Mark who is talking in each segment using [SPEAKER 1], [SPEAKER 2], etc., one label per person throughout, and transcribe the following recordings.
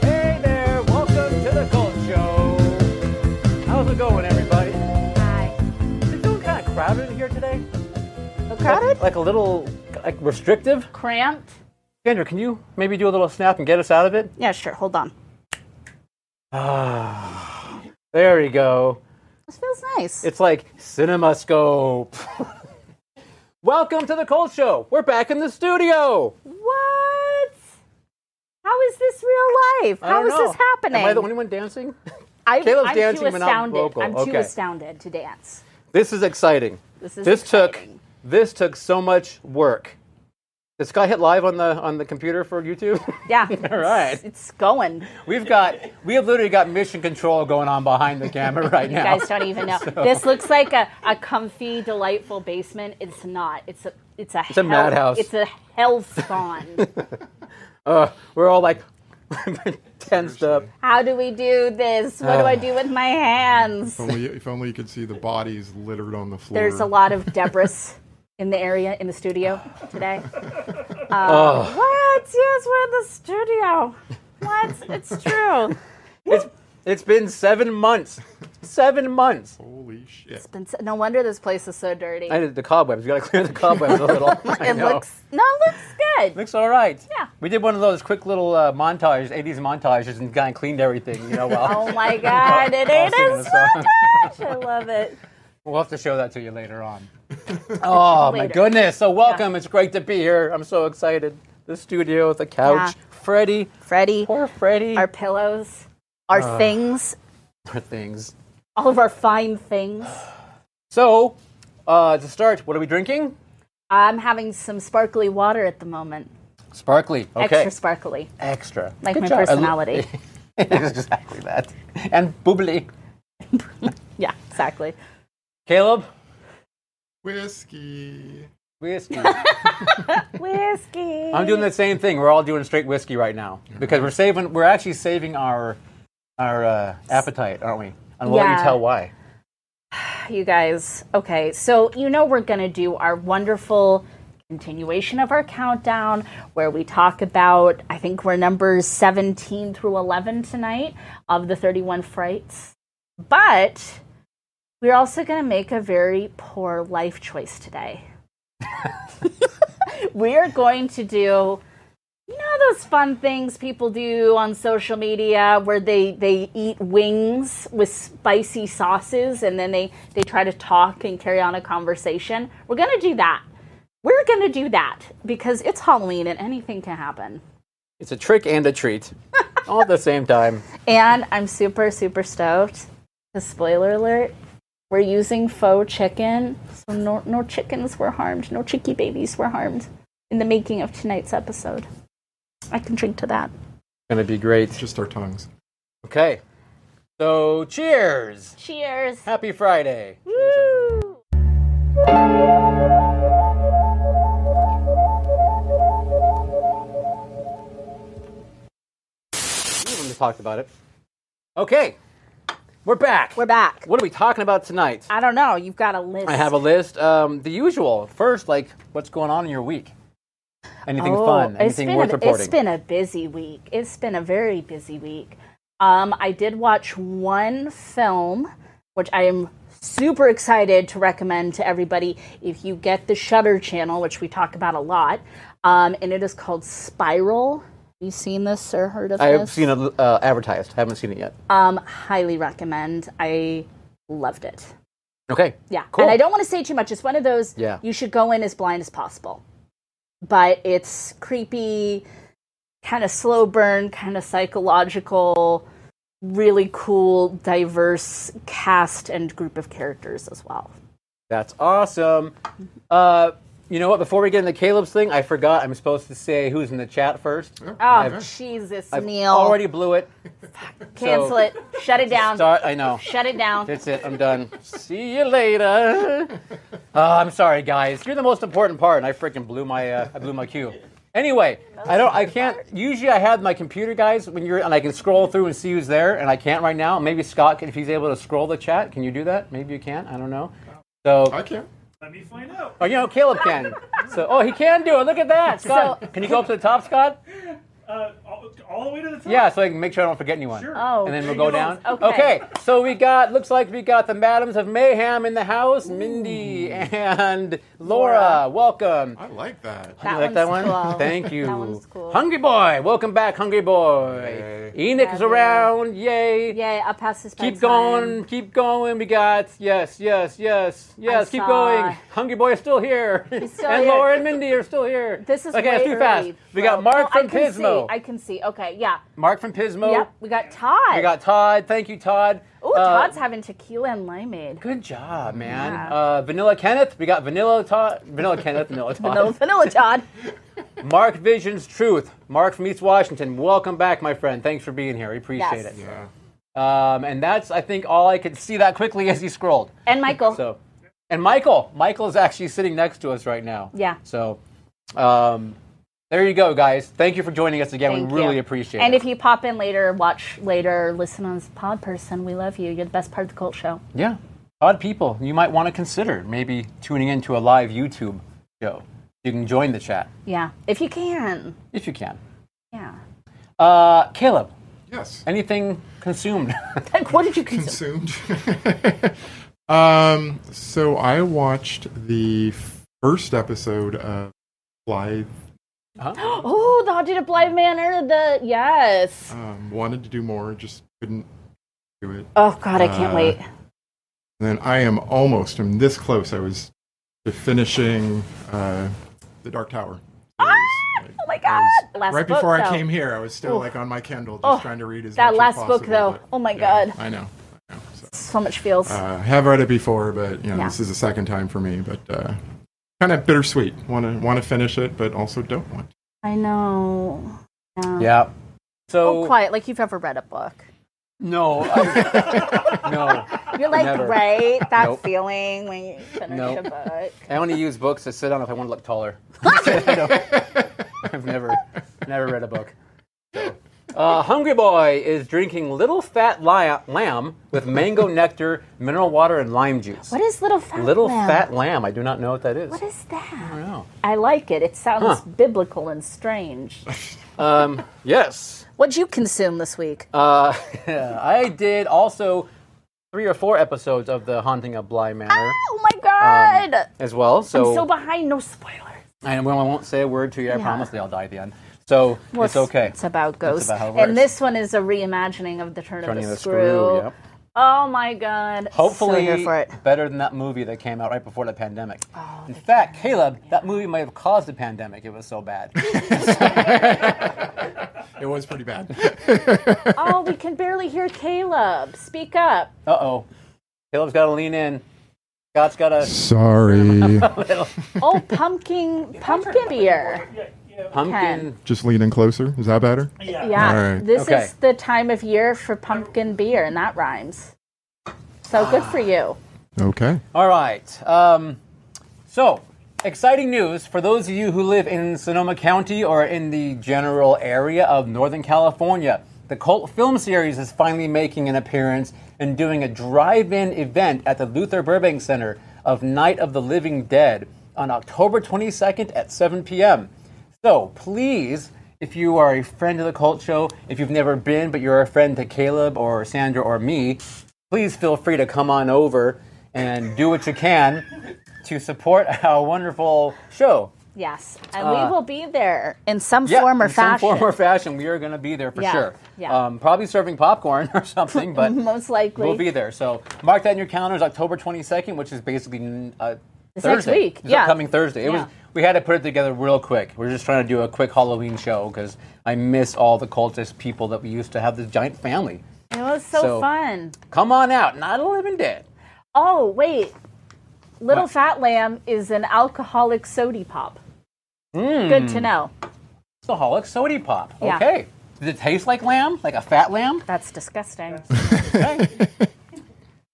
[SPEAKER 1] Hey there, welcome to the Cult Show. How's it going, everybody?
[SPEAKER 2] Hi.
[SPEAKER 1] Is it going kind of crowded here today?
[SPEAKER 2] Crowded?
[SPEAKER 1] Like a little, like restrictive?
[SPEAKER 2] Cramped?
[SPEAKER 1] Sandra, can you maybe do a little snap and get us out of it?
[SPEAKER 2] Yeah, sure. Hold on.
[SPEAKER 1] There we go.
[SPEAKER 2] This feels nice.
[SPEAKER 1] It's like CinemaScope. welcome to the Cold Show. We're back in the studio.
[SPEAKER 2] what? How is this real life?
[SPEAKER 1] I
[SPEAKER 2] How
[SPEAKER 1] don't
[SPEAKER 2] is
[SPEAKER 1] know.
[SPEAKER 2] this happening?
[SPEAKER 1] Am I the only one dancing?
[SPEAKER 2] I,
[SPEAKER 1] Caleb's
[SPEAKER 2] am
[SPEAKER 1] dancing
[SPEAKER 2] too
[SPEAKER 1] when I'm
[SPEAKER 2] astounded.
[SPEAKER 1] vocal.
[SPEAKER 2] I'm too
[SPEAKER 1] Okay.
[SPEAKER 2] astounded to dance.
[SPEAKER 1] This is exciting.
[SPEAKER 2] This is
[SPEAKER 1] this
[SPEAKER 2] exciting.
[SPEAKER 1] took this took so much work. Did Sky hit live on the on the computer for YouTube?
[SPEAKER 2] Yeah.
[SPEAKER 1] All right.
[SPEAKER 2] It's, it's going. You
[SPEAKER 1] We've got we have literally got mission control going on behind the camera right now.
[SPEAKER 2] guys don't even know. This looks like a, a comfy, delightful basement. It's not. It's a it's a it's
[SPEAKER 1] a madhouse.
[SPEAKER 2] It's a hell spawn.
[SPEAKER 1] We're all like tensed up.
[SPEAKER 2] How do we do this? What do I do with my hands?
[SPEAKER 3] If only, if only you could see the bodies littered on the floor.
[SPEAKER 2] There's a lot of Debris in the area in the studio today. Uh,
[SPEAKER 1] Oh.
[SPEAKER 2] What? Yes, we're in the studio. What? It's true.
[SPEAKER 1] It's it's been seven months. Seven months.
[SPEAKER 3] Holy shit!
[SPEAKER 2] Been s- No wonder this place is so dirty.
[SPEAKER 1] I did the cobwebs. We gotta clear the cobwebs a little. I
[SPEAKER 2] it
[SPEAKER 1] know.
[SPEAKER 2] looks no, it looks good.
[SPEAKER 1] looks all right.
[SPEAKER 2] Yeah.
[SPEAKER 1] We did one of those quick little uh, montages, 80s montages, and kind of cleaned everything. You know,
[SPEAKER 2] Oh
[SPEAKER 1] well,
[SPEAKER 2] my god, it, it
[SPEAKER 1] singing
[SPEAKER 2] is
[SPEAKER 1] the
[SPEAKER 2] so
[SPEAKER 1] song.
[SPEAKER 2] much. I love it.
[SPEAKER 1] we'll have to show that to you later on. Oh my goodness! So welcome. It's great to be here. I'm so excited. The studio, the couch,
[SPEAKER 2] Yeah.
[SPEAKER 1] Freddie,
[SPEAKER 2] Freddie,
[SPEAKER 1] poor Uh. Freddie.
[SPEAKER 2] our pillows, our things,
[SPEAKER 1] Our things.
[SPEAKER 2] all of our fine things.
[SPEAKER 1] So, uh, to start, what are we drinking?
[SPEAKER 2] I'm having some sparkly water at the moment.
[SPEAKER 1] Sparkly. Okay.
[SPEAKER 2] Extra sparkly.
[SPEAKER 1] Extra.
[SPEAKER 2] Like
[SPEAKER 1] Good
[SPEAKER 2] my
[SPEAKER 1] job. I lo-
[SPEAKER 2] personality.
[SPEAKER 1] it's exactly that. And bubbly.
[SPEAKER 2] yeah, exactly.
[SPEAKER 1] Caleb,
[SPEAKER 3] Whiskey.
[SPEAKER 1] whiskey.
[SPEAKER 2] Whiskey.
[SPEAKER 1] I'm doing the same thing. We're all doing straight whiskey right now because we're saving. We're actually saving our our uh, appetite, aren't we? And we'll let
[SPEAKER 2] Yeah.
[SPEAKER 1] you tell why.
[SPEAKER 2] you guys. Okay, so you know we're going to do our wonderful continuation of our countdown where we talk about, I think we're numbers 17 through 11 tonight of the 31 frights. But we're also going to make a very poor life choice today. we're going to do you know those fun things people do on social media where they they eat wings with spicy sauces and then they they try to talk and carry on a conversation we're gonna do that we're gonna do that because it's halloween and anything can happen
[SPEAKER 1] It's a trick and a treat, all at the same time.
[SPEAKER 2] and i'm super super stoked 'Cause spoiler alert we're using faux chicken so no, no chickens were harmed no chicky babies were harmed in the making of tonight's episode i can drink to that
[SPEAKER 1] Gonna be great.
[SPEAKER 3] Just our tongues.
[SPEAKER 1] Okay. So cheers.
[SPEAKER 2] cheers
[SPEAKER 1] Happy Friday.
[SPEAKER 2] Woo!
[SPEAKER 1] We talked about it. Okay, we're back.
[SPEAKER 2] We're back.
[SPEAKER 1] What are we talking about tonight?
[SPEAKER 2] I don't know. You've got a list.
[SPEAKER 1] I have a list. Um, the usual. First, like what's going on in your week? Anything
[SPEAKER 2] Oh,
[SPEAKER 1] fun?
[SPEAKER 2] it's
[SPEAKER 1] Anything
[SPEAKER 2] been
[SPEAKER 1] worth
[SPEAKER 2] a,
[SPEAKER 1] reporting?
[SPEAKER 2] It's been a busy week. It's been a very busy week. Um, I did watch one film, which I am super excited to recommend to everybody. If you get the Shutter channel, which we talk about a lot, um, and it is called Spiral. Have you seen this or heard of this?
[SPEAKER 1] I've seen it uh, advertised. Haven't seen it yet.
[SPEAKER 2] Um, highly recommend. I loved it.
[SPEAKER 1] Okay.
[SPEAKER 2] Yeah.
[SPEAKER 1] Cool.
[SPEAKER 2] And I don't want to say too much. It's one of those
[SPEAKER 1] Yeah.
[SPEAKER 2] you should go in as blind as possible. But it's creepy, kind of slow burn, kind of psychological, really cool, diverse cast and group of characters as well.
[SPEAKER 1] That's awesome. Uh, you know what? Before we get into Caleb's thing, I forgot I'm supposed to say who's in the chat first.
[SPEAKER 2] Oh, Jesus, Neil.
[SPEAKER 1] Already blew it.
[SPEAKER 2] Cancel
[SPEAKER 1] so-
[SPEAKER 2] it. Shut it down.
[SPEAKER 1] Start. I know.
[SPEAKER 2] Shut it down.
[SPEAKER 1] That's it. I'm done. See you later. Uh, I'm sorry, guys. You're the most important part, and I freaking blew my uh, I blew my cue. Anyway, I don't. I can't. Usually, I have my computer, guys, when you're and I can scroll through and see who's there, and I can't right now. Maybe Scott, can, if he's able to scroll the chat, can you do that? Maybe you can. I don't know. So,
[SPEAKER 3] I can't.
[SPEAKER 4] Let me find out.
[SPEAKER 1] oh, you know, Caleb can. So, oh, he can do it. Look at that, Scott. can you go up to the top, Scott?
[SPEAKER 4] Uh, all, all the way to the top.
[SPEAKER 1] Yeah, so I can make sure I don't forget anyone.
[SPEAKER 4] Sure.
[SPEAKER 2] Oh.
[SPEAKER 1] And then we'll go down.
[SPEAKER 2] Okay.
[SPEAKER 1] so we got, looks like we got the Madams of Mayhem in the house, Mindy and Laura. Welcome.
[SPEAKER 3] I like that.
[SPEAKER 2] That
[SPEAKER 1] you like that one?
[SPEAKER 2] one's cool.
[SPEAKER 1] Thank you.
[SPEAKER 2] That one's cool.
[SPEAKER 1] Hungry Boy, welcome back, Hungry Boy. Enoch's
[SPEAKER 2] Fabulous.
[SPEAKER 1] around, yay.
[SPEAKER 2] Yay, I'll pass this
[SPEAKER 1] Keep going, keep going. We got yes, yes, yes, yes. keep
[SPEAKER 2] saw-
[SPEAKER 1] going. Hungry boy is still here,
[SPEAKER 2] still
[SPEAKER 1] and
[SPEAKER 2] here.
[SPEAKER 1] Laura and Mindy are still here.
[SPEAKER 2] This is
[SPEAKER 1] okay.
[SPEAKER 2] way
[SPEAKER 1] it's too fast.
[SPEAKER 2] early,
[SPEAKER 1] We
[SPEAKER 2] bro.
[SPEAKER 1] got Mark
[SPEAKER 2] Oh,
[SPEAKER 1] from
[SPEAKER 2] I can
[SPEAKER 1] Pismo. Oh.
[SPEAKER 2] See. I can see. Okay, yeah.
[SPEAKER 1] Mark from Pismo.
[SPEAKER 2] Yep. We got Todd.
[SPEAKER 1] We got Todd. Thank you, Todd.
[SPEAKER 2] Ooh,
[SPEAKER 1] Uh,
[SPEAKER 2] Todd's having tequila and limeade.
[SPEAKER 1] Good job, man.
[SPEAKER 2] Yeah.
[SPEAKER 1] Uh, Vanilla Kenneth. We got Vanilla Todd. Vanilla Kenneth. Vanilla Todd.
[SPEAKER 2] Vanilla, vanilla Todd.
[SPEAKER 1] Mark Visions Truth. Mark from East Washington. Welcome back, my friend. Thanks for being here. We appreciate
[SPEAKER 2] Yes.
[SPEAKER 1] it.
[SPEAKER 3] Yeah.
[SPEAKER 1] Um, and that's, I think, all I could see that quickly as he scrolled.
[SPEAKER 2] And Michael.
[SPEAKER 1] So, and Michael, Michael is actually sitting next to us right now.
[SPEAKER 2] Yeah.
[SPEAKER 1] So, um, there you go, guys. Thank you for joining us again.
[SPEAKER 2] Thank
[SPEAKER 1] we really
[SPEAKER 2] you.
[SPEAKER 1] appreciate
[SPEAKER 2] And
[SPEAKER 1] it.
[SPEAKER 2] if you pop in later, watch later, listen on this pod person, we love you. You're the best part of the cult show.
[SPEAKER 1] yeah, odd people, you might want to consider maybe tuning into a live YouTube show. You can join the chat
[SPEAKER 2] Yeah. If you can.
[SPEAKER 1] if you can.
[SPEAKER 2] Yeah.
[SPEAKER 1] Uh, Caleb,
[SPEAKER 3] Yes.
[SPEAKER 1] anything consumed?
[SPEAKER 2] Like, what did you consume?
[SPEAKER 3] Consumed. um. So I watched the first episode of Blythe.
[SPEAKER 1] Huh?
[SPEAKER 2] Oh, the haunted of Blythe Manor. The yes.
[SPEAKER 3] Um, wanted to do more, just couldn't do it.
[SPEAKER 2] Oh God, I can't
[SPEAKER 3] Uh,
[SPEAKER 2] wait.
[SPEAKER 3] then I am almost. I'm this close. I was to finishing uh, the Dark Tower.
[SPEAKER 2] Oh my
[SPEAKER 3] I
[SPEAKER 2] God!
[SPEAKER 3] was-
[SPEAKER 2] Last
[SPEAKER 3] right
[SPEAKER 2] book,
[SPEAKER 3] before
[SPEAKER 2] though.
[SPEAKER 3] I came here, I was still
[SPEAKER 2] Oof.
[SPEAKER 3] like on my Kindle, just
[SPEAKER 2] Oh,
[SPEAKER 3] trying to read as
[SPEAKER 2] that
[SPEAKER 3] much as
[SPEAKER 2] last book,
[SPEAKER 3] possible,
[SPEAKER 2] though.
[SPEAKER 3] but-
[SPEAKER 2] Oh my
[SPEAKER 3] yeah,
[SPEAKER 2] God.
[SPEAKER 3] I know. I know. So,
[SPEAKER 2] So much feels.
[SPEAKER 3] uh, have read it before, but you know,
[SPEAKER 2] Yeah.
[SPEAKER 3] this is the second time for me. But uh, kind of bittersweet. Want to want to finish it, but also don't want. to.
[SPEAKER 2] I know. Yeah.
[SPEAKER 1] yeah. So
[SPEAKER 2] Oh, quiet. Like you've ever read a book.
[SPEAKER 1] no, I- no.
[SPEAKER 2] You're like,
[SPEAKER 1] Never.
[SPEAKER 2] right? That
[SPEAKER 1] Nope.
[SPEAKER 2] feeling when you finish
[SPEAKER 1] Nope.
[SPEAKER 2] a book.
[SPEAKER 1] I only use books to sit on if I want to look taller. I don't- I've never, never read a book. So. Uh, Hungry Boy is drinking Little Fat li- Lamb with mango nectar, mineral water, and lime juice.
[SPEAKER 2] What is little fat?
[SPEAKER 1] Little
[SPEAKER 2] lamb?
[SPEAKER 1] Fat Lamb. I do not know what that is.
[SPEAKER 2] What is that?
[SPEAKER 1] I don't
[SPEAKER 2] I like it. It sounds
[SPEAKER 1] Huh.
[SPEAKER 2] biblical and strange.
[SPEAKER 1] know. Um, yes.
[SPEAKER 2] What'd you consume this week?
[SPEAKER 1] Uh, I did also three or four episodes of The Haunting of Bly Manor
[SPEAKER 2] oh my God!
[SPEAKER 1] as well. um, So,
[SPEAKER 2] I'm so behind. No spoilers.
[SPEAKER 1] I, well, I won't say a word to you. I
[SPEAKER 2] Yeah.
[SPEAKER 1] promise they all die at the end. So
[SPEAKER 2] Well,
[SPEAKER 1] it's okay.
[SPEAKER 2] It's about ghosts.
[SPEAKER 1] about how it works.
[SPEAKER 2] and this one is a reimagining of the Turn,
[SPEAKER 1] Turning of
[SPEAKER 2] of the,
[SPEAKER 1] the
[SPEAKER 2] Screw.
[SPEAKER 1] Screw, yep.
[SPEAKER 2] Oh my God! so
[SPEAKER 1] Hopefully,
[SPEAKER 2] here for it. Oh,
[SPEAKER 1] better than that movie that came out right before the pandemic. In fact, Caleb, that movie might have caused the pandemic. It was so bad.
[SPEAKER 3] It was pretty bad.
[SPEAKER 2] oh, we can barely hear Caleb. Speak up.
[SPEAKER 1] uh oh. Caleb's got to lean in. Scott's got to
[SPEAKER 3] Sorry.
[SPEAKER 2] Oh, pumpkin, pumpkin beer.
[SPEAKER 4] Yeah, yeah,
[SPEAKER 1] pumpkin.
[SPEAKER 3] just leaning closer. Is that better?
[SPEAKER 4] yeah.
[SPEAKER 2] Yeah,
[SPEAKER 3] All right.
[SPEAKER 2] this
[SPEAKER 1] Okay.
[SPEAKER 2] is the time of year for pumpkin beer, and that rhymes. So
[SPEAKER 1] Ah.
[SPEAKER 2] good for you.
[SPEAKER 3] Okay.
[SPEAKER 1] All right. Um, so, exciting news for those of you who live in Sonoma County or in the general area of Northern California. The cult film series is finally making an appearance and doing a drive in event at the Luther Burbank Center of Night of the Living Dead on October 22nd at 7 p.m. So please, if you are a friend of the Cult Show, if you've never been but you're a friend to Caleb or Sandra or me, please feel free to come on over and do what you can to support our wonderful show.
[SPEAKER 2] Yes, and we will be there in some form
[SPEAKER 1] Uh,
[SPEAKER 2] or
[SPEAKER 1] in some
[SPEAKER 2] fashion.
[SPEAKER 1] form or fashion, we are going to be there for
[SPEAKER 2] Yeah,
[SPEAKER 1] sure.
[SPEAKER 2] yeah.
[SPEAKER 1] Um, probably serving popcorn or something, but
[SPEAKER 2] Most likely.
[SPEAKER 1] we'll be there. So mark that in your calendars, October 22nd, which is basically mm, uh,
[SPEAKER 2] It's
[SPEAKER 1] Thursday.
[SPEAKER 2] next week,
[SPEAKER 1] It's
[SPEAKER 2] yeah.
[SPEAKER 1] upcoming Thursday. It was.
[SPEAKER 2] Yeah.
[SPEAKER 1] We had to put it together real quick. We're just trying to do a quick Halloween show because I miss all the cultist people that we used to have this giant family.
[SPEAKER 2] It was so,
[SPEAKER 1] So-
[SPEAKER 2] fun.
[SPEAKER 1] Come on out, not a living dead.
[SPEAKER 2] Oh wait, Little Fat Lamb is an alcoholic soda pop. Good
[SPEAKER 1] Hmm.
[SPEAKER 2] to know.
[SPEAKER 1] It's the Holic Sody Pop.
[SPEAKER 2] Yeah.
[SPEAKER 1] Okay. Does it taste like lamb? Like a fat lamb?
[SPEAKER 2] That's disgusting.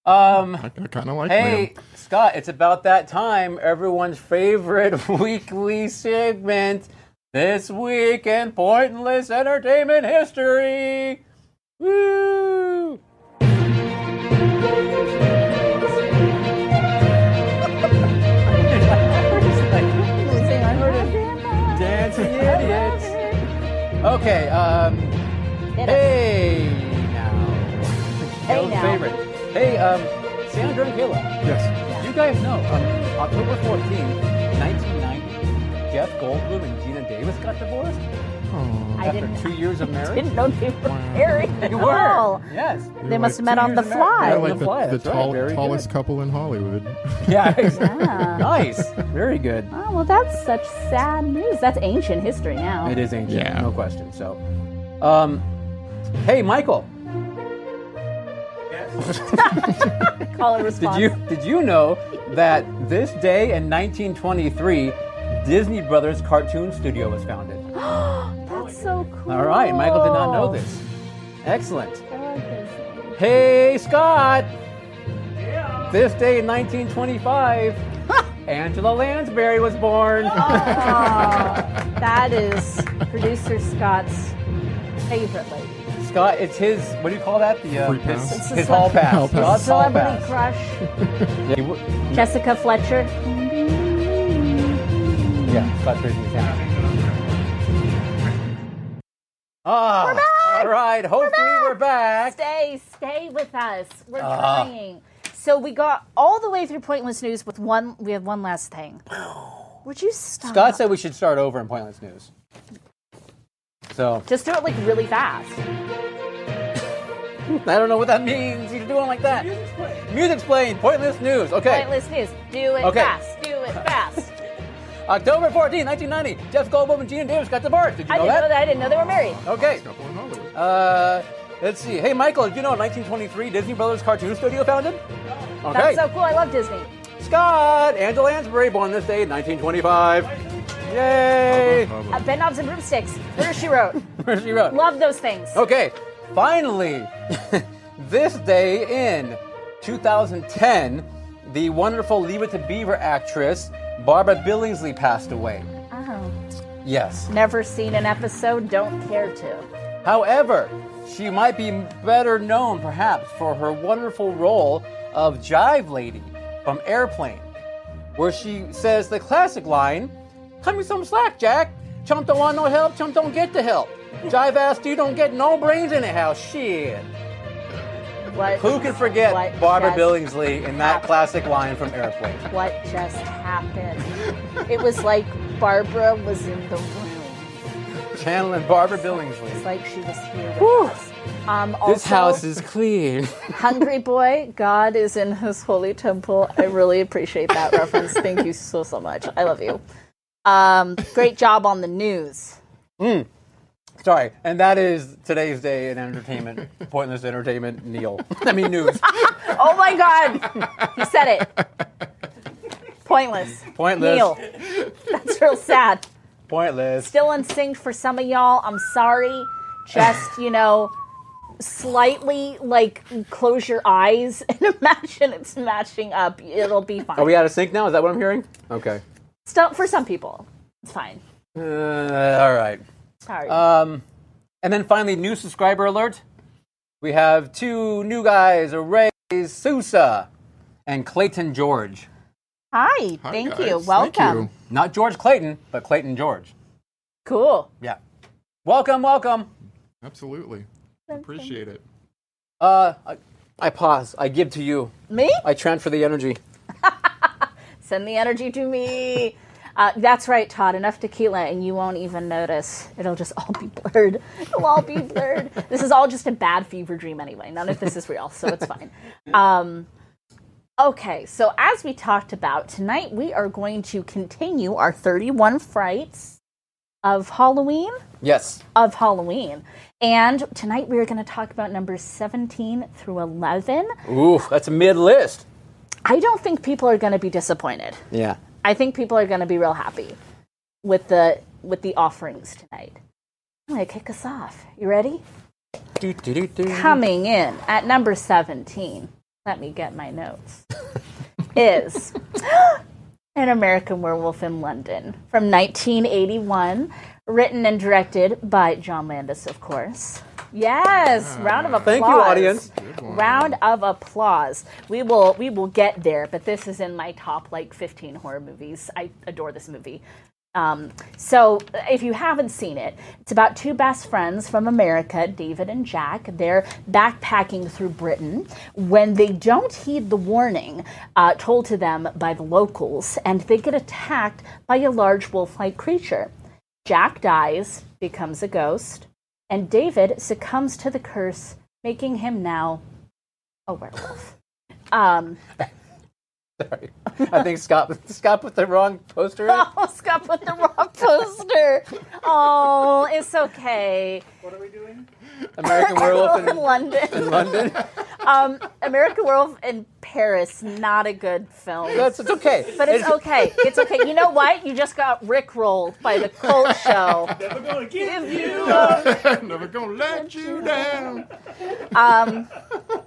[SPEAKER 1] Um,
[SPEAKER 3] I, I kind of like
[SPEAKER 1] Hey,
[SPEAKER 3] Liam.
[SPEAKER 1] Scott, it's about that time. Everyone's favorite weekly segment this week in Pointless Entertainment History. Woo! We're just like losing our dancing idiots. Okay, um, hey now. Hey
[SPEAKER 2] now.
[SPEAKER 1] favorite. Hey, um, Sandra and Kayla.
[SPEAKER 3] Yes.
[SPEAKER 1] You guys know, on October 14th, 1990, Jeff Goldblum and Gina Davis got divorced
[SPEAKER 3] Oh,
[SPEAKER 2] I
[SPEAKER 1] after
[SPEAKER 2] didn't,
[SPEAKER 1] two years of marriage.
[SPEAKER 2] didn't know they were married. at
[SPEAKER 1] You were.
[SPEAKER 2] all.
[SPEAKER 1] Yes.
[SPEAKER 2] They must have
[SPEAKER 3] like-
[SPEAKER 2] met on the
[SPEAKER 1] Two years of marriage.
[SPEAKER 2] fly.
[SPEAKER 3] I
[SPEAKER 1] on
[SPEAKER 3] like
[SPEAKER 1] the
[SPEAKER 3] the,
[SPEAKER 1] fly,
[SPEAKER 3] the
[SPEAKER 1] that's right,
[SPEAKER 3] tall,
[SPEAKER 1] very good.
[SPEAKER 3] tallest couple in Hollywood.
[SPEAKER 1] Yeah. exactly.
[SPEAKER 2] Yeah.
[SPEAKER 1] nice. Very good.
[SPEAKER 2] Oh, well, that's such sad news. That's ancient history now.
[SPEAKER 1] It is ancient,
[SPEAKER 3] Yeah.
[SPEAKER 1] no question. So, um, hey, Michael,
[SPEAKER 2] Call it
[SPEAKER 1] did
[SPEAKER 2] response.
[SPEAKER 1] you did you know that this day in 1923, Disney Brothers Cartoon Studio was founded?
[SPEAKER 2] That's so cool.
[SPEAKER 1] All right, Michael did not know this. Excellent.
[SPEAKER 2] I like this.
[SPEAKER 1] Hey, Scott.
[SPEAKER 5] Yeah.
[SPEAKER 1] This day in 1925, Angela Lansbury was born.
[SPEAKER 2] Aw, that is producer Scott's favorite lady.
[SPEAKER 1] Scott, it's his. What do you call that? The uh,
[SPEAKER 3] Free pass.
[SPEAKER 1] his,
[SPEAKER 2] It's
[SPEAKER 1] his
[SPEAKER 2] a
[SPEAKER 1] hall
[SPEAKER 2] cele-
[SPEAKER 1] pass.
[SPEAKER 3] Hall pass.
[SPEAKER 1] Scott's hall pass.
[SPEAKER 2] Celebrity crush,
[SPEAKER 1] Yeah, he w-
[SPEAKER 2] Jessica Fletcher.
[SPEAKER 1] yeah, Scott's raising his hand. Ah, all right. Hopefully we're back.
[SPEAKER 2] Stay, stay with us. We're
[SPEAKER 1] Ah.
[SPEAKER 2] trying. So we got all the way through pointless news with one. We have one last thing. Would you stop?
[SPEAKER 1] Scott said we should start over in Pointless News. So
[SPEAKER 2] Just do it like really fast.
[SPEAKER 1] I don't know what that means. You're doing like that.
[SPEAKER 5] Music's playing.
[SPEAKER 1] Music's playing. Pointless News. Okay.
[SPEAKER 2] Pointless news. Do it
[SPEAKER 1] Okay.
[SPEAKER 2] fast. Do it fast.
[SPEAKER 1] October 14, 1990. Jeff Goldblum and Gina Davis got divorced. Did you
[SPEAKER 2] I didn't know that. I didn't know they were married.
[SPEAKER 1] Okay.
[SPEAKER 3] couple in Hollywood.
[SPEAKER 1] Uh, let's see. Hey, Michael, did you know in 1923 Disney Brothers Cartoon Studio founded? Okay.
[SPEAKER 2] That's so cool. I love Disney.
[SPEAKER 1] Scott, Angela Lansbury, born this day in 1925. Yay!
[SPEAKER 2] Uh, Bed knobs and broomsticks. What she wrote.
[SPEAKER 1] Where she wrote.
[SPEAKER 2] love those things.
[SPEAKER 1] Okay, finally, this day in 2010, the wonderful Leave It to Beaver actress Barbara Billingsley passed away.
[SPEAKER 2] Oh.
[SPEAKER 1] Yes.
[SPEAKER 2] Never seen an episode. Don't care to.
[SPEAKER 1] However, she might be better known perhaps for her wonderful role of Jive Lady from Airplane, where she says the classic line, Cut me some slack, Jack. Chump don't want no help, chump don't get the help. Jive ass you don't get no brains in the house. Shit.
[SPEAKER 2] What?
[SPEAKER 1] Who can forget
[SPEAKER 2] what
[SPEAKER 1] Barbara
[SPEAKER 2] just-
[SPEAKER 1] Billingsley in that classic line from Airplane?
[SPEAKER 2] What just happened? it was like Barbara was in the room.
[SPEAKER 1] Channeling Barbara
[SPEAKER 2] It's
[SPEAKER 1] Billingsley.
[SPEAKER 2] like she was here with
[SPEAKER 1] Whew.
[SPEAKER 2] us. Um, also,
[SPEAKER 1] This house is clean.
[SPEAKER 2] Hungry Boy, God is in his holy temple. I really appreciate that reference. Thank you so, so much. I love you. Um, great job on the news.
[SPEAKER 1] Sorry, and that is today's day in entertainment. Pointless entertainment, Neil. I mean, news.
[SPEAKER 2] Oh my God. He said it. Pointless.
[SPEAKER 1] Pointless.
[SPEAKER 2] Neil. That's real sad.
[SPEAKER 1] Pointless.
[SPEAKER 2] Still unsynced for some of y'all. I'm sorry. Just, you know, slightly like close your eyes and imagine it's matching up. It'll be fine.
[SPEAKER 1] Are we out of sync now? Is that what I'm hearing? Okay.
[SPEAKER 2] Still, for some people, it's fine.
[SPEAKER 1] Uh, all right.
[SPEAKER 2] Sorry.
[SPEAKER 1] Um, and then finally, new subscriber alert. We have two new guys: Ray Sousa and Clayton George.
[SPEAKER 2] Hi,
[SPEAKER 3] Hi,
[SPEAKER 2] thank
[SPEAKER 3] guys.
[SPEAKER 2] you. Welcome.
[SPEAKER 3] Thank you.
[SPEAKER 1] Not George Clayton, but Clayton George.
[SPEAKER 2] Cool.
[SPEAKER 1] Yeah. Welcome, welcome.
[SPEAKER 3] Absolutely. Appreciate it.
[SPEAKER 1] Uh, I, I pause. I give to you.
[SPEAKER 2] Me?
[SPEAKER 1] I transfer the energy.
[SPEAKER 2] Send the energy to me. Uh, that's right, Todd. Enough tequila, and you won't even notice. It'll just all be blurred. It'll all be blurred. this is all just a bad fever dream, anyway. None of this is real, so it's fine. Um, okay, so as we talked about tonight, we are going to continue our 31 frights of Halloween.
[SPEAKER 1] Yes.
[SPEAKER 2] of Halloween. And tonight we are going to talk about numbers 17 through 11.
[SPEAKER 1] Ooh, that's a mid list.
[SPEAKER 2] I don't think people are going to be disappointed.
[SPEAKER 1] Yeah.
[SPEAKER 2] I think people are going to be real happy with the with the offerings tonight. I'm going to kick us off. You ready?
[SPEAKER 1] Do, do, do, do.
[SPEAKER 2] Coming in at number 17 let me get my notes, is An American Werewolf in London from 1981, written and directed by John Landis, of course. Yes, round of applause.
[SPEAKER 1] Ah, Thank you, audience.
[SPEAKER 2] Round of applause. We will we will get there, but this is in my top like 15 horror movies. I adore this movie. Um, so, if you haven't seen it, it's about two best friends from America, David and Jack. They're backpacking through Britain when they don't heed the warning uh, told to them by the locals, and they get attacked by a large wolf like creature. Jack dies, becomes a ghost, and David succumbs to the curse, making him now a werewolf. Um,
[SPEAKER 6] I think Scott Scott put the wrong poster. up.
[SPEAKER 2] oh, Scott put the wrong poster. Oh, it's okay.
[SPEAKER 4] What are we doing?
[SPEAKER 6] American Werewolf in
[SPEAKER 2] London.
[SPEAKER 6] London.
[SPEAKER 2] Um, American Werewolf in Paris, not a good film.
[SPEAKER 6] That's it's okay.
[SPEAKER 2] but it's okay. It's okay. You know what? You just got rickrolled by the cult show.
[SPEAKER 4] Never gonna give
[SPEAKER 2] If you,
[SPEAKER 4] you.
[SPEAKER 2] uh,
[SPEAKER 3] Never gonna let you down.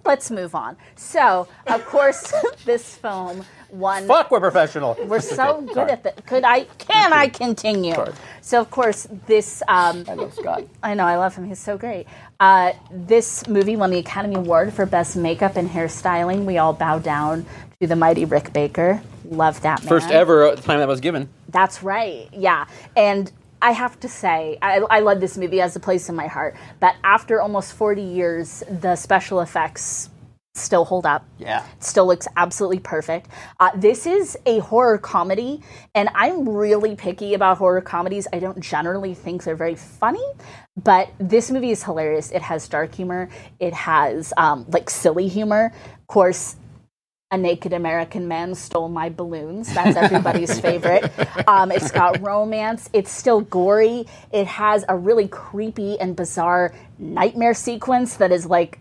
[SPEAKER 2] let's move on. So, of course, this film won
[SPEAKER 6] Fuck, we're professional.
[SPEAKER 2] We're so good at that. Could I? Can I continue? So of course this. Um, I love Scott. I know. I love him. He's so great. Uh, this movie won the Academy Award for Best Makeup and Hairstyling. We all bow down to the mighty Rick Baker. Love that man.
[SPEAKER 1] First ever
[SPEAKER 6] uh,
[SPEAKER 1] time that was given.
[SPEAKER 2] That's right. Yeah. And I have to say, I, I love this movie as a place in my heart. But after almost 40 years, the special effects still hold up
[SPEAKER 6] Yeah.
[SPEAKER 2] still looks absolutely perfect. Uh, this is a horror comedy, and I'm really picky about horror comedies. I don't generally think they're very funny, but this movie is hilarious. It has dark humor, it has um, like silly humor. Of course, a naked American man stole my balloons. That's everybody's favorite. Um, it's got romance. It's still gory. It has a really creepy and bizarre nightmare sequence that is like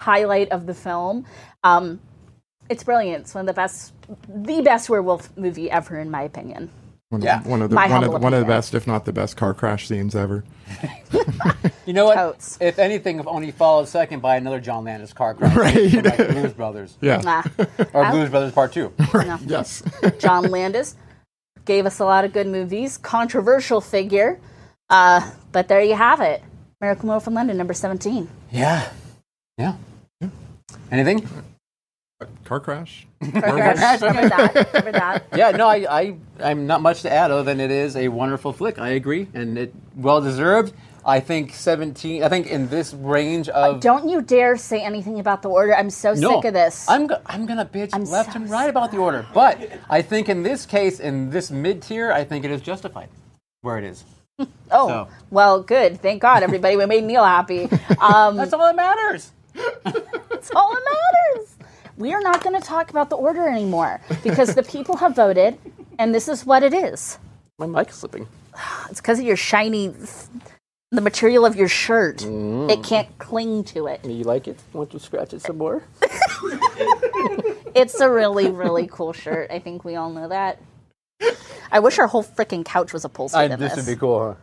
[SPEAKER 2] highlight of the film. Um, it's brilliant. It's one of the best, the best werewolf movie ever, in my opinion.
[SPEAKER 3] One of,
[SPEAKER 6] Yeah.
[SPEAKER 3] one of the
[SPEAKER 2] My
[SPEAKER 3] one of, the-
[SPEAKER 2] humble
[SPEAKER 3] one of the
[SPEAKER 2] opinion.
[SPEAKER 3] best, if not the best, car crash scenes ever.
[SPEAKER 6] You know what?
[SPEAKER 2] Totes.
[SPEAKER 6] If anything, if only followed second by another John Landis car crash,
[SPEAKER 3] Right.
[SPEAKER 6] from, like Blues Brothers
[SPEAKER 3] Yeah.
[SPEAKER 2] Ah,
[SPEAKER 6] or Blues Brothers Part Two.
[SPEAKER 2] no.
[SPEAKER 3] Yes.
[SPEAKER 2] John Landis gave us a lot of good movies. Controversial figure, uh, but there you have it. American Werewolf in London, number seventeen.
[SPEAKER 6] Yeah. Yeah. Anything?
[SPEAKER 3] car crash.
[SPEAKER 2] Remember that. Remember that.
[SPEAKER 6] Yeah, no, I, I, I'm not much to add other than it is a wonderful flick. I agree, and it well deserved. I think 17. I think in this range of
[SPEAKER 2] Don't you dare say anything about the order. I'm so
[SPEAKER 6] no,
[SPEAKER 2] sick of this.
[SPEAKER 6] I'm go- I'm gonna bitch
[SPEAKER 2] I'm
[SPEAKER 6] left
[SPEAKER 2] so
[SPEAKER 6] and right about the order, but I think in this case, in this mid tier, I think it is justified where it is.
[SPEAKER 2] oh,
[SPEAKER 6] so.
[SPEAKER 2] well, good. Thank God, everybody. We made Neil happy. Um,
[SPEAKER 6] That's all that matters.
[SPEAKER 2] all that matters. We are not going to talk about the order anymore because the people have voted, and this is what it is.
[SPEAKER 1] My mic's slipping.
[SPEAKER 2] It's because of your shiny, the material of your shirt.
[SPEAKER 6] Mm.
[SPEAKER 2] It can't cling to it.
[SPEAKER 1] Do you like it? Want to scratch it some more?
[SPEAKER 2] It's a really, really cool shirt. I think we all know that. I wish our whole freaking couch was upholstered in this.
[SPEAKER 6] cool, huh?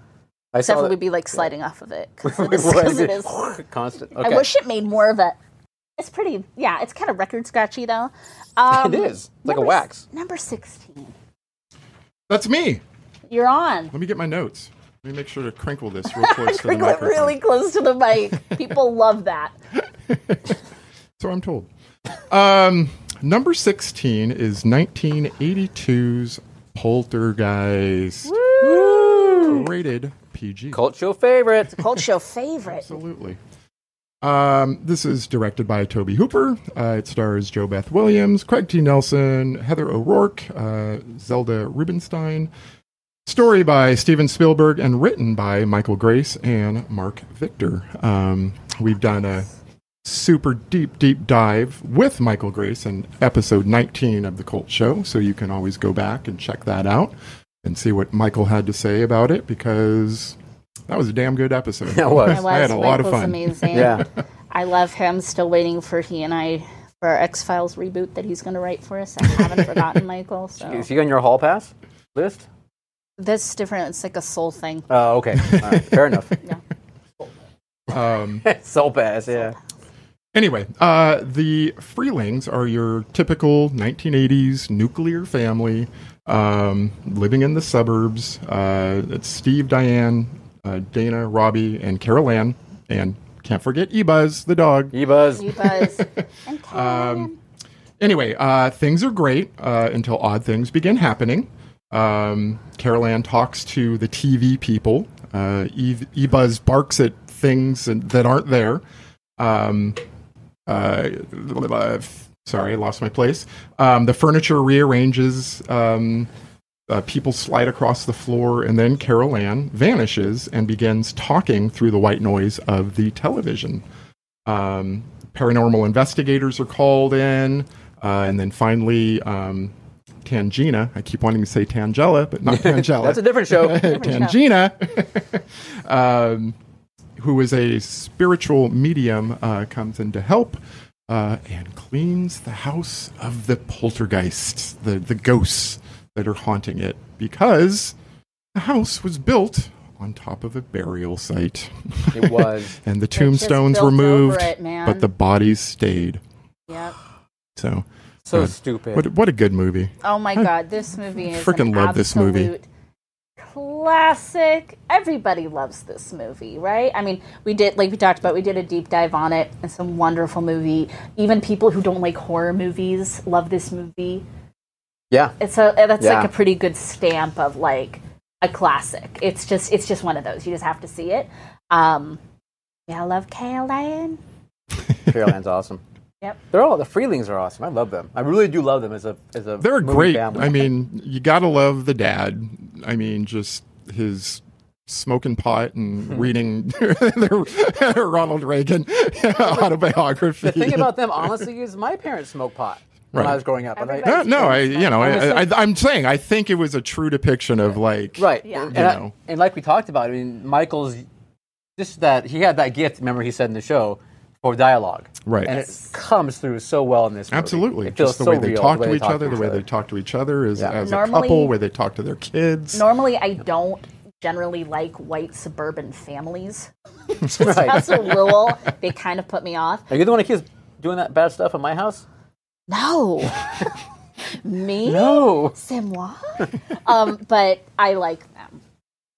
[SPEAKER 6] I
[SPEAKER 2] Except
[SPEAKER 6] saw
[SPEAKER 2] for
[SPEAKER 6] that-
[SPEAKER 2] we'd be like sliding off of it. 'cause it
[SPEAKER 6] We
[SPEAKER 2] is- 'cause
[SPEAKER 6] would.
[SPEAKER 2] it is.
[SPEAKER 6] constant.
[SPEAKER 2] I
[SPEAKER 6] Okay.
[SPEAKER 2] wish it made more of a. It's pretty. Yeah, it's kind of record scratchy though. Um,
[SPEAKER 1] it is. It's like a
[SPEAKER 2] number s-
[SPEAKER 1] wax.
[SPEAKER 2] Number sixteen.
[SPEAKER 3] That's me.
[SPEAKER 2] You're on.
[SPEAKER 3] Let me get my notes. Let me make sure to crinkle this real close to the
[SPEAKER 2] Crinkle it
[SPEAKER 3] microphone.
[SPEAKER 2] really close to the mic. People love that.
[SPEAKER 3] So I'm told. Um, number 16 is 1982's Poltergeist. Rated PG.
[SPEAKER 1] Cult show favorite.
[SPEAKER 2] Cult show favorite.
[SPEAKER 3] Absolutely. Um, this is directed by Toby Hooper. Uh, it stars Joe Beth Williams, Craig T. Nelson, Heather O'Rourke, uh, Zelda Rubinstein. Story by Steven Spielberg and written by Michael Grace and Mark Victor. Um, we've done a super deep, deep dive with Michael Grace in episode 19 of The Cult Show, so you can always go back and check that out and see what Michael had to say about it because that was a damn good episode.
[SPEAKER 1] That was.
[SPEAKER 2] I was.
[SPEAKER 3] I had a lot of
[SPEAKER 2] Michael's
[SPEAKER 3] fun.
[SPEAKER 2] Amazing. I love him. Still waiting for he and I for X Files reboot that he's going to write for us. I haven't forgotten Michael. So
[SPEAKER 1] Is he on your hall pass list?
[SPEAKER 2] that's different. It's like a soul thing.
[SPEAKER 1] Oh, okay. All right. Fair enough.
[SPEAKER 3] Um,
[SPEAKER 1] soul pass. Yeah.
[SPEAKER 3] Anyway, uh, the Freelings are your typical 1980s nuclear family um, living in the suburbs. Uh, it's Steve, Diane, uh, Dana, Robbie, and Carol Ann. And can't forget E-Buzz, the dog.
[SPEAKER 1] E-Buzz.
[SPEAKER 2] You buzz.
[SPEAKER 3] Um,
[SPEAKER 2] and Karen.
[SPEAKER 3] Anyway, uh, things are great uh, until odd things begin happening. Um, Carol Ann talks to the TV people. Uh, E- E-Buzz barks at things and, that aren't there. Um, uh, sorry, I lost my place. Um, the furniture rearranges. Um, uh, people slide across the floor, and then Carol Ann vanishes and begins talking through the white noise of the television. Um, paranormal investigators are called in, uh, and then finally, um, Tangina. I keep wanting to say Tangela, but not Tangela.
[SPEAKER 1] That's a different show.
[SPEAKER 3] Tangina, um, who is a spiritual medium, uh, comes in to help uh, and cleans the house of the poltergeists, the, the ghosts that are haunting it, because the house was built on top of a burial site.
[SPEAKER 1] It was.
[SPEAKER 3] and the tombstones
[SPEAKER 2] built
[SPEAKER 3] were moved,
[SPEAKER 2] over it, man.
[SPEAKER 3] but the bodies stayed.
[SPEAKER 2] Yep.
[SPEAKER 3] So,
[SPEAKER 1] So
[SPEAKER 3] uh,
[SPEAKER 1] stupid.
[SPEAKER 3] What, what a good movie.
[SPEAKER 2] Oh my god, this movie is
[SPEAKER 3] Frickin'
[SPEAKER 2] an
[SPEAKER 3] love this movie.
[SPEAKER 2] absolute Classic. Everybody loves this movie, right? I mean, we did like we talked about. We did a deep dive on it. It's a wonderful movie. Even people who don't like horror movies love this movie.
[SPEAKER 1] yeah.
[SPEAKER 2] It's a that's
[SPEAKER 1] Yeah.
[SPEAKER 2] like a pretty good stamp of like a classic. It's just it's just one of those. You just have to see it. Um, yeah, I love Kalan.
[SPEAKER 1] Carol Ann's awesome.
[SPEAKER 2] Yep.
[SPEAKER 1] They're all the Freelings are awesome. I love them. I really do love them as a as a.
[SPEAKER 3] They're
[SPEAKER 1] movie
[SPEAKER 3] great.
[SPEAKER 1] Family.
[SPEAKER 3] I mean, you gotta love the dad. I mean, just his smoking pot and reading the Ronald Reagan
[SPEAKER 1] the
[SPEAKER 3] autobiography.
[SPEAKER 1] thing about them, honestly, is my parents smoked pot when
[SPEAKER 3] Right.
[SPEAKER 1] I was growing up. and I-
[SPEAKER 3] no, no, I you know, I, I,
[SPEAKER 1] Honestly-
[SPEAKER 3] I'm saying I think it was a true depiction of like
[SPEAKER 1] Right.
[SPEAKER 2] Yeah.
[SPEAKER 1] And,
[SPEAKER 3] You
[SPEAKER 1] I-
[SPEAKER 3] know.
[SPEAKER 1] and
[SPEAKER 6] And like we talked about, I mean, Michael's just that he had that gift. Remember, he said in the show for dialogue,
[SPEAKER 3] Right.
[SPEAKER 6] And it comes through so well in this. movie.
[SPEAKER 3] Absolutely,
[SPEAKER 6] it feels
[SPEAKER 3] just the
[SPEAKER 6] so
[SPEAKER 3] way they
[SPEAKER 6] real, the
[SPEAKER 3] talk
[SPEAKER 6] way
[SPEAKER 3] to
[SPEAKER 6] they
[SPEAKER 3] each other, the way they talk to each other as,
[SPEAKER 1] Yeah.
[SPEAKER 3] as a
[SPEAKER 2] Normally-
[SPEAKER 3] couple, where they talk to their kids.
[SPEAKER 2] Normally, I don't generally like white suburban families.
[SPEAKER 1] Right.
[SPEAKER 2] That's a rule. They kind of put me off.
[SPEAKER 1] Are you the one that keeps doing that bad stuff at my house?
[SPEAKER 2] No. Me?
[SPEAKER 1] No.
[SPEAKER 2] C'est moi? um, but I like them.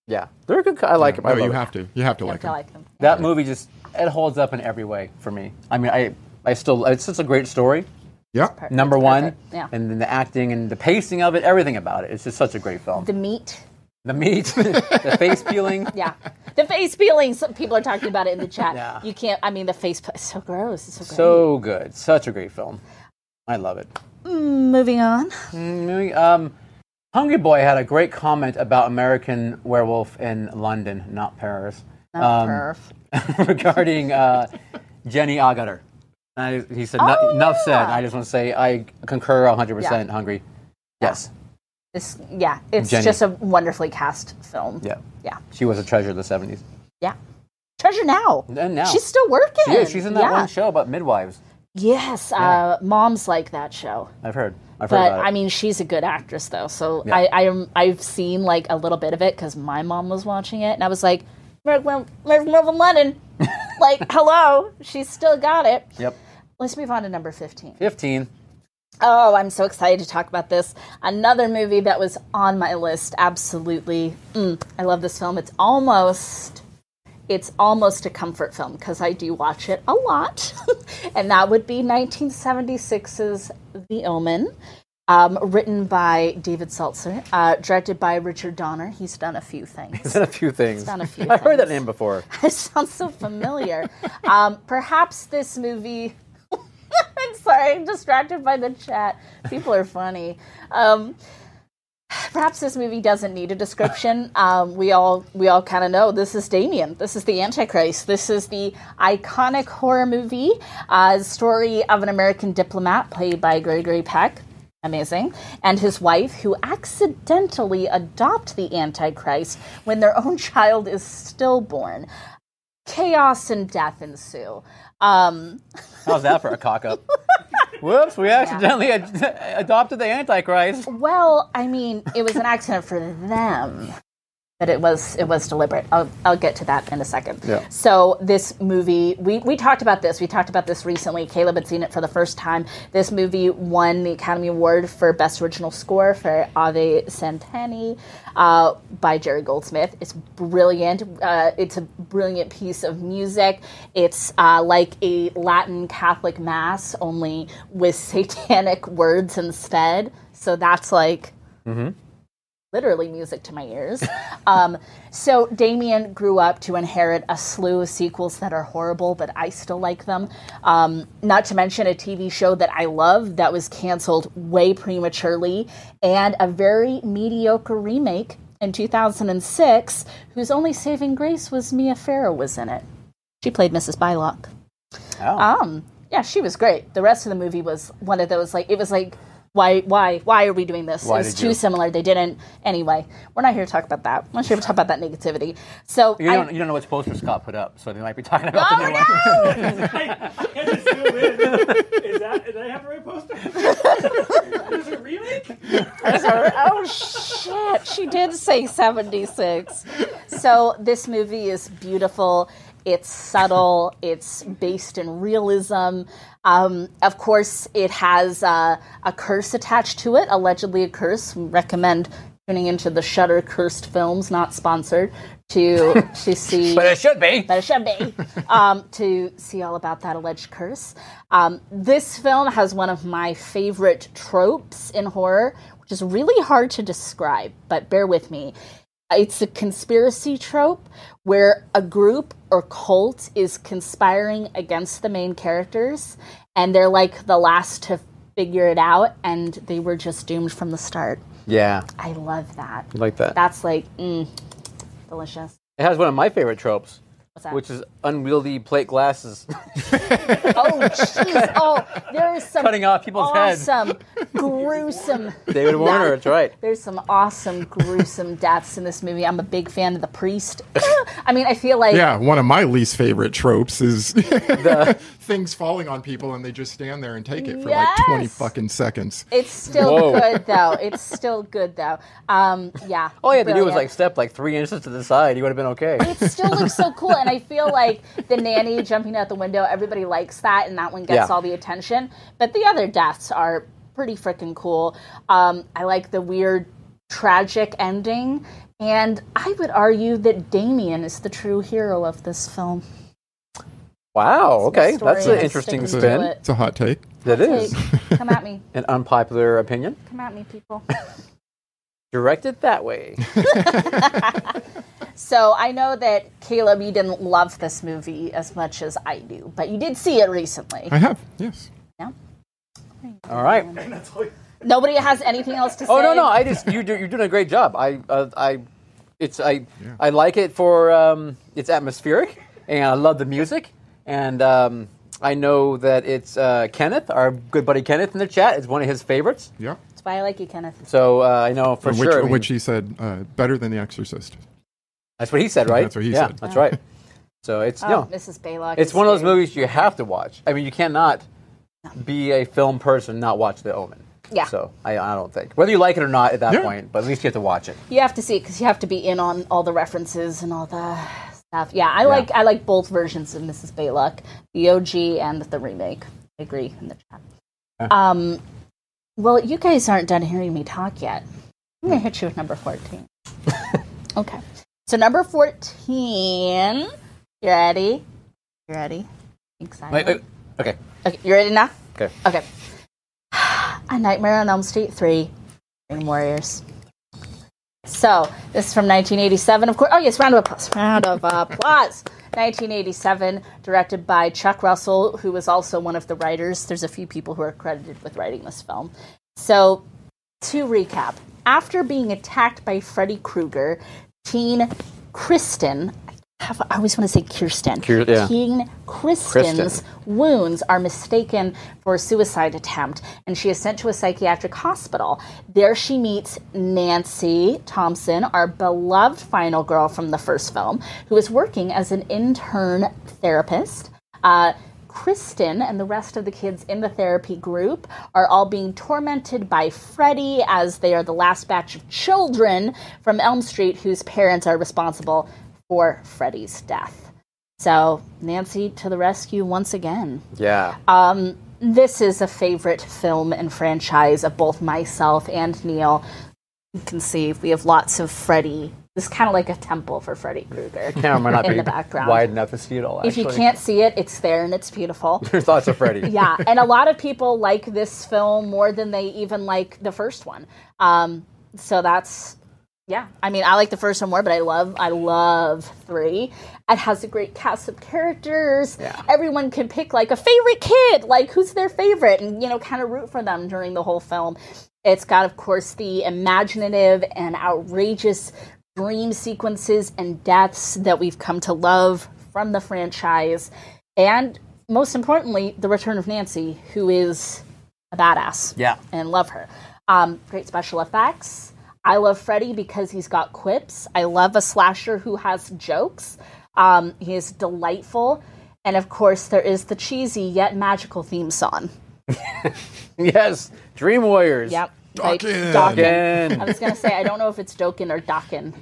[SPEAKER 1] Yeah. They're a good. co- I like them.
[SPEAKER 3] No,
[SPEAKER 1] I love
[SPEAKER 3] you
[SPEAKER 1] them.
[SPEAKER 3] have to, you have to
[SPEAKER 2] I
[SPEAKER 3] like
[SPEAKER 2] feel
[SPEAKER 3] them.
[SPEAKER 2] like them.
[SPEAKER 6] That movie just it holds up in every way for me. I mean, I I still it's such a great story.
[SPEAKER 3] Yeah,
[SPEAKER 6] Number
[SPEAKER 2] It's
[SPEAKER 6] one,
[SPEAKER 2] perfect, yeah.
[SPEAKER 6] and then the acting and the pacing of it, everything about it. It's just such a great film.
[SPEAKER 2] The meat.
[SPEAKER 6] The meat, the face peeling.
[SPEAKER 2] Yeah. The face peeling. Some people are talking about it in the chat.
[SPEAKER 6] Yeah.
[SPEAKER 2] You can't, I mean, the face, it's so gross. It's so gross.
[SPEAKER 6] So good. Such a great film. I love it.
[SPEAKER 2] moving on.
[SPEAKER 6] Moving- Um, Hungry Boy had a great comment about American Werewolf in London, not Paris,
[SPEAKER 2] Not
[SPEAKER 6] Um,
[SPEAKER 2] Oh, perf.
[SPEAKER 6] regarding uh, Jenny Agutter. I, he said, "Nu-
[SPEAKER 2] Oh,
[SPEAKER 6] enough said.
[SPEAKER 2] yeah.
[SPEAKER 6] I just want to say I concur 100% Hungry. Yes.
[SPEAKER 2] This, yeah. It's
[SPEAKER 6] Jenny.
[SPEAKER 2] just a wonderfully cast film.
[SPEAKER 6] Yeah.
[SPEAKER 2] Yeah.
[SPEAKER 6] She was a treasure of the 70s.
[SPEAKER 2] Yeah. Treasure now.
[SPEAKER 6] And now.
[SPEAKER 2] She's still working.
[SPEAKER 6] She is. She's in that
[SPEAKER 2] Yeah.
[SPEAKER 6] one show about midwives.
[SPEAKER 2] Yes, uh, moms like that show.
[SPEAKER 6] I've heard. I've heard
[SPEAKER 2] But
[SPEAKER 6] about it.
[SPEAKER 2] I mean, she's a good actress though. So I, I am, I've seen like a little bit of it because my mom was watching it, and I was like, Marilyn Lennon, like hello, she's still got it.
[SPEAKER 6] yep.
[SPEAKER 2] Let's move on to number fifteen.
[SPEAKER 6] 15.
[SPEAKER 2] Oh, I'm so excited to talk about this. Another movie that was on my list. Absolutely. Mm, I love this film. It's almost it's almost a comfort film because I do watch it a lot. and that would be 1976's The Omen. Um, written by David Seltzer, uh, directed by Richard Donner. He's done a few things.
[SPEAKER 1] Done a few things.
[SPEAKER 2] done a few
[SPEAKER 1] I heard that
[SPEAKER 2] things.
[SPEAKER 1] name before.
[SPEAKER 2] It sounds so familiar. um, perhaps this movie. I'm sorry, I'm distracted by the chat. People are funny. Um, perhaps this movie doesn't need a description. Um, we all we all kind of know this is Damien. This is the Antichrist. This is the iconic horror movie uh, story of an American diplomat played by Gregory Peck. Amazing. And his wife, who accidentally adopt the Antichrist when their own child is stillborn. Chaos and death ensue. Um,
[SPEAKER 6] How's that for a cock up? Whoops, we accidentally ad- adopted the Antichrist.
[SPEAKER 2] Well, I mean, it was an accident for them. that it was it was deliberate. I'll, I'll get to that in a second.
[SPEAKER 1] Yeah.
[SPEAKER 2] So this movie, we, we talked about this. We talked about this recently. Caleb had seen it for the first time. This movie won the Academy Award for Best Original Score for Ave Santani uh, by Jerry Goldsmith. It's brilliant. Uh, it's a brilliant piece of music. It's uh, like a Latin Catholic mass, only with satanic words instead. So that's like literally music to my ears. um, so Damien grew up to inherit a slew of sequels that are horrible, but I still like them. Um, not to mention a TV show that I love that was canceled way prematurely, and a very mediocre remake in 2006, whose only saving grace was Mia Farrow was in it. She played Mrs. Bylock.
[SPEAKER 1] Oh.
[SPEAKER 2] Um, yeah, she was great. The rest of the movie was one of those like it was like why why why are we doing this?
[SPEAKER 1] Why
[SPEAKER 2] it was
[SPEAKER 1] did
[SPEAKER 2] too
[SPEAKER 1] you?
[SPEAKER 2] similar. They didn't anyway. We're not here to talk about that. We're not here to talk about that negativity. So
[SPEAKER 6] You
[SPEAKER 2] I-
[SPEAKER 6] don't, you don't know which poster Scott put up, so they might be talking about the new one.
[SPEAKER 2] oh no!
[SPEAKER 4] I, I had to zoom in. Is that? Did I have the right poster? Is it a remake?
[SPEAKER 2] Her- oh shit, she did say 76. So this movie is beautiful. It's subtle. It's based in realism. Um, of course, it has uh, a curse attached to it, allegedly a curse. We recommend tuning into the Shutter Cursed Films, not sponsored, to to see.
[SPEAKER 6] But it should be.
[SPEAKER 2] But it should be um, to see all about that alleged curse. Um, this film has one of my favorite tropes in horror, which is really hard to describe, but bear with me. It's a conspiracy trope where a group or cult is conspiring against the main characters, and they're like the last to figure it out, and they were just doomed from the start.
[SPEAKER 1] Yeah,
[SPEAKER 2] I love that.
[SPEAKER 1] like that.
[SPEAKER 2] That's like, mm, delicious.
[SPEAKER 6] It has one of my favorite tropes,
[SPEAKER 2] that?
[SPEAKER 6] which is unwieldy plate glasses.
[SPEAKER 2] Oh, jeez. Oh, there is some
[SPEAKER 6] Cutting off people's heads.
[SPEAKER 2] awesome, gruesome.
[SPEAKER 1] David Warner, that's right.
[SPEAKER 2] There's some awesome, gruesome deaths in this movie. I'm a big fan of the priest. I mean, I feel like
[SPEAKER 3] Yeah, one of my least favorite tropes is things falling on people and they just stand there and take it for like 20
[SPEAKER 2] Yes.
[SPEAKER 3] fucking seconds.
[SPEAKER 2] it's still
[SPEAKER 1] Whoa.
[SPEAKER 2] good though. It's still good though. Um, yeah.
[SPEAKER 1] All you had to do was
[SPEAKER 2] brilliant.
[SPEAKER 1] like step like three inches to the side. You would have been okay.
[SPEAKER 2] it still looks so cool. And I feel like the nanny jumping out the window, everybody likes that, and that one gets
[SPEAKER 1] Yeah.
[SPEAKER 2] all the attention. But the other deaths are pretty freaking cool. Um, I like the weird, tragic ending. And I would argue that Damien is the true hero of this film.
[SPEAKER 1] Wow. Okay,
[SPEAKER 2] story
[SPEAKER 1] that's an
[SPEAKER 2] that's
[SPEAKER 1] interesting
[SPEAKER 2] sticking to
[SPEAKER 1] spin.
[SPEAKER 2] it.
[SPEAKER 3] It's a hot take.
[SPEAKER 1] That is
[SPEAKER 2] Like, come at me.
[SPEAKER 1] an unpopular opinion.
[SPEAKER 2] Come at me, people.
[SPEAKER 1] Directed that way.
[SPEAKER 2] So I know that, Caleb, you didn't love this movie as much as I do, but you did see it recently.
[SPEAKER 3] I have, yes.
[SPEAKER 2] No?
[SPEAKER 1] All right.
[SPEAKER 4] That's all.
[SPEAKER 2] Nobody has anything else to say?
[SPEAKER 1] Oh no, no. I just you do, you're doing a great job. I uh, I it's I I like it for um, it's atmospheric, and I love the music, and um, I know that it's uh, Kenneth, our good buddy Kenneth in the chat. It's one of his favorites.
[SPEAKER 3] Yeah.
[SPEAKER 2] That's why I like you, Kenneth.
[SPEAKER 1] So uh, I know for
[SPEAKER 3] which,
[SPEAKER 1] sure. I mean,
[SPEAKER 3] which he said, uh, better than The Exorcist.
[SPEAKER 1] that's what he said, right?
[SPEAKER 3] That's what he
[SPEAKER 1] yeah,
[SPEAKER 3] said.
[SPEAKER 1] That's right. So it's
[SPEAKER 2] Oh,
[SPEAKER 1] no,
[SPEAKER 2] Mrs. Baylock.
[SPEAKER 1] it's
[SPEAKER 2] is
[SPEAKER 1] one of those
[SPEAKER 2] very-
[SPEAKER 1] movies you have to watch. I mean, you cannot be a film person and not watch The Omen.
[SPEAKER 2] Yeah.
[SPEAKER 1] So I, I don't think whether you like it or not at that
[SPEAKER 3] Yeah.
[SPEAKER 1] point, but at least you have to watch it.
[SPEAKER 2] You have to see it because you have to be in on all the references and all the stuff. Yeah, I like I like both versions of Mrs. Baylock, the OG and the remake. I agree in the chat. Um, well, you guys aren't done hearing me talk yet. I'm gonna hit you with number fourteen. okay, so number fourteen. You ready? You ready? Excited?
[SPEAKER 1] Wait, wait. Okay.
[SPEAKER 2] Okay, you ready now?
[SPEAKER 1] Okay.
[SPEAKER 2] Okay. A Nightmare on Elm Street 3, Dream Warriors. So, this is from 1987, of course. Oh, yes, round of applause. Round of applause. 1987, directed by Chuck Russell, who was also one of the writers. There's a few people who are credited with writing this film. So, to recap, after being attacked by Freddy Krueger, teen Kristen, I have- I always want to say Kirsten.
[SPEAKER 1] Kir- yeah.
[SPEAKER 2] Teen Kristen's
[SPEAKER 1] Kristen.
[SPEAKER 2] wounds are mistaken for a suicide attempt, and she is sent to a psychiatric hospital. There she meets Nancy Thompson, our beloved final girl from the first film, who is working as an intern therapist. Uh, Kristen and the rest of the kids in the therapy group are all being tormented by Freddy as they are the last batch of children from Elm Street whose parents are responsible for Freddy's death. So, Nancy to the rescue once again
[SPEAKER 1] Yeah.
[SPEAKER 2] Um, this is a favorite film and franchise of both myself and Neil. You can see we have lots of Freddy. It's kind of like a temple for Freddy Krueger.
[SPEAKER 1] Camera might not
[SPEAKER 2] in
[SPEAKER 1] be
[SPEAKER 2] the background.
[SPEAKER 1] wide enough to see it all.
[SPEAKER 2] if you
[SPEAKER 1] actually.
[SPEAKER 2] can't see it, it's there and it's beautiful.
[SPEAKER 1] there's lots of Freddy.
[SPEAKER 2] yeah, and a lot of people like this film more than they even like the first one. Um, so that's yeah. I mean, I like the first one more, but I love I love three. It has a great cast of characters. Everyone can pick like a favorite kid, like who's their favorite, and you know, kind of root for them during the whole film. It's got, of course, the imaginative and outrageous dream sequences and deaths that we've come to love from the franchise, and most importantly, the return of Nancy, who is a badass
[SPEAKER 1] Yeah.
[SPEAKER 2] and love her. Um, great special effects. I love Freddy because he's got quips. I love a slasher who has jokes. Um, he is delightful. And of course, there is the cheesy yet magical theme song.
[SPEAKER 1] Yes. Dream Warriors.
[SPEAKER 2] Yep. Like
[SPEAKER 3] Dokken.
[SPEAKER 2] I was going to say, I don't know if it's Dokken or Dokken.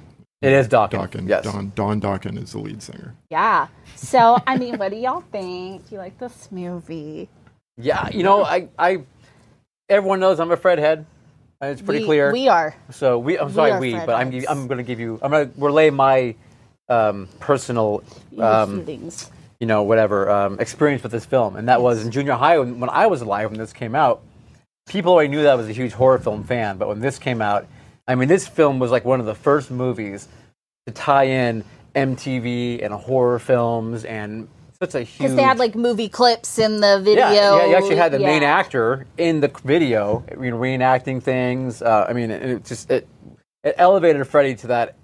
[SPEAKER 1] It is Dawkins.
[SPEAKER 3] Dawkins.
[SPEAKER 1] Yes.
[SPEAKER 3] Don, Don Dawkins is the lead singer.
[SPEAKER 2] Yeah. So, I mean, what do y'all think? Do you like this movie?
[SPEAKER 1] Yeah. You know, I, I, everyone knows I'm a Fred head. And it's pretty
[SPEAKER 2] we,
[SPEAKER 1] clear.
[SPEAKER 2] We are.
[SPEAKER 1] So we, I'm sorry,
[SPEAKER 2] are
[SPEAKER 1] we,
[SPEAKER 2] Fred
[SPEAKER 1] but I'm,
[SPEAKER 2] heads.
[SPEAKER 1] gi- I'm going to give you, I'm going to relay my um, personal, um,
[SPEAKER 2] feelings.
[SPEAKER 1] you know, whatever um, experience with this film, and that was in junior high when, when I was alive when this came out. People already knew that I was a huge horror film fan, but when this came out, I mean, this film was like one of the first movies to tie in MTV and horror films, and such a huge.
[SPEAKER 2] Because they had like movie clips in the video.
[SPEAKER 1] Yeah, yeah, you actually had the main
[SPEAKER 2] Yeah.
[SPEAKER 1] actor in the video I mean, reenacting things. Uh, I mean, it, it just it, it elevated Freddy to that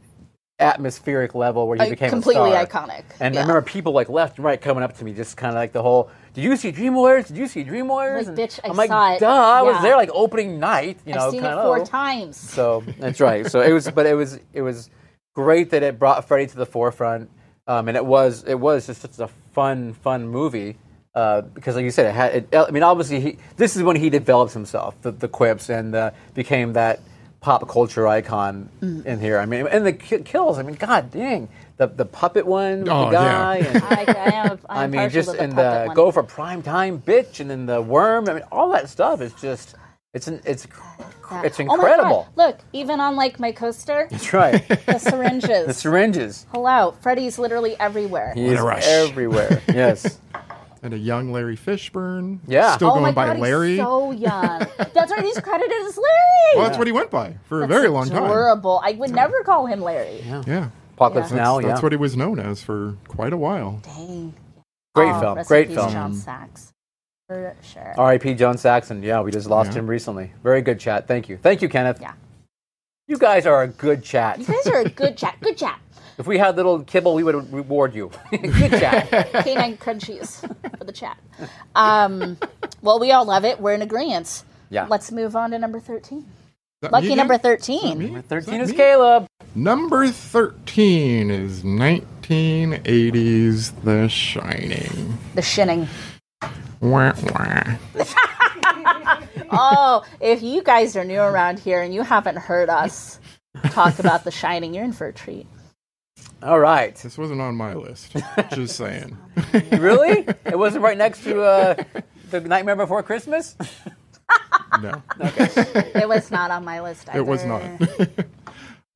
[SPEAKER 1] atmospheric level where he
[SPEAKER 2] Uh,
[SPEAKER 1] became a
[SPEAKER 2] completely
[SPEAKER 1] star.
[SPEAKER 2] iconic,
[SPEAKER 1] And
[SPEAKER 2] yeah.
[SPEAKER 1] I remember people like left and right coming up to me, just kind of like the whole, "Did you see Dream Warriors? Did you see Dream Warriors?" And
[SPEAKER 2] Like, bitch, I
[SPEAKER 1] I'm like,
[SPEAKER 2] saw it.
[SPEAKER 1] "Duh, I was
[SPEAKER 2] Yeah.
[SPEAKER 1] there like opening night." You know,
[SPEAKER 2] I've seen it
[SPEAKER 1] kinda.
[SPEAKER 2] four times.
[SPEAKER 1] So that's right. So it was, but it was, it was great that it brought Freddy to the forefront, um, and it was, it was just such a fun, fun movie. Uh, because, like you said, it had. It, I mean, obviously, he, this is when he develops himself, the, the quips, and uh, became that pop culture icon
[SPEAKER 2] Mm.
[SPEAKER 1] in here. I mean, and the ki- kills. I mean, god dang, the the puppet one, with
[SPEAKER 3] Oh,
[SPEAKER 1] the
[SPEAKER 3] yeah.
[SPEAKER 1] guy. And,
[SPEAKER 2] I, I am, I'm
[SPEAKER 1] I mean,
[SPEAKER 2] partial
[SPEAKER 1] just
[SPEAKER 2] to the
[SPEAKER 1] in
[SPEAKER 2] puppet
[SPEAKER 1] the
[SPEAKER 2] one.
[SPEAKER 1] go for prime time, bitch, and then the worm. I mean, all that stuff is just. It's an, it's cr-
[SPEAKER 2] Yeah.
[SPEAKER 1] it's
[SPEAKER 2] Oh my God,
[SPEAKER 1] incredible.
[SPEAKER 2] Look, even on like my coaster,
[SPEAKER 1] That's right.
[SPEAKER 2] the syringes.
[SPEAKER 1] The syringes.
[SPEAKER 2] Hello, Freddy's literally everywhere.
[SPEAKER 1] He is
[SPEAKER 3] rush.
[SPEAKER 1] everywhere. yes.
[SPEAKER 3] And a young Larry Fishburne.
[SPEAKER 1] Yeah.
[SPEAKER 3] Still
[SPEAKER 2] oh
[SPEAKER 3] going
[SPEAKER 2] my
[SPEAKER 3] by
[SPEAKER 2] God,
[SPEAKER 3] Larry.
[SPEAKER 2] he's so young. That's right, he's credited as Larry.
[SPEAKER 3] well, that's what he went by for a very long time.
[SPEAKER 2] Adorable. I would never call him Larry.
[SPEAKER 3] Yeah.
[SPEAKER 1] Apocalypse
[SPEAKER 2] Yeah.
[SPEAKER 1] Now.
[SPEAKER 3] that's, that's
[SPEAKER 1] yeah.
[SPEAKER 3] what he was known as for quite a while.
[SPEAKER 2] Dang.
[SPEAKER 1] Great
[SPEAKER 2] Oh,
[SPEAKER 1] film.
[SPEAKER 2] rest in
[SPEAKER 1] Great
[SPEAKER 2] peace,
[SPEAKER 1] film. Oh.
[SPEAKER 2] John Sachs. For sure.
[SPEAKER 1] R.I.P. John Saxon. Yeah, we just lost
[SPEAKER 3] Yeah.
[SPEAKER 1] him recently. Very good chat. Thank you. Thank you, Kenneth.
[SPEAKER 2] Yeah.
[SPEAKER 1] You guys are a good chat.
[SPEAKER 2] You guys are a good chat. Good chat.
[SPEAKER 1] if we had little kibble, we would reward you. good chat.
[SPEAKER 2] Canine crunchies for the chat. Um, well, we all love it. We're in agreement.
[SPEAKER 1] Yeah.
[SPEAKER 2] Let's move on to number 13.
[SPEAKER 3] Is that me
[SPEAKER 2] Lucky
[SPEAKER 3] again?
[SPEAKER 2] number
[SPEAKER 3] Is that Oh, me?
[SPEAKER 2] 13.
[SPEAKER 1] Thirteen is
[SPEAKER 3] Is that me?
[SPEAKER 1] Caleb.
[SPEAKER 3] Number 13 is 1980s The Shining.
[SPEAKER 2] The shinning.
[SPEAKER 3] Wah, wah.
[SPEAKER 2] Oh, if you guys are new around here and you haven't heard us talk about The Shining, you're in for a treat.
[SPEAKER 1] All right.
[SPEAKER 3] This wasn't on my list. Just saying.
[SPEAKER 1] Really? it wasn't right next to uh, the Nightmare Before Christmas.
[SPEAKER 3] No,
[SPEAKER 2] It was not on my list either.
[SPEAKER 3] it was not.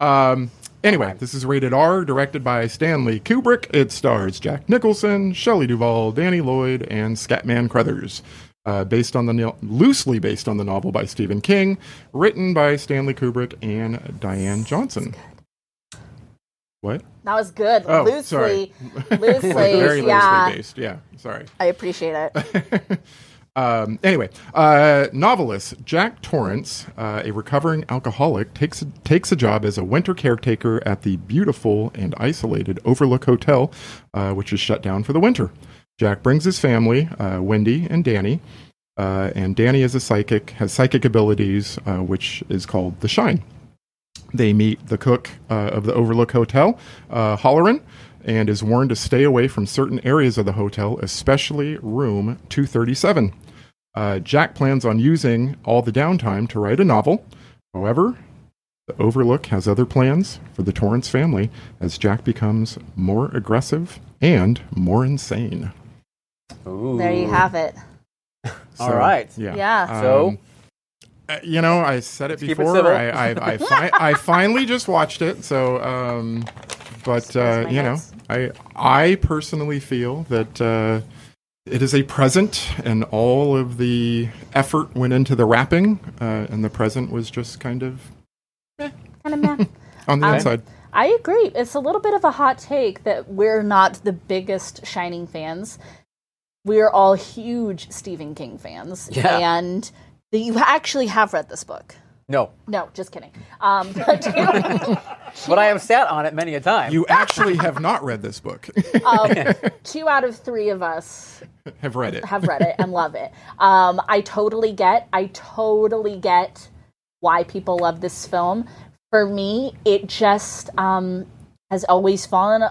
[SPEAKER 3] um, anyway, this is rated R, directed by Stanley Kubrick. It stars Jack Nicholson, Shelley Duvall, Danny Lloyd, and Scatman Crothers. Uh, based on the no- loosely based on the novel by Stephen King, written by Stanley Kubrick and Diane Johnson. What?
[SPEAKER 2] That was good.
[SPEAKER 3] Oh,
[SPEAKER 2] loosely. Loosely.
[SPEAKER 3] Very
[SPEAKER 2] yeah.
[SPEAKER 3] loosely based. Yeah, sorry.
[SPEAKER 2] I appreciate it.
[SPEAKER 3] Um, anyway, uh, novelist Jack Torrance, uh, a recovering alcoholic, takes takes a job as a winter caretaker at the beautiful and isolated Overlook Hotel, uh, which is shut down for the winter. Jack brings his family, uh, Wendy and Danny, uh, and Danny is a psychic, has psychic abilities, uh, which is called the Shine. They meet the cook uh, of the Overlook Hotel, uh, Holleran, and is warned to stay away from certain areas of the hotel, especially room 237. Uh, Jack plans on using all the downtime to write a novel. However, the Overlook has other plans for the Torrance family as Jack becomes more aggressive and more insane.
[SPEAKER 2] There you have it.
[SPEAKER 1] All right.
[SPEAKER 3] Yeah. Um,
[SPEAKER 2] Yeah.
[SPEAKER 1] So?
[SPEAKER 3] uh, you know, I said it
[SPEAKER 1] keep it
[SPEAKER 3] before.
[SPEAKER 1] civil.
[SPEAKER 3] I I, I, fi- I finally just watched it. So, um, but uh,
[SPEAKER 2] my
[SPEAKER 3] you know,
[SPEAKER 2] notes.
[SPEAKER 3] I I personally feel that uh, it is a present, and all of the effort went into the wrapping, uh, and the present was just kind of
[SPEAKER 2] Kind of meh. Um,
[SPEAKER 3] on the
[SPEAKER 1] Um,
[SPEAKER 3] inside.
[SPEAKER 2] I agree. It's a little bit of a hot take that we're not the biggest Shining fans. We're all huge Stephen King fans.
[SPEAKER 1] Yeah.
[SPEAKER 2] And the, you actually have read this book.
[SPEAKER 1] No.
[SPEAKER 2] No, just kidding. Um, but you,
[SPEAKER 1] But I have sat on it many a time.
[SPEAKER 3] You actually have not read this book.
[SPEAKER 2] two out of three of us
[SPEAKER 3] have read it.
[SPEAKER 2] have read it and love it. Um, I totally get. I totally get why people love this film. For me, it just um, has always fallen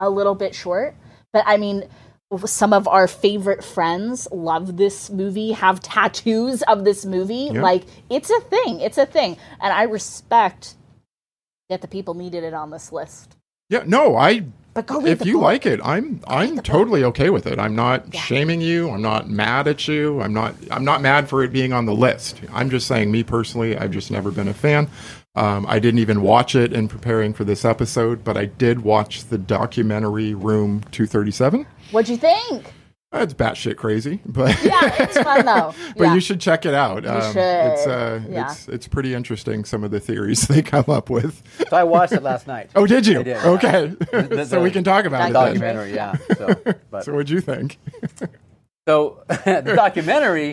[SPEAKER 2] a little bit short. But I mean, some of our favorite friends love this movie, have tattoos of this movie.
[SPEAKER 3] Yeah.
[SPEAKER 2] Like, it's a thing. It's a thing. And I respect that the people needed it on this list.
[SPEAKER 3] Yeah, no, I.
[SPEAKER 2] But go read
[SPEAKER 3] If
[SPEAKER 2] the
[SPEAKER 3] you
[SPEAKER 2] book.
[SPEAKER 3] like it, I'm I'm totally okay with it. I'm not shaming you. I'm not mad at you. I'm not I'm not mad for it being on the list. I'm just saying, me personally, I've just never been a fan. Um, I didn't even watch it in preparing for this episode, but I did watch the documentary Room 237.
[SPEAKER 2] What'd you think?
[SPEAKER 3] That's batshit crazy, but
[SPEAKER 2] Yeah, it's fun though.
[SPEAKER 3] but
[SPEAKER 2] Yeah.
[SPEAKER 3] you should check it out. Um, It's
[SPEAKER 2] should.
[SPEAKER 3] uh,
[SPEAKER 2] Yeah.
[SPEAKER 3] it's it's pretty interesting. Some of the theories they come up with.
[SPEAKER 1] So I watched it last night.
[SPEAKER 3] Oh, did you?
[SPEAKER 1] I did, yeah.
[SPEAKER 3] Okay,
[SPEAKER 1] the-
[SPEAKER 3] so we can talk about it. then.
[SPEAKER 1] documentary, yeah. So, but,
[SPEAKER 3] So what'd you think?
[SPEAKER 1] so the documentary,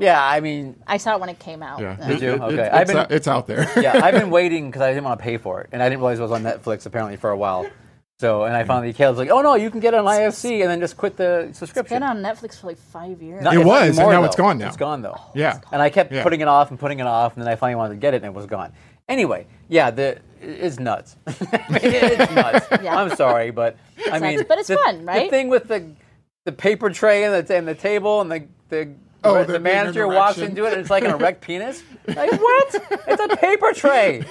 [SPEAKER 1] yeah. I mean,
[SPEAKER 2] I saw it when it came out.
[SPEAKER 3] Yeah.
[SPEAKER 1] Did you? Okay.
[SPEAKER 3] It's,
[SPEAKER 1] I've been-
[SPEAKER 3] out, it's out there.
[SPEAKER 1] yeah, I've been waiting because I didn't want to pay for it, and I didn't realize it was on Netflix apparently for a while. So, and I finally Caleb's like, "Oh no, you can get it on IFC and then just quit the subscription."
[SPEAKER 2] Been on Netflix for like five years.
[SPEAKER 1] Not-
[SPEAKER 3] It
[SPEAKER 1] it's not
[SPEAKER 3] was, and
[SPEAKER 1] anymore,
[SPEAKER 3] now it's
[SPEAKER 1] though.
[SPEAKER 3] gone now.
[SPEAKER 1] It's gone though.
[SPEAKER 3] Yeah.
[SPEAKER 2] Um,
[SPEAKER 1] And I kept
[SPEAKER 3] Yeah.
[SPEAKER 1] putting it off and putting it off, and then I finally wanted to get it, and it was gone. Anyway, yeah, the it's nuts. I mean, it's nuts.
[SPEAKER 2] Yeah.
[SPEAKER 1] I'm sorry, but I mean,
[SPEAKER 2] nuts, but it's
[SPEAKER 1] the-
[SPEAKER 2] fun,
[SPEAKER 1] The
[SPEAKER 2] right?
[SPEAKER 1] thing with the the paper tray and the, and the table and the the.
[SPEAKER 3] Oh,
[SPEAKER 1] the,
[SPEAKER 3] the-
[SPEAKER 1] the manager
[SPEAKER 3] the
[SPEAKER 1] walks
[SPEAKER 3] erection.
[SPEAKER 1] into it and it's like an erect penis. Like what? It's a paper tray.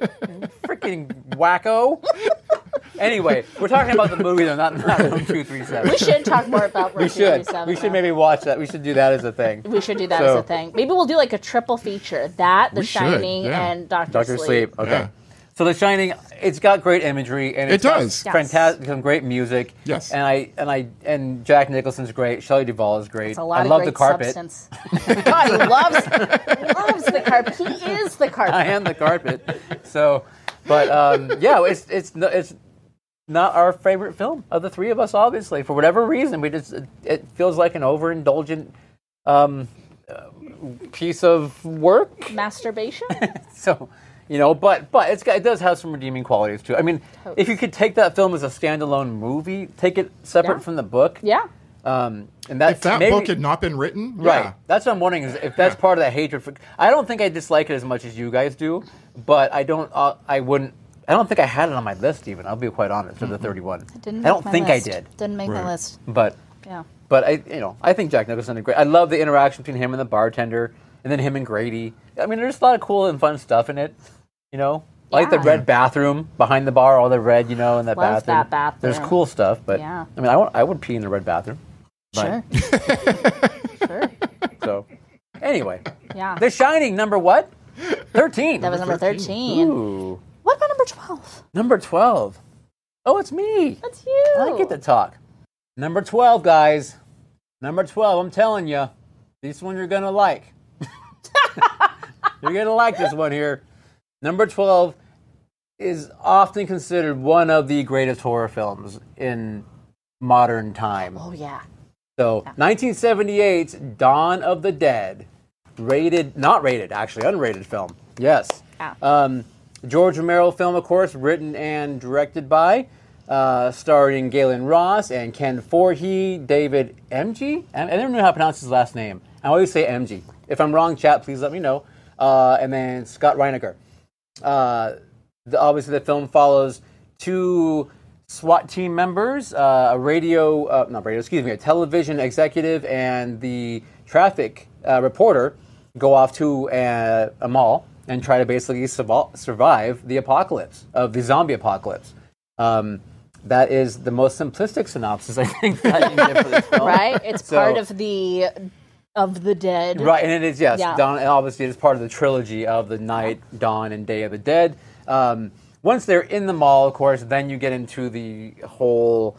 [SPEAKER 1] Freaking wacko. Anyway, we're talking about the movie though, not, not room two three seven.
[SPEAKER 2] we should talk more about Room
[SPEAKER 1] We should.
[SPEAKER 2] 237.
[SPEAKER 1] We should maybe watch that. We should do that as a thing.
[SPEAKER 2] We should do that
[SPEAKER 1] So-
[SPEAKER 2] as a thing. Maybe we'll do like a triple feature: that, The
[SPEAKER 3] We should,
[SPEAKER 2] Shining,
[SPEAKER 3] yeah.
[SPEAKER 2] and Doctor,
[SPEAKER 1] Doctor Sleep.
[SPEAKER 2] Sleep.
[SPEAKER 1] Okay.
[SPEAKER 3] Yeah.
[SPEAKER 1] So The Shining, it's got great imagery and
[SPEAKER 3] It
[SPEAKER 1] it's got
[SPEAKER 3] does.
[SPEAKER 2] Yes.
[SPEAKER 1] fantastic, some great music.
[SPEAKER 3] Yes.
[SPEAKER 1] And I and I and Jack Nicholson's great. Shelley Duvall is great.
[SPEAKER 2] It's a lot
[SPEAKER 1] I
[SPEAKER 2] of
[SPEAKER 1] love
[SPEAKER 2] great
[SPEAKER 1] the carpet.
[SPEAKER 2] substance. God, he loves loves the carpet. He is the carpet.
[SPEAKER 1] I am the carpet. so, but um, yeah, it's it's no- it's not our favorite film of the three of us. Obviously, for whatever reason, we just it, it feels like an overindulgent um, uh, piece of work.
[SPEAKER 2] Masturbation.
[SPEAKER 1] So, you know, but but it's got, it does have some redeeming qualities too. I mean, if you could take that film as a standalone movie, take it separate
[SPEAKER 2] Yeah.
[SPEAKER 1] from the book,
[SPEAKER 2] Yeah.
[SPEAKER 1] Um, and that
[SPEAKER 3] If that
[SPEAKER 1] maybe,
[SPEAKER 3] book had not been written,
[SPEAKER 1] right,
[SPEAKER 3] yeah.
[SPEAKER 1] that's what I'm wondering is if that's part of that hatred. For, I don't think I dislike it as much as you guys do, but I don't. Uh, I wouldn't. I don't think I had it on my list even. I'll be quite honest. Of the 31,
[SPEAKER 2] Didn't
[SPEAKER 1] I don't
[SPEAKER 2] make my
[SPEAKER 1] think
[SPEAKER 2] list.
[SPEAKER 1] I did,
[SPEAKER 2] Didn't make
[SPEAKER 3] Right.
[SPEAKER 2] my list.
[SPEAKER 1] but
[SPEAKER 2] Yeah.
[SPEAKER 1] but I, you know, I think Jack Nicholson is great. I love the interaction between him and the bartender, and then him and Grady. I mean, there's a lot of cool and fun stuff in it. You know, like the
[SPEAKER 2] Yeah.
[SPEAKER 1] red bathroom behind the bar, all the red. You know, in that
[SPEAKER 2] Love
[SPEAKER 1] bathroom.
[SPEAKER 2] that bathroom.
[SPEAKER 1] There's cool stuff, but
[SPEAKER 2] Yeah.
[SPEAKER 1] I mean, I would, I would pee in the red bathroom.
[SPEAKER 2] Sure. sure.
[SPEAKER 1] So, anyway,
[SPEAKER 2] Yeah.
[SPEAKER 1] The Shining number what? Thirteen.
[SPEAKER 2] that was number 13.
[SPEAKER 1] Ooh,
[SPEAKER 2] What about number 12?
[SPEAKER 1] number twelve. Oh, it's me.
[SPEAKER 2] That's you.
[SPEAKER 1] I get to talk. Number 12, guys. Number 12, I'm telling you, this one you're going to like. you're going to like this one here. Number 12 is often considered one of the greatest horror films in modern time.
[SPEAKER 2] Oh, yeah.
[SPEAKER 1] So, 1978's Dawn of the Dead, rated, not rated, actually, unrated film. Yes.
[SPEAKER 2] Yeah.
[SPEAKER 1] Um, George Romero film, of course, written and directed by, uh, starring Galen Ross and Ken Forhee, David MG. I, I never know how to pronounce his last name. I always say MG. If I'm wrong, chat, please let me know. Uh, and then Scott Reiniger. Uh, the, obviously, the film follows two SWAT team members, uh, a radio, uh, not radio, excuse me, a television executive, and the traffic uh, reporter go off to uh, a, a mall and try to basically survo- survive the apocalypse of the zombie apocalypse. Um, that is the most simplistic synopsis I think that I can give for this film.
[SPEAKER 2] right? It's
[SPEAKER 1] So-
[SPEAKER 2] part of the of the dead.
[SPEAKER 1] Right, and it is yes.
[SPEAKER 2] Yeah.
[SPEAKER 1] Dawn, and obviously, it is part of the trilogy of the Night, Dawn, and Day of the Dead. Um, once they're in the mall, of course, then you get into the whole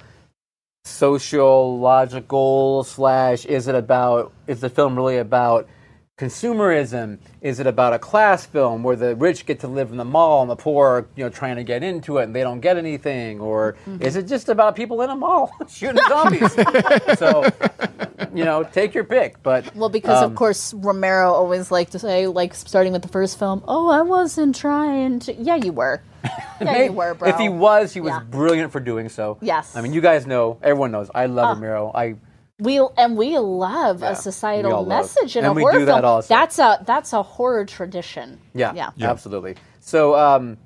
[SPEAKER 1] sociological slash. Is it about? Is the film really about consumerism? Is it about a class film where the rich get to live in the mall and the poor, are, you know, trying to get into it and they don't get anything? Or
[SPEAKER 2] Mm-hmm.
[SPEAKER 1] is it just about people in a mall shooting zombies? so, you know, take your pick. But
[SPEAKER 2] Well, because
[SPEAKER 1] Um,
[SPEAKER 2] of course Romero always liked to say, like starting with the first film, "Oh, I wasn't trying to." Yeah, you were. Yeah, you were, bro.
[SPEAKER 1] If he was, he was
[SPEAKER 2] Yeah.
[SPEAKER 1] brilliant for doing so.
[SPEAKER 2] Yes. Ah.
[SPEAKER 1] I mean, you guys know, everyone knows. I love Romero. I
[SPEAKER 2] we and we love
[SPEAKER 1] Yeah,
[SPEAKER 2] a
[SPEAKER 1] we
[SPEAKER 2] societal
[SPEAKER 1] all love-
[SPEAKER 2] message in
[SPEAKER 1] and
[SPEAKER 2] a
[SPEAKER 1] we
[SPEAKER 2] horror
[SPEAKER 1] do that
[SPEAKER 2] film.
[SPEAKER 1] also.
[SPEAKER 2] That's a that's a horror tradition.
[SPEAKER 1] yeah,
[SPEAKER 2] yeah.
[SPEAKER 1] absolutely. So, um,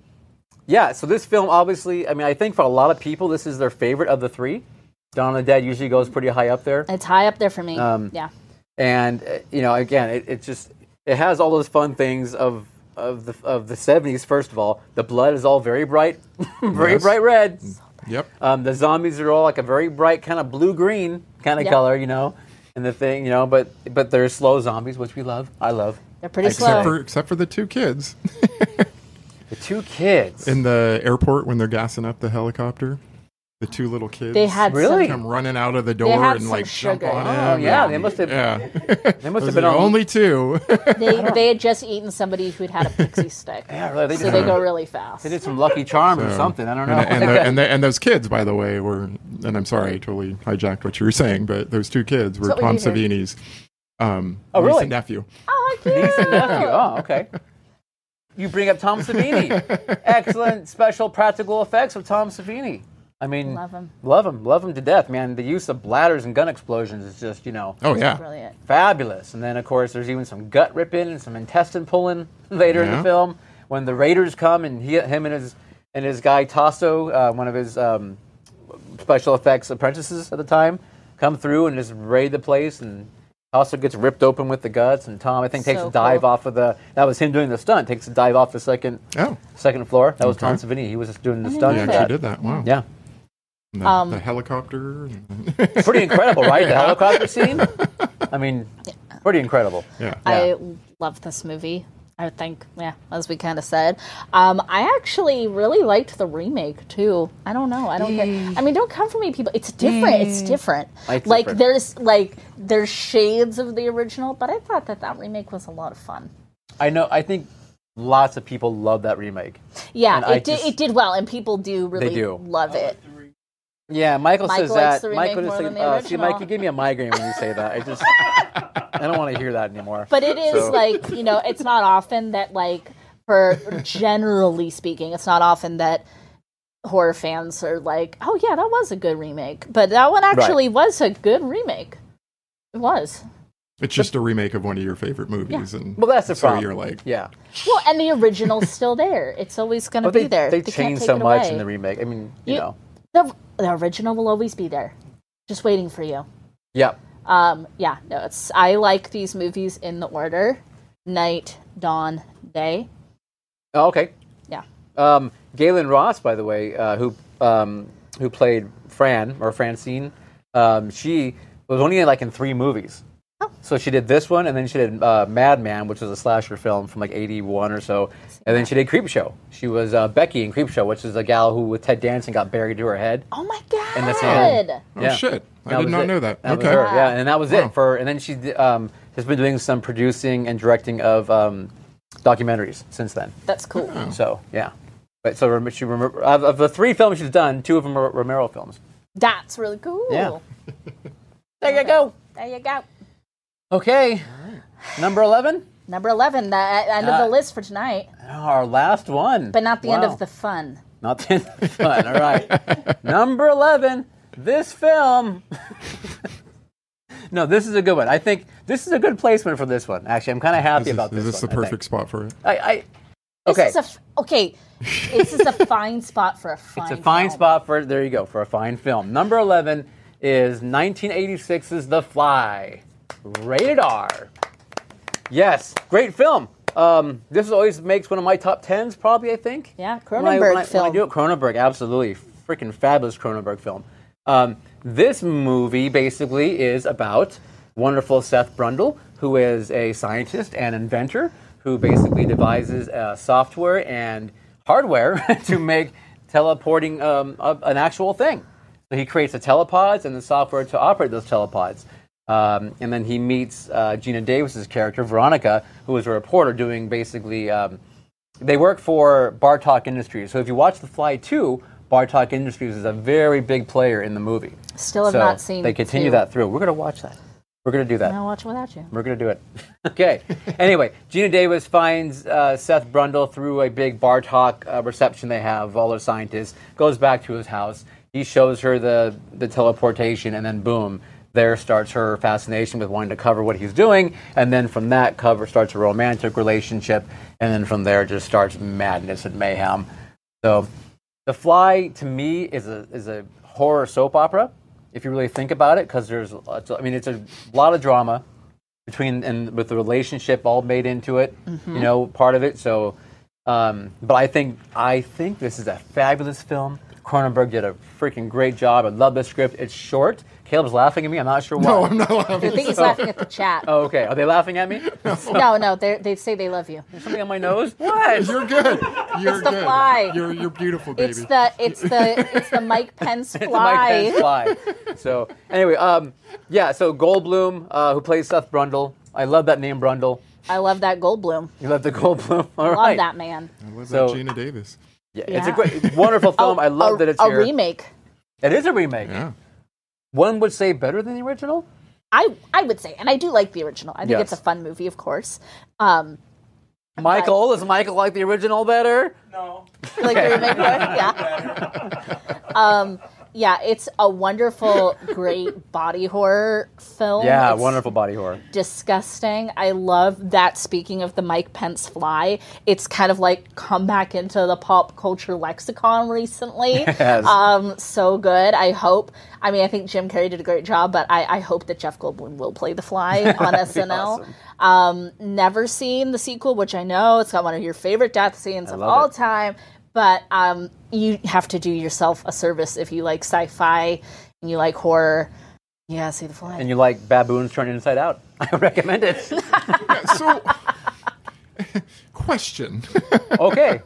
[SPEAKER 1] yeah. So this film, obviously, I mean, I think for a lot of people, this is their favorite of the three. Dawn of the Dead usually goes pretty high up there,
[SPEAKER 2] It's high up there for me.
[SPEAKER 1] Um,
[SPEAKER 2] yeah,
[SPEAKER 1] and uh, you know, again, it, it just it has all those fun things of. Of the of the seventies, first of all, the blood is all very bright, very
[SPEAKER 3] Yes.
[SPEAKER 1] bright red.
[SPEAKER 3] Yep.
[SPEAKER 2] Uh,
[SPEAKER 1] Um, the zombies are all like a very bright kind of blue green kind of
[SPEAKER 2] Yeah.
[SPEAKER 1] color, you know, and the thing, you know, but but they're slow zombies, which we love. I love
[SPEAKER 2] they're pretty slow.
[SPEAKER 3] Except for except for the two kids
[SPEAKER 1] the two kids.
[SPEAKER 3] in the airport when they're gassing up the helicopter. The two little kids.
[SPEAKER 2] they had
[SPEAKER 1] Really?
[SPEAKER 2] some,
[SPEAKER 3] come running out of the door
[SPEAKER 2] had
[SPEAKER 3] and
[SPEAKER 2] some
[SPEAKER 3] like
[SPEAKER 2] sugar.
[SPEAKER 3] jump on
[SPEAKER 2] Oh,
[SPEAKER 3] him.
[SPEAKER 1] yeah,
[SPEAKER 3] and-
[SPEAKER 1] they must have-
[SPEAKER 3] Yeah, they
[SPEAKER 1] must have been
[SPEAKER 3] the
[SPEAKER 1] on-
[SPEAKER 3] only two.
[SPEAKER 2] Oh. they they had just eaten somebody who'd had a pixie stick.
[SPEAKER 1] yeah, really, they,
[SPEAKER 2] so
[SPEAKER 1] did,
[SPEAKER 2] they go really fast.
[SPEAKER 1] they did some Lucky Charms or
[SPEAKER 3] So-
[SPEAKER 1] something. I don't know.
[SPEAKER 3] And, and, the, and, the, and those kids, by the way, were, and I'm sorry, I totally hijacked what you were saying, but those two kids were
[SPEAKER 2] That's what we
[SPEAKER 3] Tom
[SPEAKER 2] do here.
[SPEAKER 3] Savini's um,
[SPEAKER 1] Oh,
[SPEAKER 3] niece
[SPEAKER 1] really?
[SPEAKER 3] and nephew.
[SPEAKER 2] oh, cute.
[SPEAKER 1] Nephew, Oh, okay. You bring up Tom Savini. Excellent special practical effects of Tom Savini. I mean,
[SPEAKER 2] Love him.
[SPEAKER 1] love him, love him to death, man. The use of bladders and gun explosions is just, you know,
[SPEAKER 3] Oh, yeah.
[SPEAKER 2] Brilliant.
[SPEAKER 1] fabulous. And then, of course, there's even some gut ripping and some intestine pulling later in the
[SPEAKER 3] Yeah.
[SPEAKER 1] film when the Raiders come and he, him and his and his guy Tasso, uh, one of his um, special effects apprentices at the time, come through and just raid the place and. Tasso gets ripped open with the guts, and Tom, I think, takes
[SPEAKER 2] So
[SPEAKER 1] a dive
[SPEAKER 2] cool.
[SPEAKER 1] off of the. That was him doing the stunt. Takes a dive off the second
[SPEAKER 3] Oh,
[SPEAKER 1] second floor. That was Tom
[SPEAKER 3] Okay.
[SPEAKER 1] Savini. He was just doing the
[SPEAKER 2] didn't
[SPEAKER 1] stunt.
[SPEAKER 2] know
[SPEAKER 3] he
[SPEAKER 1] for
[SPEAKER 3] actually
[SPEAKER 1] that.
[SPEAKER 3] did that. Wow.
[SPEAKER 1] Yeah,
[SPEAKER 3] And The,
[SPEAKER 2] Um,
[SPEAKER 3] the helicopter. and-
[SPEAKER 1] pretty incredible, right? The helicopter scene. I mean, pretty incredible.
[SPEAKER 3] yeah.
[SPEAKER 1] Yeah.
[SPEAKER 2] I love this movie. I think, yeah, as we kind of said, um, I actually really liked the remake too. I don't know. I don't. Care. I mean, don't come for me, people. It's different. It's different.
[SPEAKER 1] It's
[SPEAKER 2] like
[SPEAKER 1] different.
[SPEAKER 2] there's like there's shades of the original, but I thought that that remake was a lot of fun.
[SPEAKER 1] I know. I think lots of people love that remake.
[SPEAKER 2] Yeah,
[SPEAKER 1] And I
[SPEAKER 2] it did.
[SPEAKER 1] just-
[SPEAKER 2] it did well, and people do really
[SPEAKER 1] do.
[SPEAKER 2] love it.
[SPEAKER 1] Yeah, Michael,
[SPEAKER 2] Michael
[SPEAKER 1] says
[SPEAKER 2] likes
[SPEAKER 1] that.
[SPEAKER 2] the remake
[SPEAKER 1] Michael
[SPEAKER 2] more than the
[SPEAKER 1] uh, see, Mike,
[SPEAKER 2] original."
[SPEAKER 1] you give me a migraine when you say that. I just, I don't want to hear that anymore.
[SPEAKER 2] But it is
[SPEAKER 1] So-
[SPEAKER 2] like you know, it's not often that like for generally speaking, it's not often that horror fans are like, "Oh yeah, that was a good remake," but that one actually was a good remake. It was
[SPEAKER 3] It's just a remake of one of your favorite movies. And
[SPEAKER 1] well, that's the
[SPEAKER 3] so
[SPEAKER 1] problem.
[SPEAKER 3] you're like,
[SPEAKER 1] yeah,
[SPEAKER 2] well, and the original's still there. It's always going to
[SPEAKER 1] but
[SPEAKER 2] be
[SPEAKER 1] they
[SPEAKER 2] there.
[SPEAKER 1] they
[SPEAKER 2] can't
[SPEAKER 1] changed
[SPEAKER 2] take
[SPEAKER 1] so
[SPEAKER 2] it
[SPEAKER 1] much
[SPEAKER 2] away.
[SPEAKER 1] in the remake. I mean, you,
[SPEAKER 2] You-
[SPEAKER 1] know,
[SPEAKER 2] the the original will always be there, just waiting for you.
[SPEAKER 1] yeah,
[SPEAKER 2] Um, yeah, no, it's I like these movies in the order: night, dawn, day.
[SPEAKER 1] oh, okay.
[SPEAKER 2] Yeah,
[SPEAKER 1] Um, Galen Ross, by the way, uh, who um, who played Fran or Francine, um, she was only like in three movies. So she did this one, and then she did uh, Madman, which was a slasher film from like '81 or so, and then she did Creepshow. She was uh, Becky in Creepshow, which is a gal who with Ted Danson got buried to her head.
[SPEAKER 2] Oh my god!
[SPEAKER 1] And that's it.
[SPEAKER 3] oh
[SPEAKER 1] Yeah.
[SPEAKER 3] shit, I
[SPEAKER 1] That
[SPEAKER 3] did
[SPEAKER 1] was
[SPEAKER 3] not
[SPEAKER 1] it.
[SPEAKER 3] know that.
[SPEAKER 1] was
[SPEAKER 3] okay.
[SPEAKER 1] her, Yeah, and that was
[SPEAKER 3] Wow.
[SPEAKER 1] it for. And then she di- um, has been doing some producing and directing of um, documentaries since then.
[SPEAKER 2] That's cool.
[SPEAKER 1] So yeah, but so rem- she remember of, of the three films she's done, two of them are Romero films.
[SPEAKER 2] That's really cool.
[SPEAKER 1] Yeah.
[SPEAKER 2] There you go. There you go.
[SPEAKER 1] Okay, number eleven,
[SPEAKER 2] Number 11, the uh, end of the list for tonight,
[SPEAKER 1] our last one,
[SPEAKER 2] but not the end
[SPEAKER 1] Uh, Wow.
[SPEAKER 2] of the fun.
[SPEAKER 1] Not the end of the fun. All right. Number 11, this film. no, this is a good one. I think this is a good placement for this one. Actually, I'm kind of happy
[SPEAKER 3] Is this,
[SPEAKER 1] about this.
[SPEAKER 3] is this the
[SPEAKER 1] one, I think.
[SPEAKER 3] perfect spot for it?
[SPEAKER 1] I, I,
[SPEAKER 2] This
[SPEAKER 1] Okay.
[SPEAKER 2] Is a f- okay. this is a fine spot for a fine.
[SPEAKER 1] It's a fine
[SPEAKER 2] film.
[SPEAKER 1] spot for there you go for a fine film. Number eleven is 1986's The Fly, rated R. Yes, great film. Um, this always makes one of my top tens, probably. I think.
[SPEAKER 2] Yeah,
[SPEAKER 1] When I- when I-
[SPEAKER 2] Cronenberg
[SPEAKER 1] when I
[SPEAKER 2] film.
[SPEAKER 1] do it, Cronenberg, absolutely, freaking fabulous Cronenberg film. Um, this movie basically is about wonderful Seth Brundle, who is a scientist and inventor who basically devises uh, software and hardware to make teleporting um, a, an actual thing. So he creates the telepods and the software to operate those telepods. Um, and then he meets uh, Gina Davis's character, Veronica, who is a reporter doing basically um, they work for Bartok Industries. So if you watch The Fly 2, Bartok Industries is a very big player in the movie.
[SPEAKER 2] Still have
[SPEAKER 1] So
[SPEAKER 2] not seen
[SPEAKER 1] They continue
[SPEAKER 2] two.
[SPEAKER 1] that through. We're going to watch that. We're going to do that.
[SPEAKER 2] I'll watch it without you.
[SPEAKER 1] We're going to do it. okay. anyway, Gina Davis finds uh, Seth Brundle through a big Bartok uh, reception they have, all their scientists, goes back to his house. He shows her the, the teleportation, and then boom, there starts her fascination with wanting to cover what he's doing. And then from that cover starts a romantic relationship. And then from there just starts madness and mayhem. So the Fly to me is a is a horror soap opera, if you really think about it, because there's lots of- I mean it's a lot of drama between and with the relationship all made into it,
[SPEAKER 3] Mm-hmm.
[SPEAKER 1] you know, part of it. So, um, but I think I think this is a fabulous film. Cronenberg did a freaking great job. I love the script. It's short. Caleb's laughing at me. I'm not sure why.
[SPEAKER 3] No, I'm not
[SPEAKER 2] I
[SPEAKER 3] laughing.
[SPEAKER 2] think he's laughing at the chat.
[SPEAKER 1] Oh, okay. Are they laughing at me?
[SPEAKER 2] No, no, they they say they love you.
[SPEAKER 1] Something on my nose? What?
[SPEAKER 3] You're good. You're
[SPEAKER 2] the
[SPEAKER 3] good.
[SPEAKER 2] fly.
[SPEAKER 3] You're you're beautiful, baby.
[SPEAKER 2] It's the it's the it's the Mike Pence
[SPEAKER 1] It's a Mike
[SPEAKER 2] fly.
[SPEAKER 1] Pence fly. So anyway, um, yeah. So Goldblum, uh, who plays Seth Brundle, I love that name, Brundle.
[SPEAKER 2] I love that Goldblum.
[SPEAKER 1] You love the Goldblum. All
[SPEAKER 2] Love
[SPEAKER 1] right.
[SPEAKER 2] that man.
[SPEAKER 3] What about
[SPEAKER 1] so-
[SPEAKER 3] Gina Davis?
[SPEAKER 1] Yeah, it's a
[SPEAKER 2] Yeah.
[SPEAKER 1] great, it's a wonderful film. I love
[SPEAKER 2] a,
[SPEAKER 1] that it's
[SPEAKER 2] a
[SPEAKER 1] here.
[SPEAKER 2] remake.
[SPEAKER 1] It is a remake.
[SPEAKER 3] Yeah.
[SPEAKER 1] One would say better than the original.
[SPEAKER 2] I I would say, and I do like the original. I think
[SPEAKER 1] Yes.
[SPEAKER 2] it's a fun movie, of course. Um,
[SPEAKER 1] Michael is Michael like the original better?
[SPEAKER 4] No.
[SPEAKER 2] you like the remake more? Yeah. Um, yeah, it's a wonderful, great body horror film.
[SPEAKER 1] Yeah,
[SPEAKER 2] It's
[SPEAKER 1] wonderful body horror.
[SPEAKER 2] disgusting. I love that. Speaking of the Mike Pence fly, it's kind of like come back into the pop culture lexicon recently.
[SPEAKER 1] Yes.
[SPEAKER 2] Um, so good. I hope. I mean, I think Jim Carrey did a great job, but I, I hope that Jeff Goldblum will play the fly on SNL.
[SPEAKER 1] awesome.
[SPEAKER 2] Um, never seen the sequel, which I know it's got one of your favorite death scenes of
[SPEAKER 1] love
[SPEAKER 2] all
[SPEAKER 1] it.
[SPEAKER 2] time. But um, you have to do yourself a service if you like sci-fi and you like horror. You gotta see the fly.
[SPEAKER 1] and you like baboons turned inside out. I recommend it.
[SPEAKER 3] Yeah, so, question:
[SPEAKER 1] Okay.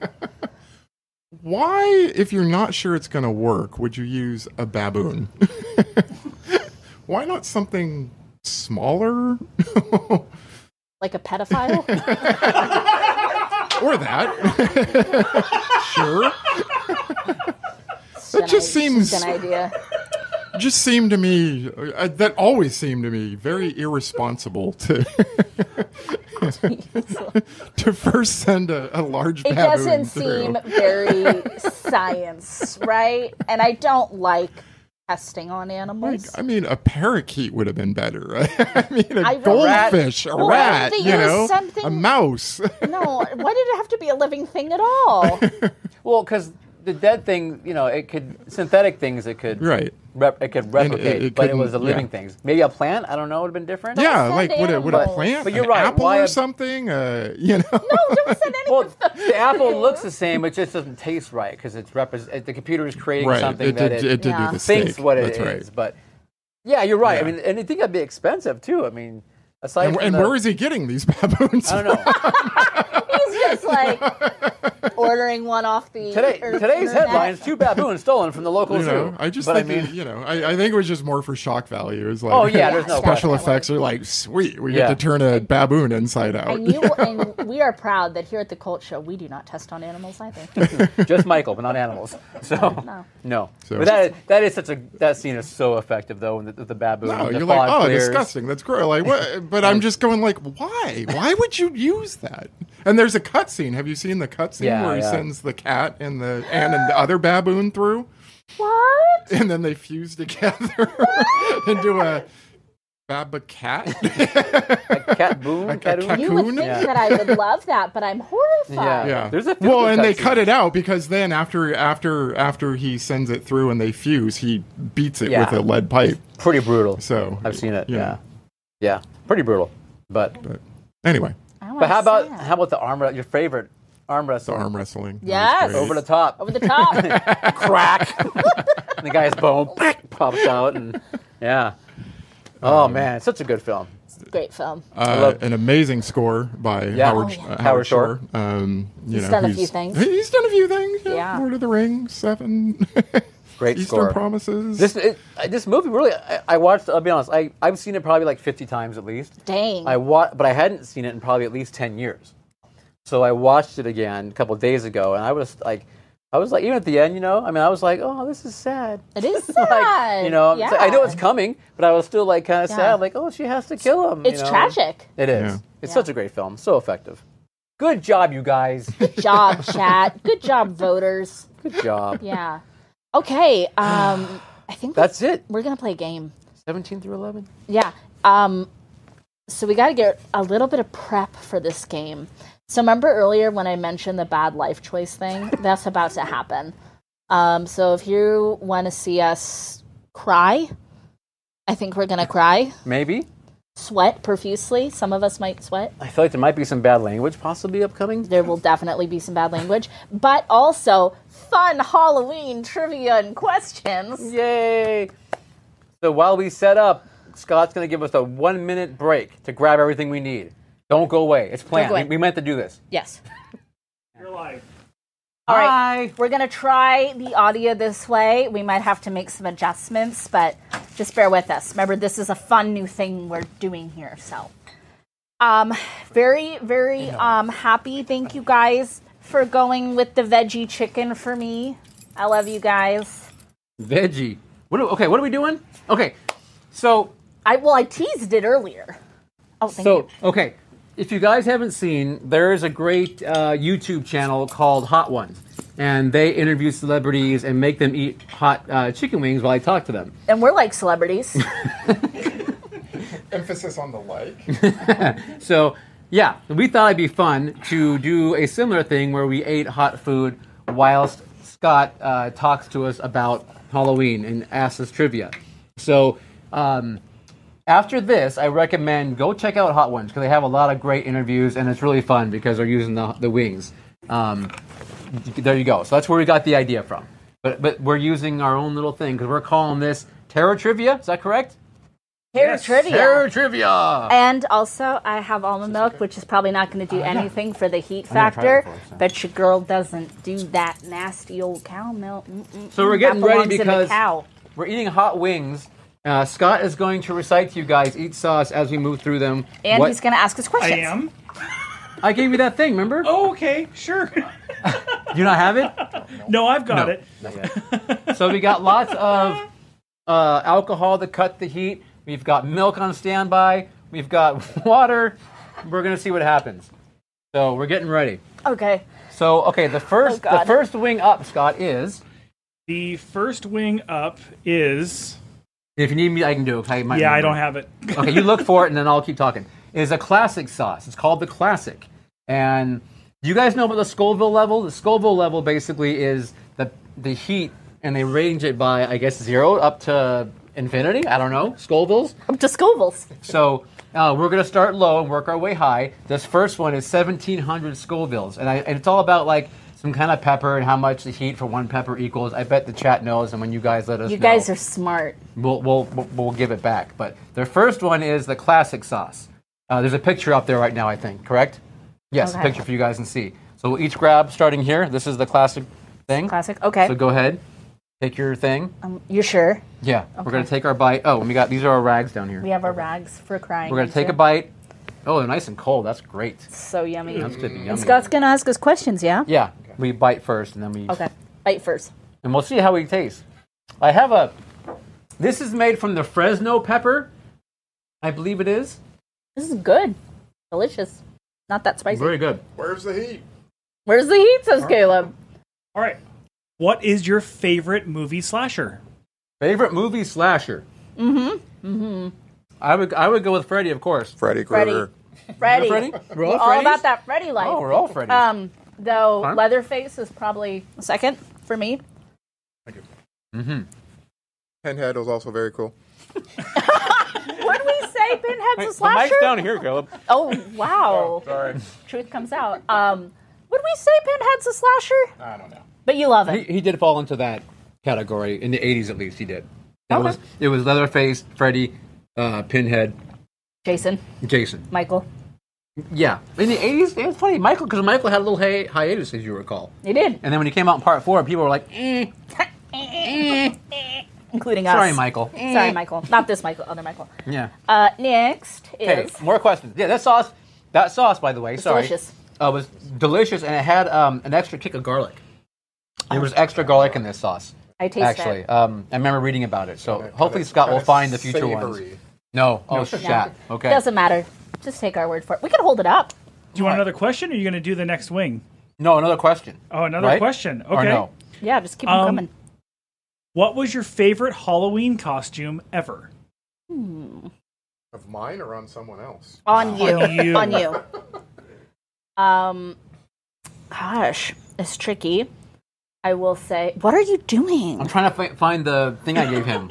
[SPEAKER 3] Why, if you're not sure it's going to work, would you use a baboon? Why not something smaller
[SPEAKER 2] like a pedophile.
[SPEAKER 3] or that? sure.
[SPEAKER 2] That
[SPEAKER 3] just seems-
[SPEAKER 2] an idea.
[SPEAKER 3] Just seemed to me uh, that always seemed to me very irresponsible to to first send a, a large
[SPEAKER 2] It
[SPEAKER 3] baboon
[SPEAKER 2] doesn't
[SPEAKER 3] through.
[SPEAKER 2] seem very science, right? And I don't like testing on
[SPEAKER 3] Like,
[SPEAKER 2] animals.
[SPEAKER 3] I mean, a parakeet would have been better. I mean, a
[SPEAKER 2] I- A
[SPEAKER 1] rat.
[SPEAKER 3] goldfish, a
[SPEAKER 2] Well, why
[SPEAKER 3] rat,
[SPEAKER 2] did they
[SPEAKER 3] you
[SPEAKER 2] use
[SPEAKER 3] know, a
[SPEAKER 2] something-
[SPEAKER 3] mouse.
[SPEAKER 2] no, why did it have to be a living thing at all?
[SPEAKER 1] Well, because the dead thing, you know, it could synthetic things. It could
[SPEAKER 3] Right.
[SPEAKER 1] Rep, it could replicate,
[SPEAKER 3] it
[SPEAKER 1] but it was the
[SPEAKER 3] couldn't-
[SPEAKER 1] living
[SPEAKER 3] yeah.
[SPEAKER 1] things. Maybe a plant. I don't know. It would have been different.
[SPEAKER 3] yeah,
[SPEAKER 2] send
[SPEAKER 3] like would a, would a
[SPEAKER 2] animals.
[SPEAKER 3] plant,
[SPEAKER 1] But you're
[SPEAKER 3] an
[SPEAKER 1] right,
[SPEAKER 3] apple
[SPEAKER 1] why
[SPEAKER 3] or
[SPEAKER 1] a-
[SPEAKER 3] something? Uh, you know,
[SPEAKER 1] Well, the apple looks the same, but just doesn't taste right because it's repres the computer is creating
[SPEAKER 3] right?
[SPEAKER 1] something
[SPEAKER 3] it,
[SPEAKER 1] that
[SPEAKER 3] did,
[SPEAKER 1] it,
[SPEAKER 3] it did
[SPEAKER 2] Yeah.
[SPEAKER 3] do the steak.
[SPEAKER 1] thinks what it
[SPEAKER 3] That's
[SPEAKER 1] is.
[SPEAKER 3] right.
[SPEAKER 1] But yeah, you're right. I
[SPEAKER 3] Yeah.
[SPEAKER 1] mean, and I think that'd be expensive too. I mean, aside
[SPEAKER 3] And,
[SPEAKER 1] from
[SPEAKER 3] and
[SPEAKER 1] the,
[SPEAKER 3] where is he getting these baboons?
[SPEAKER 1] I don't know.
[SPEAKER 2] He's just like ordering one off the
[SPEAKER 1] Today,
[SPEAKER 2] er-
[SPEAKER 1] today's
[SPEAKER 2] internet.
[SPEAKER 1] headlines: two baboons stolen from the local
[SPEAKER 3] You
[SPEAKER 1] zoo.
[SPEAKER 3] know, I just
[SPEAKER 1] But
[SPEAKER 3] think
[SPEAKER 1] mean,
[SPEAKER 3] it, you know, I, I think it was just more for shock value. It was like,
[SPEAKER 1] Oh, yeah, there's no
[SPEAKER 3] special
[SPEAKER 2] question.
[SPEAKER 3] effects are like sweet. We
[SPEAKER 1] Yeah.
[SPEAKER 3] get to turn a baboon inside out.
[SPEAKER 2] And you and we are proud that here at the Cult Show we do not test on animals either.
[SPEAKER 1] just Michael, but not animals. So no,
[SPEAKER 3] So-
[SPEAKER 1] but that is, that is such a that scene is so effective though. with The, the baboon.
[SPEAKER 3] No,
[SPEAKER 1] the
[SPEAKER 3] you're
[SPEAKER 1] fog
[SPEAKER 3] like, oh,
[SPEAKER 1] clears.
[SPEAKER 3] disgusting. That's gross. Like, what? But I'm just going like, why? Why would you use that? And there's a cutscene. Have you seen the cutscene
[SPEAKER 1] Yeah,
[SPEAKER 3] where he
[SPEAKER 1] yeah.
[SPEAKER 3] sends the cat and the and, and the other baboon through,
[SPEAKER 2] What?
[SPEAKER 3] and then they fuse together into a Baba Cat?
[SPEAKER 1] Cat boom,
[SPEAKER 3] A- a
[SPEAKER 1] cat boom.
[SPEAKER 3] cat-
[SPEAKER 2] You would
[SPEAKER 3] Cocoon?
[SPEAKER 2] think
[SPEAKER 3] Yeah.
[SPEAKER 2] that I would love that, but I'm horrified.
[SPEAKER 3] yeah.
[SPEAKER 1] There's a few
[SPEAKER 3] well, and they
[SPEAKER 1] cutscenes.
[SPEAKER 3] cut it out because then after after after he sends it through and they fuse, he beats it
[SPEAKER 1] Yeah.
[SPEAKER 3] with a lead pipe.
[SPEAKER 1] pretty brutal.
[SPEAKER 3] So
[SPEAKER 1] I've seen it.
[SPEAKER 3] yeah.
[SPEAKER 1] Yeah, yeah, pretty brutal. But
[SPEAKER 3] But anyway,
[SPEAKER 2] I wanna
[SPEAKER 1] but how about
[SPEAKER 2] see it.
[SPEAKER 1] how about the arm wre- your favorite arm
[SPEAKER 3] the
[SPEAKER 1] wrestle
[SPEAKER 3] arm wrestling.
[SPEAKER 2] Yes.
[SPEAKER 3] That was great.
[SPEAKER 1] over the top
[SPEAKER 2] over the top?
[SPEAKER 1] crack and the guy's bone pops out and yeah. Oh man, such a good film.
[SPEAKER 2] Great film.
[SPEAKER 3] uh,
[SPEAKER 1] love-
[SPEAKER 3] an amazing score by
[SPEAKER 1] Oh,
[SPEAKER 3] Howard,
[SPEAKER 1] yeah.
[SPEAKER 3] uh, Howard,
[SPEAKER 1] Howard Shore.
[SPEAKER 3] Shore. Um, you
[SPEAKER 2] He's
[SPEAKER 3] know,
[SPEAKER 2] done a few things.
[SPEAKER 3] He's done a few things. Yeah.
[SPEAKER 2] Yeah.
[SPEAKER 3] Lord of the Rings, Seven,
[SPEAKER 1] Great
[SPEAKER 3] Eastern
[SPEAKER 1] score.
[SPEAKER 3] Promises.
[SPEAKER 1] This it, I- this movie really I, I watched. I'll be honest. I I've seen it probably like 50 times at least.
[SPEAKER 2] Dang.
[SPEAKER 1] I wa- but I hadn't seen it in probably at least 10 years. So I watched it again a couple days ago, and I was like, I was like, even at the end, you know, I mean, I was like, oh, this is sad.
[SPEAKER 2] it is
[SPEAKER 1] Like,
[SPEAKER 2] sad.
[SPEAKER 1] you know, it's like, I know it's
[SPEAKER 2] Yeah.
[SPEAKER 1] coming, but I was still like kind of
[SPEAKER 2] Yeah.
[SPEAKER 1] sad. Like, oh, she has to kill him. you
[SPEAKER 2] It's
[SPEAKER 1] know?
[SPEAKER 2] tragic.
[SPEAKER 1] It is.
[SPEAKER 3] Yeah.
[SPEAKER 1] It's
[SPEAKER 2] Yeah.
[SPEAKER 1] such a great film. So effective. Good job, you guys.
[SPEAKER 2] Good job, chat. Good job, voters.
[SPEAKER 1] Good job.
[SPEAKER 2] Yeah. Okay. Um, I think
[SPEAKER 1] That's it.
[SPEAKER 2] we're gonna play a game.
[SPEAKER 1] 17 through 11.
[SPEAKER 2] Yeah. Um, so we got to get a little bit of prep for this game. So remember earlier when I mentioned the bad life choice thing? That's about to happen. Um, so if you want to see us cry, I think we're gonna cry,
[SPEAKER 1] Maybe.
[SPEAKER 2] sweat profusely. Some of us might sweat.
[SPEAKER 1] I feel like there might be some bad language possibly upcoming.
[SPEAKER 2] There will definitely be some bad language, but also fun Halloween trivia and questions.
[SPEAKER 1] Yay! So while we set up, Scott's going to give us a one minute break to grab everything we need. Don't go away. It's planned.
[SPEAKER 2] go
[SPEAKER 1] We,
[SPEAKER 2] away.
[SPEAKER 1] we meant to do this.
[SPEAKER 2] Yes.
[SPEAKER 4] You're like,
[SPEAKER 2] All right.
[SPEAKER 1] Bye.
[SPEAKER 2] We're going to try the audio this way. We might have to make some adjustments, but just bear with us. Remember, this is a fun new thing we're doing here. So, um, very, very um, happy. Thank you guys for going with the veggie chicken for me. I love you guys.
[SPEAKER 1] Veggie. What? Are, okay. What are we doing? Okay. So
[SPEAKER 2] I well, I teased it earlier. Oh, thank
[SPEAKER 1] so
[SPEAKER 2] you.
[SPEAKER 1] okay. If you guys haven't seen, there is a great uh, YouTube channel called Hot Ones, and they interview celebrities and make them eat hot uh, chicken wings while I talk to them.
[SPEAKER 2] And we're like celebrities.
[SPEAKER 3] emphasis on the like.
[SPEAKER 1] So yeah, we thought it'd be fun to do a similar thing where we ate hot food whilst Scott uh, talks to us about Halloween and asks us trivia. So um, after this, I recommend go check out Hot Ones because they have a lot of great interviews and it's really fun because they're using the, the wings. Um, there you go. So that's where we got the idea from. But but we're using our own little thing because we're calling this terror trivia. Is that correct?
[SPEAKER 2] Hair
[SPEAKER 4] Yes.
[SPEAKER 2] trivia.
[SPEAKER 1] Terror trivia.
[SPEAKER 2] And also, I have almond milk, which is probably not going to
[SPEAKER 1] Oh,
[SPEAKER 2] do anything for the heat
[SPEAKER 1] gonna try
[SPEAKER 2] factor.
[SPEAKER 1] it before, so.
[SPEAKER 2] But your girl doesn't do that nasty old cow milk. Mm-mm-mm.
[SPEAKER 1] So we're getting
[SPEAKER 2] that
[SPEAKER 1] ready
[SPEAKER 2] belongs in a
[SPEAKER 1] because-
[SPEAKER 2] cow.
[SPEAKER 1] We're eating hot wings. Uh, Scott is going to recite to you guys each sauce as we move through them.
[SPEAKER 2] And
[SPEAKER 1] what-
[SPEAKER 2] he's going to ask us
[SPEAKER 4] I
[SPEAKER 2] questions.
[SPEAKER 4] am.
[SPEAKER 1] I gave you that thing, remember?
[SPEAKER 4] Oh, okay, sure.
[SPEAKER 1] Do you not have it?
[SPEAKER 4] no, I've got
[SPEAKER 1] No.
[SPEAKER 4] it.
[SPEAKER 1] so we got lots of uh, alcohol to cut the heat. We've got milk on standby. We've got water. We're gonna see what happens. So we're getting ready.
[SPEAKER 2] Okay.
[SPEAKER 1] So okay, the first the
[SPEAKER 2] Oh, God.
[SPEAKER 1] first wing up, Scott, is
[SPEAKER 4] The first wing up is.
[SPEAKER 1] if you need me, I can do it. 'cause I might
[SPEAKER 4] Yeah, I
[SPEAKER 1] remember.
[SPEAKER 4] don't have it.
[SPEAKER 1] okay, you look for it, and then I'll keep talking. It is a classic sauce. It's called the classic, and you guys know about the Scoville level. The Scoville level basically is the the heat, and they range it by I guess zero up to infinity. I don't know Scovilles.
[SPEAKER 2] Up to Scovilles.
[SPEAKER 1] So uh, we're gonna start low and work our way high. This first one is 1,700 Scovilles, and, I, and it's all about like. Some kind of pepper and how much the heat for one pepper equals. I bet the chat knows, and when you guys let us
[SPEAKER 2] You
[SPEAKER 1] know
[SPEAKER 2] guys are smart.
[SPEAKER 1] we'll, we'll, we'll- we'll give it back. But their first one is the classic sauce. Uh, there's a picture up there right now, I think, correct? Yes, a
[SPEAKER 2] Okay.
[SPEAKER 1] picture for you guys can see. So we'll each grab starting here. This is the classic thing.
[SPEAKER 2] Classic. Okay.
[SPEAKER 1] So go ahead, take your thing.
[SPEAKER 2] um, you sure?
[SPEAKER 1] Yeah, we're going to take our bite. Oh, and we got these are our rags down here.
[SPEAKER 2] We have our rags for crying.
[SPEAKER 1] we're going to take a
[SPEAKER 2] into.
[SPEAKER 1] bite. Oh, they're nice and cold. That's great.
[SPEAKER 2] So yummy.
[SPEAKER 1] That's good. Yummy.
[SPEAKER 2] Scott's going to ask us questions, yeah?
[SPEAKER 1] yeah, we bite first and then we.
[SPEAKER 2] Okay. Bite first.
[SPEAKER 1] and we'll see how we taste. I have a. This is made from the Fresno pepper, I believe it is.
[SPEAKER 2] This is good. Delicious. Not that spicy.
[SPEAKER 1] Very good.
[SPEAKER 3] Where's the heat?
[SPEAKER 2] Where's the heat, says Caleb?
[SPEAKER 4] All right. What is your favorite movie slasher?
[SPEAKER 2] Mm-hmm.
[SPEAKER 1] Favorite movie slasher. I would I would go with Freddy, of course.
[SPEAKER 7] Freddy
[SPEAKER 2] Freddy.
[SPEAKER 7] Krueger.
[SPEAKER 2] Freddy.
[SPEAKER 1] Freddy? We're all
[SPEAKER 2] all
[SPEAKER 1] Freddies?
[SPEAKER 2] about that Freddy life.
[SPEAKER 1] Oh, we're all Freddy.
[SPEAKER 2] Um, though
[SPEAKER 1] Fine.
[SPEAKER 2] Leatherface is probably second for me.
[SPEAKER 7] Pinhead was also very cool.
[SPEAKER 2] Would we say Pinhead's a
[SPEAKER 1] the mic's
[SPEAKER 2] slasher?
[SPEAKER 1] down here, Caleb.
[SPEAKER 2] Oh wow!
[SPEAKER 1] Sorry.
[SPEAKER 2] Truth comes out. Um, would we say Pinhead's a slasher?
[SPEAKER 4] I don't know.
[SPEAKER 2] But you love
[SPEAKER 6] He,
[SPEAKER 2] it.
[SPEAKER 6] he did fall into that category in the 80s, at least he did. It
[SPEAKER 2] Okay.
[SPEAKER 6] was it was Leatherface, Freddy, uh, Pinhead,
[SPEAKER 2] Jason,
[SPEAKER 6] Jason.
[SPEAKER 2] Michael.
[SPEAKER 6] Yeah, in the 80s, it was funny. Michael, because Michael had a little hi- hiatus, as you recall.
[SPEAKER 2] He did.
[SPEAKER 6] And then when he came out in part four, people were like, eh,
[SPEAKER 2] Including us.
[SPEAKER 6] "Sorry, Michael."
[SPEAKER 2] Sorry, Michael. Not this Michael, other Michael.
[SPEAKER 6] Yeah.
[SPEAKER 2] Uh, next
[SPEAKER 1] Okay,
[SPEAKER 2] is
[SPEAKER 1] more questions. Yeah, that sauce, that sauce, by the way, sorry,
[SPEAKER 2] delicious.
[SPEAKER 1] Uh, was delicious, and it had um, an extra kick of garlic. There was extra garlic in this sauce.
[SPEAKER 2] I taste
[SPEAKER 1] Actually,
[SPEAKER 2] that.
[SPEAKER 1] um, I remember reading about it. So hopefully Scott will find the future ones.
[SPEAKER 7] Savory.
[SPEAKER 1] No, oh
[SPEAKER 2] No.
[SPEAKER 1] shat. Okay.
[SPEAKER 2] Doesn't matter. Just take our word for it. We can hold it up.
[SPEAKER 4] Do
[SPEAKER 1] Uh,
[SPEAKER 4] you want another question, or are you going to do the next wing?
[SPEAKER 1] No, another question.
[SPEAKER 4] Oh, another
[SPEAKER 1] Right?
[SPEAKER 4] question. Okay.
[SPEAKER 1] Or no.
[SPEAKER 2] Yeah, just keep
[SPEAKER 4] Um,
[SPEAKER 2] them coming.
[SPEAKER 4] What was your favorite Halloween costume ever?
[SPEAKER 7] Of mine or on someone else?
[SPEAKER 2] On you.
[SPEAKER 4] on you.
[SPEAKER 2] On you. Um, gosh, it's tricky. I will say, what are you doing?
[SPEAKER 1] I'm trying to fi- find the thing I gave him.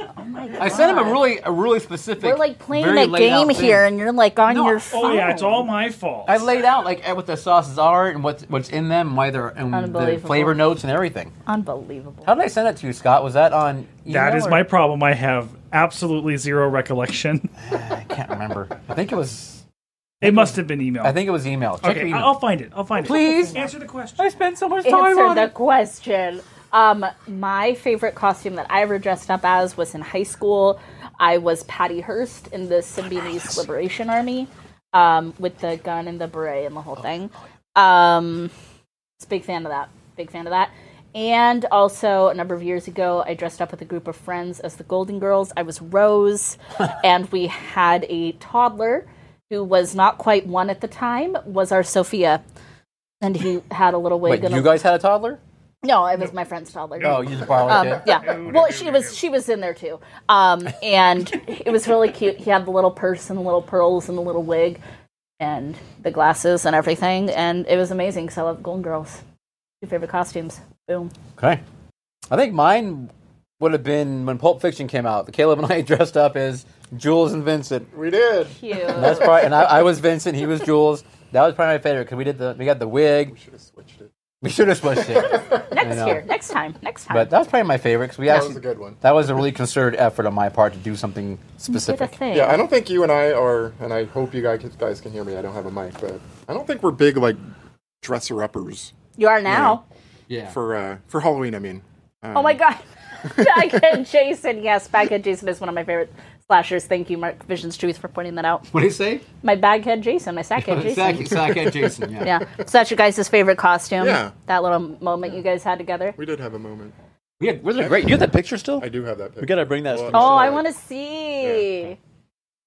[SPEAKER 1] I sent him a really, a really specific.
[SPEAKER 2] Oh We're like playing
[SPEAKER 1] very
[SPEAKER 2] that
[SPEAKER 1] laid out
[SPEAKER 2] game
[SPEAKER 1] thing.
[SPEAKER 2] here, and you're like on
[SPEAKER 1] No. Oh,
[SPEAKER 2] your
[SPEAKER 1] yeah,
[SPEAKER 2] phone.
[SPEAKER 4] Oh yeah, it's all my fault.
[SPEAKER 1] I laid out like what the sauces are and what's what's in them, and why they're and the
[SPEAKER 2] Unbelievable.
[SPEAKER 1] flavor notes and everything.
[SPEAKER 2] unbelievable.
[SPEAKER 1] How did I send it to you, Scott? Was that on? Email
[SPEAKER 4] that is
[SPEAKER 1] or-
[SPEAKER 4] my problem. I have absolutely zero recollection.
[SPEAKER 1] I can't remember. I think it was.
[SPEAKER 4] it must have been email.
[SPEAKER 1] I think it was email. Check your
[SPEAKER 4] Okay,
[SPEAKER 1] email.
[SPEAKER 4] I'll find it. I'll find it.
[SPEAKER 1] Please.
[SPEAKER 4] answer the question.
[SPEAKER 1] I spent so much time
[SPEAKER 2] Answer
[SPEAKER 1] on
[SPEAKER 2] the
[SPEAKER 1] it.
[SPEAKER 2] question. Um, my favorite costume that I ever dressed up as was in high school. I was Patty Hearst in the Symbionese Liberation Army, um, with the gun and the beret and the
[SPEAKER 1] Oh,
[SPEAKER 2] whole thing. Um, it's a big fan of that. Big fan of that. And also, a number of years ago, I dressed up with a group of friends as the Golden Girls. I was Rose, and we had a toddler who was not quite one at the time. Was our Sophia, and he had a little wig.
[SPEAKER 1] Wait,
[SPEAKER 2] and a-
[SPEAKER 1] you guys had a toddler?
[SPEAKER 2] no, it was my friend's toddler.
[SPEAKER 1] Oh, you just borrowed
[SPEAKER 2] Um,
[SPEAKER 1] it.
[SPEAKER 2] yeah. Well, she was she was in there too, um, and it was really cute. He had the little purse and the little pearls and the little wig, and the glasses and everything, and it was amazing. Because I love Golden Girls. Your favorite costumes? Boom.
[SPEAKER 1] Okay. I think mine would have been when Pulp Fiction came out. Caleb and I dressed up as Jules and Vincent.
[SPEAKER 7] We did.
[SPEAKER 2] Cute.
[SPEAKER 1] That's probably, and I, I was Vincent. He was Jules. That was probably my favorite because we did the we got the wig.
[SPEAKER 7] Should have switched it.
[SPEAKER 1] We should have switched it,
[SPEAKER 2] next
[SPEAKER 1] know.
[SPEAKER 2] year, next time, next time.
[SPEAKER 1] but that was probably my favorite because we
[SPEAKER 7] That
[SPEAKER 1] actually
[SPEAKER 7] was a good one.
[SPEAKER 1] that was a really concerted effort on my part to do something
[SPEAKER 2] Did a
[SPEAKER 1] specific.
[SPEAKER 2] thing.
[SPEAKER 7] Yeah, I don't think you and I are, and I hope you guys guys can hear me. I don't have a mic, but I don't think we're big like dresser uppers
[SPEAKER 2] you are now.
[SPEAKER 1] Yeah.
[SPEAKER 7] for uh, for Halloween. I mean,
[SPEAKER 2] Oh my god. Back at Jason, yes, Baghead Jason is one of my favorite slashers. Thank you, Mark Visions Truth, for pointing that out.
[SPEAKER 1] What do you say?
[SPEAKER 2] My baghead Jason, my sackhead Jason.
[SPEAKER 1] Sack, sackhead Jason. Yeah.
[SPEAKER 2] Yeah. So that's your guys' favorite costume.
[SPEAKER 7] Yeah.
[SPEAKER 2] That little moment you guys had together.
[SPEAKER 7] we did have a moment.
[SPEAKER 1] We had, was it great? You have that picture still?
[SPEAKER 7] I do have that. Picture.
[SPEAKER 1] We gotta bring that.
[SPEAKER 7] Well,
[SPEAKER 1] stuff.
[SPEAKER 2] Oh, I
[SPEAKER 7] Sure.
[SPEAKER 2] want to see.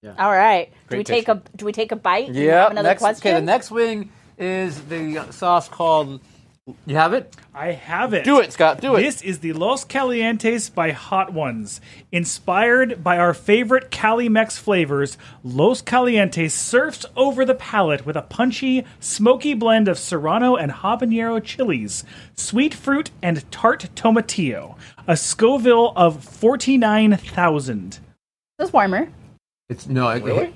[SPEAKER 1] Yeah.
[SPEAKER 2] All right. do
[SPEAKER 1] Great
[SPEAKER 2] we take a Do we take a bite? and
[SPEAKER 1] Yeah.
[SPEAKER 2] have Another
[SPEAKER 1] next,
[SPEAKER 2] question.
[SPEAKER 1] Okay, the next wing is the sauce called. You have it.
[SPEAKER 4] I have it.
[SPEAKER 1] Do it, Scott. Do it.
[SPEAKER 4] This is the Los Calientes by Hot Ones. Inspired by our favorite Calimex flavors, Los Calientes surfs over the palate with a punchy, smoky blend of serrano and habanero chilies, sweet fruit, and tart tomatillo. A Scoville of 49,000.
[SPEAKER 2] This is warmer.
[SPEAKER 1] It's no. It, really?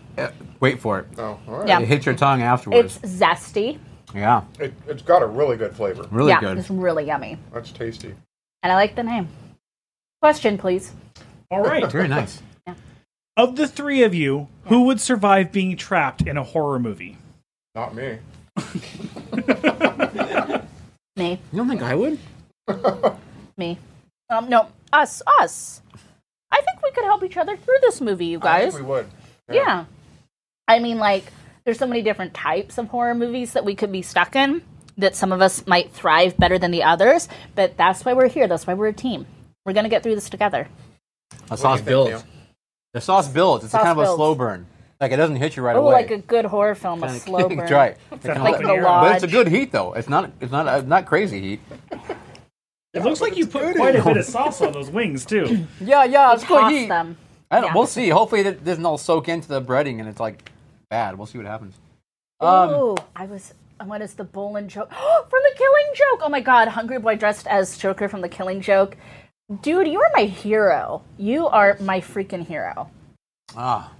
[SPEAKER 1] wait for it.
[SPEAKER 7] Oh, all right.
[SPEAKER 2] Yeah.
[SPEAKER 1] It hits your tongue afterwards.
[SPEAKER 2] It's zesty.
[SPEAKER 1] yeah.
[SPEAKER 7] It, it's got a really good flavor.
[SPEAKER 1] Really
[SPEAKER 2] yeah,
[SPEAKER 1] good.
[SPEAKER 2] it's really yummy,
[SPEAKER 7] That's tasty.
[SPEAKER 2] and I like the name. Question, please.
[SPEAKER 4] All right.
[SPEAKER 1] Very nice.
[SPEAKER 4] of the three of you, who would survive being trapped in a horror movie?
[SPEAKER 7] Not me.
[SPEAKER 2] Me,
[SPEAKER 1] You don't think I would?
[SPEAKER 2] me. Um, no, us, us. I think we could help each other through this movie, you
[SPEAKER 7] I
[SPEAKER 2] guys.
[SPEAKER 7] think we would.
[SPEAKER 2] Yeah. I mean, like, there's so many different types of horror movies that we could be stuck in that some of us might thrive better than the others, but that's why we're here. That's why we're a team. We're going to get through this together.
[SPEAKER 1] The sauce builds. The sauce builds. It's a
[SPEAKER 2] Sauce
[SPEAKER 1] kind of a
[SPEAKER 2] builds.
[SPEAKER 1] slow burn. Like it doesn't hit you right
[SPEAKER 2] Oh,
[SPEAKER 1] away.
[SPEAKER 2] like a good horror film, a slow burn.
[SPEAKER 1] That's right. It's
[SPEAKER 4] that
[SPEAKER 1] kinda
[SPEAKER 2] Like
[SPEAKER 4] Like
[SPEAKER 2] The
[SPEAKER 4] The
[SPEAKER 2] Lodge.
[SPEAKER 1] but it's a good heat though. It's not. It's not. Uh, not crazy heat.
[SPEAKER 4] It looks like you put quite a bit of sauce on those wings, too.
[SPEAKER 1] Yeah, yeah.
[SPEAKER 2] Toss them.
[SPEAKER 1] I don't,
[SPEAKER 2] Yeah.
[SPEAKER 1] We'll see. Hopefully, it doesn't all soak into the breading and it's like bad. We'll see what happens.
[SPEAKER 4] Um,
[SPEAKER 2] Ooh, I was. What is the Bolin joke? from the Killing Joke! Oh my god, Hungry Boy dressed as Joker from the Killing Joke. Dude, you are my hero. You are my freaking hero.
[SPEAKER 1] Ah,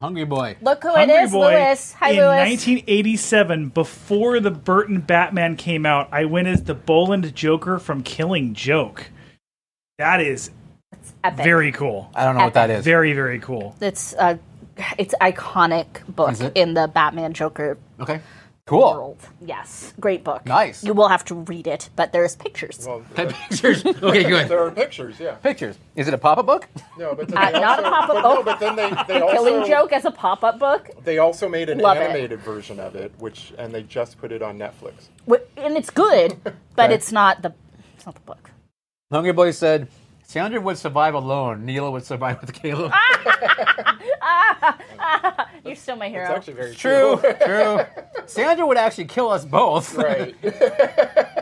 [SPEAKER 1] hungry boy.
[SPEAKER 2] Look who it
[SPEAKER 4] Hungry
[SPEAKER 2] is,
[SPEAKER 4] Boy,
[SPEAKER 2] Lewis. Hi,
[SPEAKER 4] in
[SPEAKER 2] Lewis.
[SPEAKER 4] 1987, before the Burton Batman came out, I went as the Boland Joker from Killing Joke. That is
[SPEAKER 2] Epic.
[SPEAKER 4] very cool.
[SPEAKER 1] I don't know what that is.
[SPEAKER 4] Very, very cool.
[SPEAKER 2] It's uh, it's iconic book
[SPEAKER 1] Is it?
[SPEAKER 2] in the Batman Joker
[SPEAKER 1] Okay, cool.
[SPEAKER 2] world. Yes, great book.
[SPEAKER 1] Nice.
[SPEAKER 2] You will have to read it, but there's pictures.
[SPEAKER 1] pictures. Okay, good.
[SPEAKER 3] There are pictures, yeah.
[SPEAKER 1] Pictures. Is it a pop-up book?
[SPEAKER 3] No, but then
[SPEAKER 2] Uh,
[SPEAKER 3] they
[SPEAKER 2] not
[SPEAKER 3] also,
[SPEAKER 2] a pop-up.
[SPEAKER 3] But no, but then they, they
[SPEAKER 2] the
[SPEAKER 3] also
[SPEAKER 2] Killing Joke as a pop-up book,
[SPEAKER 3] They also made an
[SPEAKER 2] Love it.
[SPEAKER 3] animated version of it, which and they just put it on Netflix.
[SPEAKER 2] Wh- and it's good, but
[SPEAKER 1] Okay.
[SPEAKER 2] it's not the it's not the book.
[SPEAKER 1] Hungry boy said, "Sandra would survive alone. Neela would survive with Caleb."
[SPEAKER 2] Ah! You're still my hero.
[SPEAKER 3] It's actually very
[SPEAKER 1] True, true. Sandra would actually kill us both,
[SPEAKER 3] Right.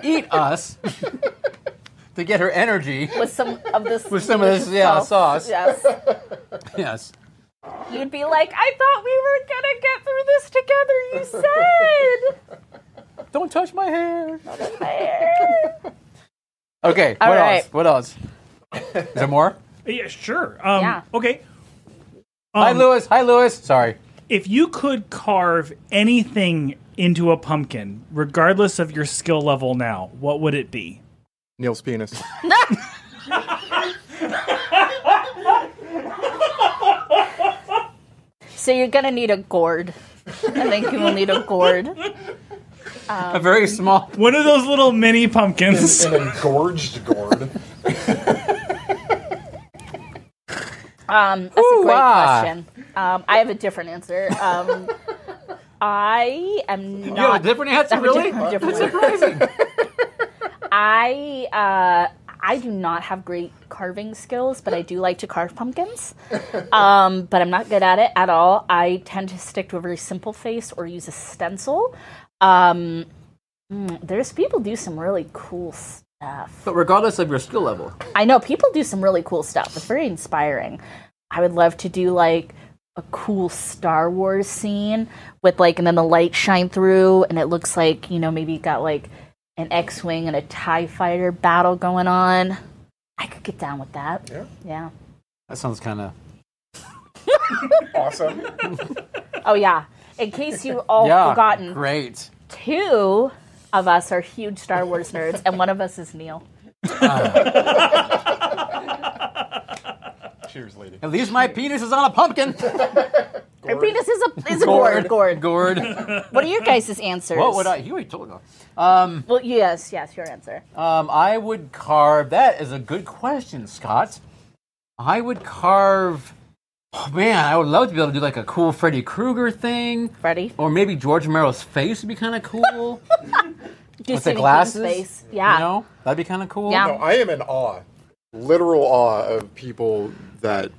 [SPEAKER 1] eat uh, us to get her energy.
[SPEAKER 2] with some of this
[SPEAKER 1] With some of this, yeah, sauce.
[SPEAKER 2] Yes,
[SPEAKER 1] Yes.
[SPEAKER 2] you'd be like, I thought we were gonna get through this together. You said.
[SPEAKER 1] Don't touch my hair.
[SPEAKER 2] There.
[SPEAKER 1] Okay.
[SPEAKER 2] All
[SPEAKER 1] what
[SPEAKER 2] right.
[SPEAKER 1] else? What else? Is there more?
[SPEAKER 4] Yeah, sure. Um,
[SPEAKER 2] Yeah.
[SPEAKER 4] Okay.
[SPEAKER 1] Hi,
[SPEAKER 4] Um,
[SPEAKER 1] Lewis. Hi, Lewis. Sorry.
[SPEAKER 4] if you could carve anything into a pumpkin, regardless of your skill level now, what would it be?
[SPEAKER 3] Neil's penis.
[SPEAKER 2] so you're gonna need a gourd. I think you will need a gourd.
[SPEAKER 1] a very small.
[SPEAKER 4] One of those little mini pumpkins.
[SPEAKER 3] An engorged gourd.
[SPEAKER 2] Um, that's a great
[SPEAKER 1] Ooh-ah.
[SPEAKER 2] question. Um, I have a different answer. Um, I am
[SPEAKER 1] You have
[SPEAKER 2] not.
[SPEAKER 1] a different answer,
[SPEAKER 2] I'm a
[SPEAKER 1] really?
[SPEAKER 2] different- different
[SPEAKER 1] That's
[SPEAKER 2] one.
[SPEAKER 1] surprising.
[SPEAKER 2] I uh, I do not have great carving skills, but I do like to carve pumpkins. Um, but I'm not good at it at all. I tend to stick to a very simple face or use a stencil. Um, mm, there's people do some really cool stuff.
[SPEAKER 1] but regardless of your skill level,
[SPEAKER 2] I know people do some really cool stuff. It's very inspiring. I would love to do like a cool Star Wars scene with like, and then the lights shine through, and it looks like you know maybe you got like an X-wing and a Tie fighter battle going on. I could get down with that. Yeah.
[SPEAKER 1] that sounds kind of.
[SPEAKER 3] awesome.
[SPEAKER 2] Oh yeah. In case you all
[SPEAKER 1] Yeah.
[SPEAKER 2] forgotten,
[SPEAKER 1] Great.
[SPEAKER 2] two of us are huge Star Wars nerds, and one of us is Neil.
[SPEAKER 3] Cheers, lady.
[SPEAKER 1] At least my penis is on a pumpkin.
[SPEAKER 2] Your penis is a is a gourd. Gourd.
[SPEAKER 1] Gourd.
[SPEAKER 2] What are your guys' answers?
[SPEAKER 1] what would I? You already told us.
[SPEAKER 2] Well, yes, yes, your answer.
[SPEAKER 1] Um, I would carve. That is a good question, Scott. I would carve. Oh, man, I would love to be able to do like a cool Freddy Krueger thing,
[SPEAKER 2] Freddy.
[SPEAKER 1] or maybe George Romero's face would be kind of cool
[SPEAKER 2] Do
[SPEAKER 1] with the
[SPEAKER 2] Stephen King's
[SPEAKER 1] glasses.
[SPEAKER 2] face. Yeah.
[SPEAKER 1] you know that'd be kind of cool.
[SPEAKER 2] Yeah.
[SPEAKER 3] No, I am in awe, literal awe of people that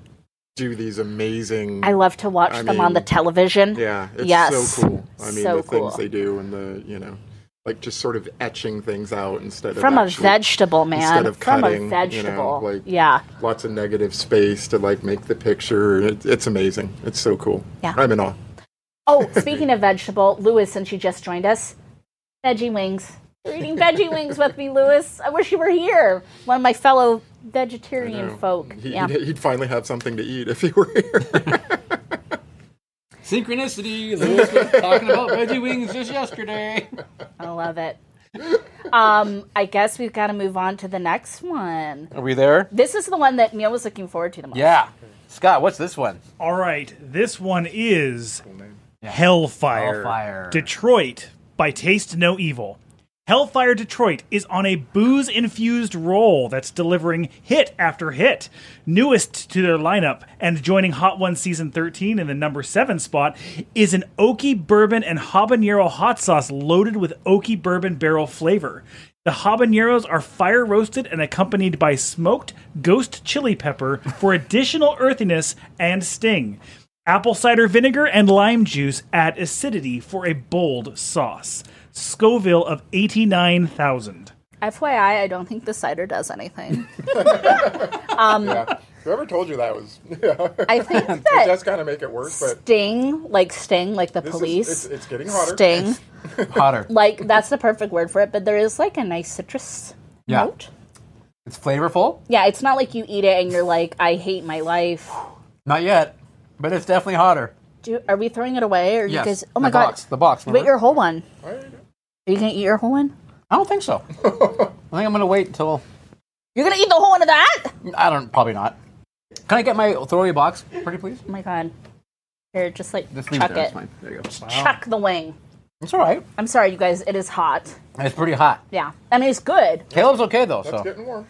[SPEAKER 3] do these amazing.
[SPEAKER 2] I love to watch
[SPEAKER 3] I
[SPEAKER 2] them on the
[SPEAKER 3] mean,
[SPEAKER 2] television.
[SPEAKER 3] Yeah, it's
[SPEAKER 2] Yes.
[SPEAKER 3] so cool. I mean,
[SPEAKER 2] So
[SPEAKER 3] the
[SPEAKER 2] cool.
[SPEAKER 3] things they do and the you know, like just sort of etching things out instead
[SPEAKER 2] From
[SPEAKER 3] of
[SPEAKER 2] a
[SPEAKER 3] actually-
[SPEAKER 2] vegetable, man.
[SPEAKER 3] instead of
[SPEAKER 2] From
[SPEAKER 3] cutting,
[SPEAKER 2] a
[SPEAKER 3] you know,
[SPEAKER 2] vegetable.
[SPEAKER 3] like-
[SPEAKER 2] yeah.
[SPEAKER 3] Lots of negative space to like make the picture. It, it's amazing. It's so cool.
[SPEAKER 2] Yeah.
[SPEAKER 3] I'm in awe.
[SPEAKER 2] Oh, speaking of vegetable, Lewis, since you just joined us, veggie wings. You're eating veggie wings with me, Lewis. I wish you were here. One of my fellow vegetarian
[SPEAKER 3] No,
[SPEAKER 2] folk.
[SPEAKER 3] He,
[SPEAKER 2] yeah.
[SPEAKER 3] would finally have something to eat if he were here.
[SPEAKER 1] Synchronicity. Lewis was talking about veggie wings just yesterday.
[SPEAKER 2] I love it. um, I guess we've got to move on to the next one.
[SPEAKER 1] Are we there?
[SPEAKER 2] This is the one that Neil was looking forward to the most.
[SPEAKER 1] Yeah. Scott, what's this one?
[SPEAKER 4] All right, this one is Hellfire.
[SPEAKER 1] Hellfire.
[SPEAKER 4] Detroit by Taste No Evil. Hellfire Detroit is on a booze infused roll that's delivering hit after hit. Newest to their lineup and joining Hot One Season 13 in the number 7 spot is an oaky bourbon and habanero hot sauce loaded with oaky bourbon barrel flavor. The habaneros are fire roasted and accompanied by smoked ghost chili pepper for additional earthiness and sting. Apple cider vinegar and lime juice add acidity for a bold sauce. Scoville of 89,000.
[SPEAKER 2] FYI, I don't think the cider does anything. um,
[SPEAKER 3] Whoever told you that was, yeah.
[SPEAKER 2] I think
[SPEAKER 3] it
[SPEAKER 2] that
[SPEAKER 3] does kind of make it worse, but
[SPEAKER 2] Sting, like Sting, like the
[SPEAKER 3] this is-
[SPEAKER 2] police,
[SPEAKER 3] it's, it's getting hotter.
[SPEAKER 2] Sting,
[SPEAKER 1] Hotter.
[SPEAKER 2] like that's the perfect word for it. But there is like a nice citrus
[SPEAKER 1] Yeah.
[SPEAKER 2] note.
[SPEAKER 1] It's flavorful.
[SPEAKER 2] Yeah, it's not like you eat it and you're like, I hate my life.
[SPEAKER 1] Not yet, but it's definitely hotter.
[SPEAKER 2] Do, are we throwing it away? Or
[SPEAKER 1] Yes,
[SPEAKER 2] you guys? Oh my
[SPEAKER 1] the
[SPEAKER 2] god!
[SPEAKER 1] box, the box,
[SPEAKER 2] Wait,
[SPEAKER 1] remember?
[SPEAKER 2] your whole one. Are you gonna eat your whole one?
[SPEAKER 1] I don't think so. I think I'm gonna wait until
[SPEAKER 2] You're gonna eat the whole one of that?
[SPEAKER 1] I don't. Probably not. Can I get my throwaway box, pretty please?
[SPEAKER 2] Oh my god! Here, just like
[SPEAKER 1] Just leave
[SPEAKER 2] chuck
[SPEAKER 1] it
[SPEAKER 2] it.
[SPEAKER 1] there. It's fine. There you go.
[SPEAKER 2] Chuck the wing.
[SPEAKER 1] It's all right.
[SPEAKER 2] I'm sorry, you guys. It is hot.
[SPEAKER 1] It's pretty hot.
[SPEAKER 2] Yeah, I mean it's good.
[SPEAKER 1] Caleb's okay though. So
[SPEAKER 3] It's getting warm.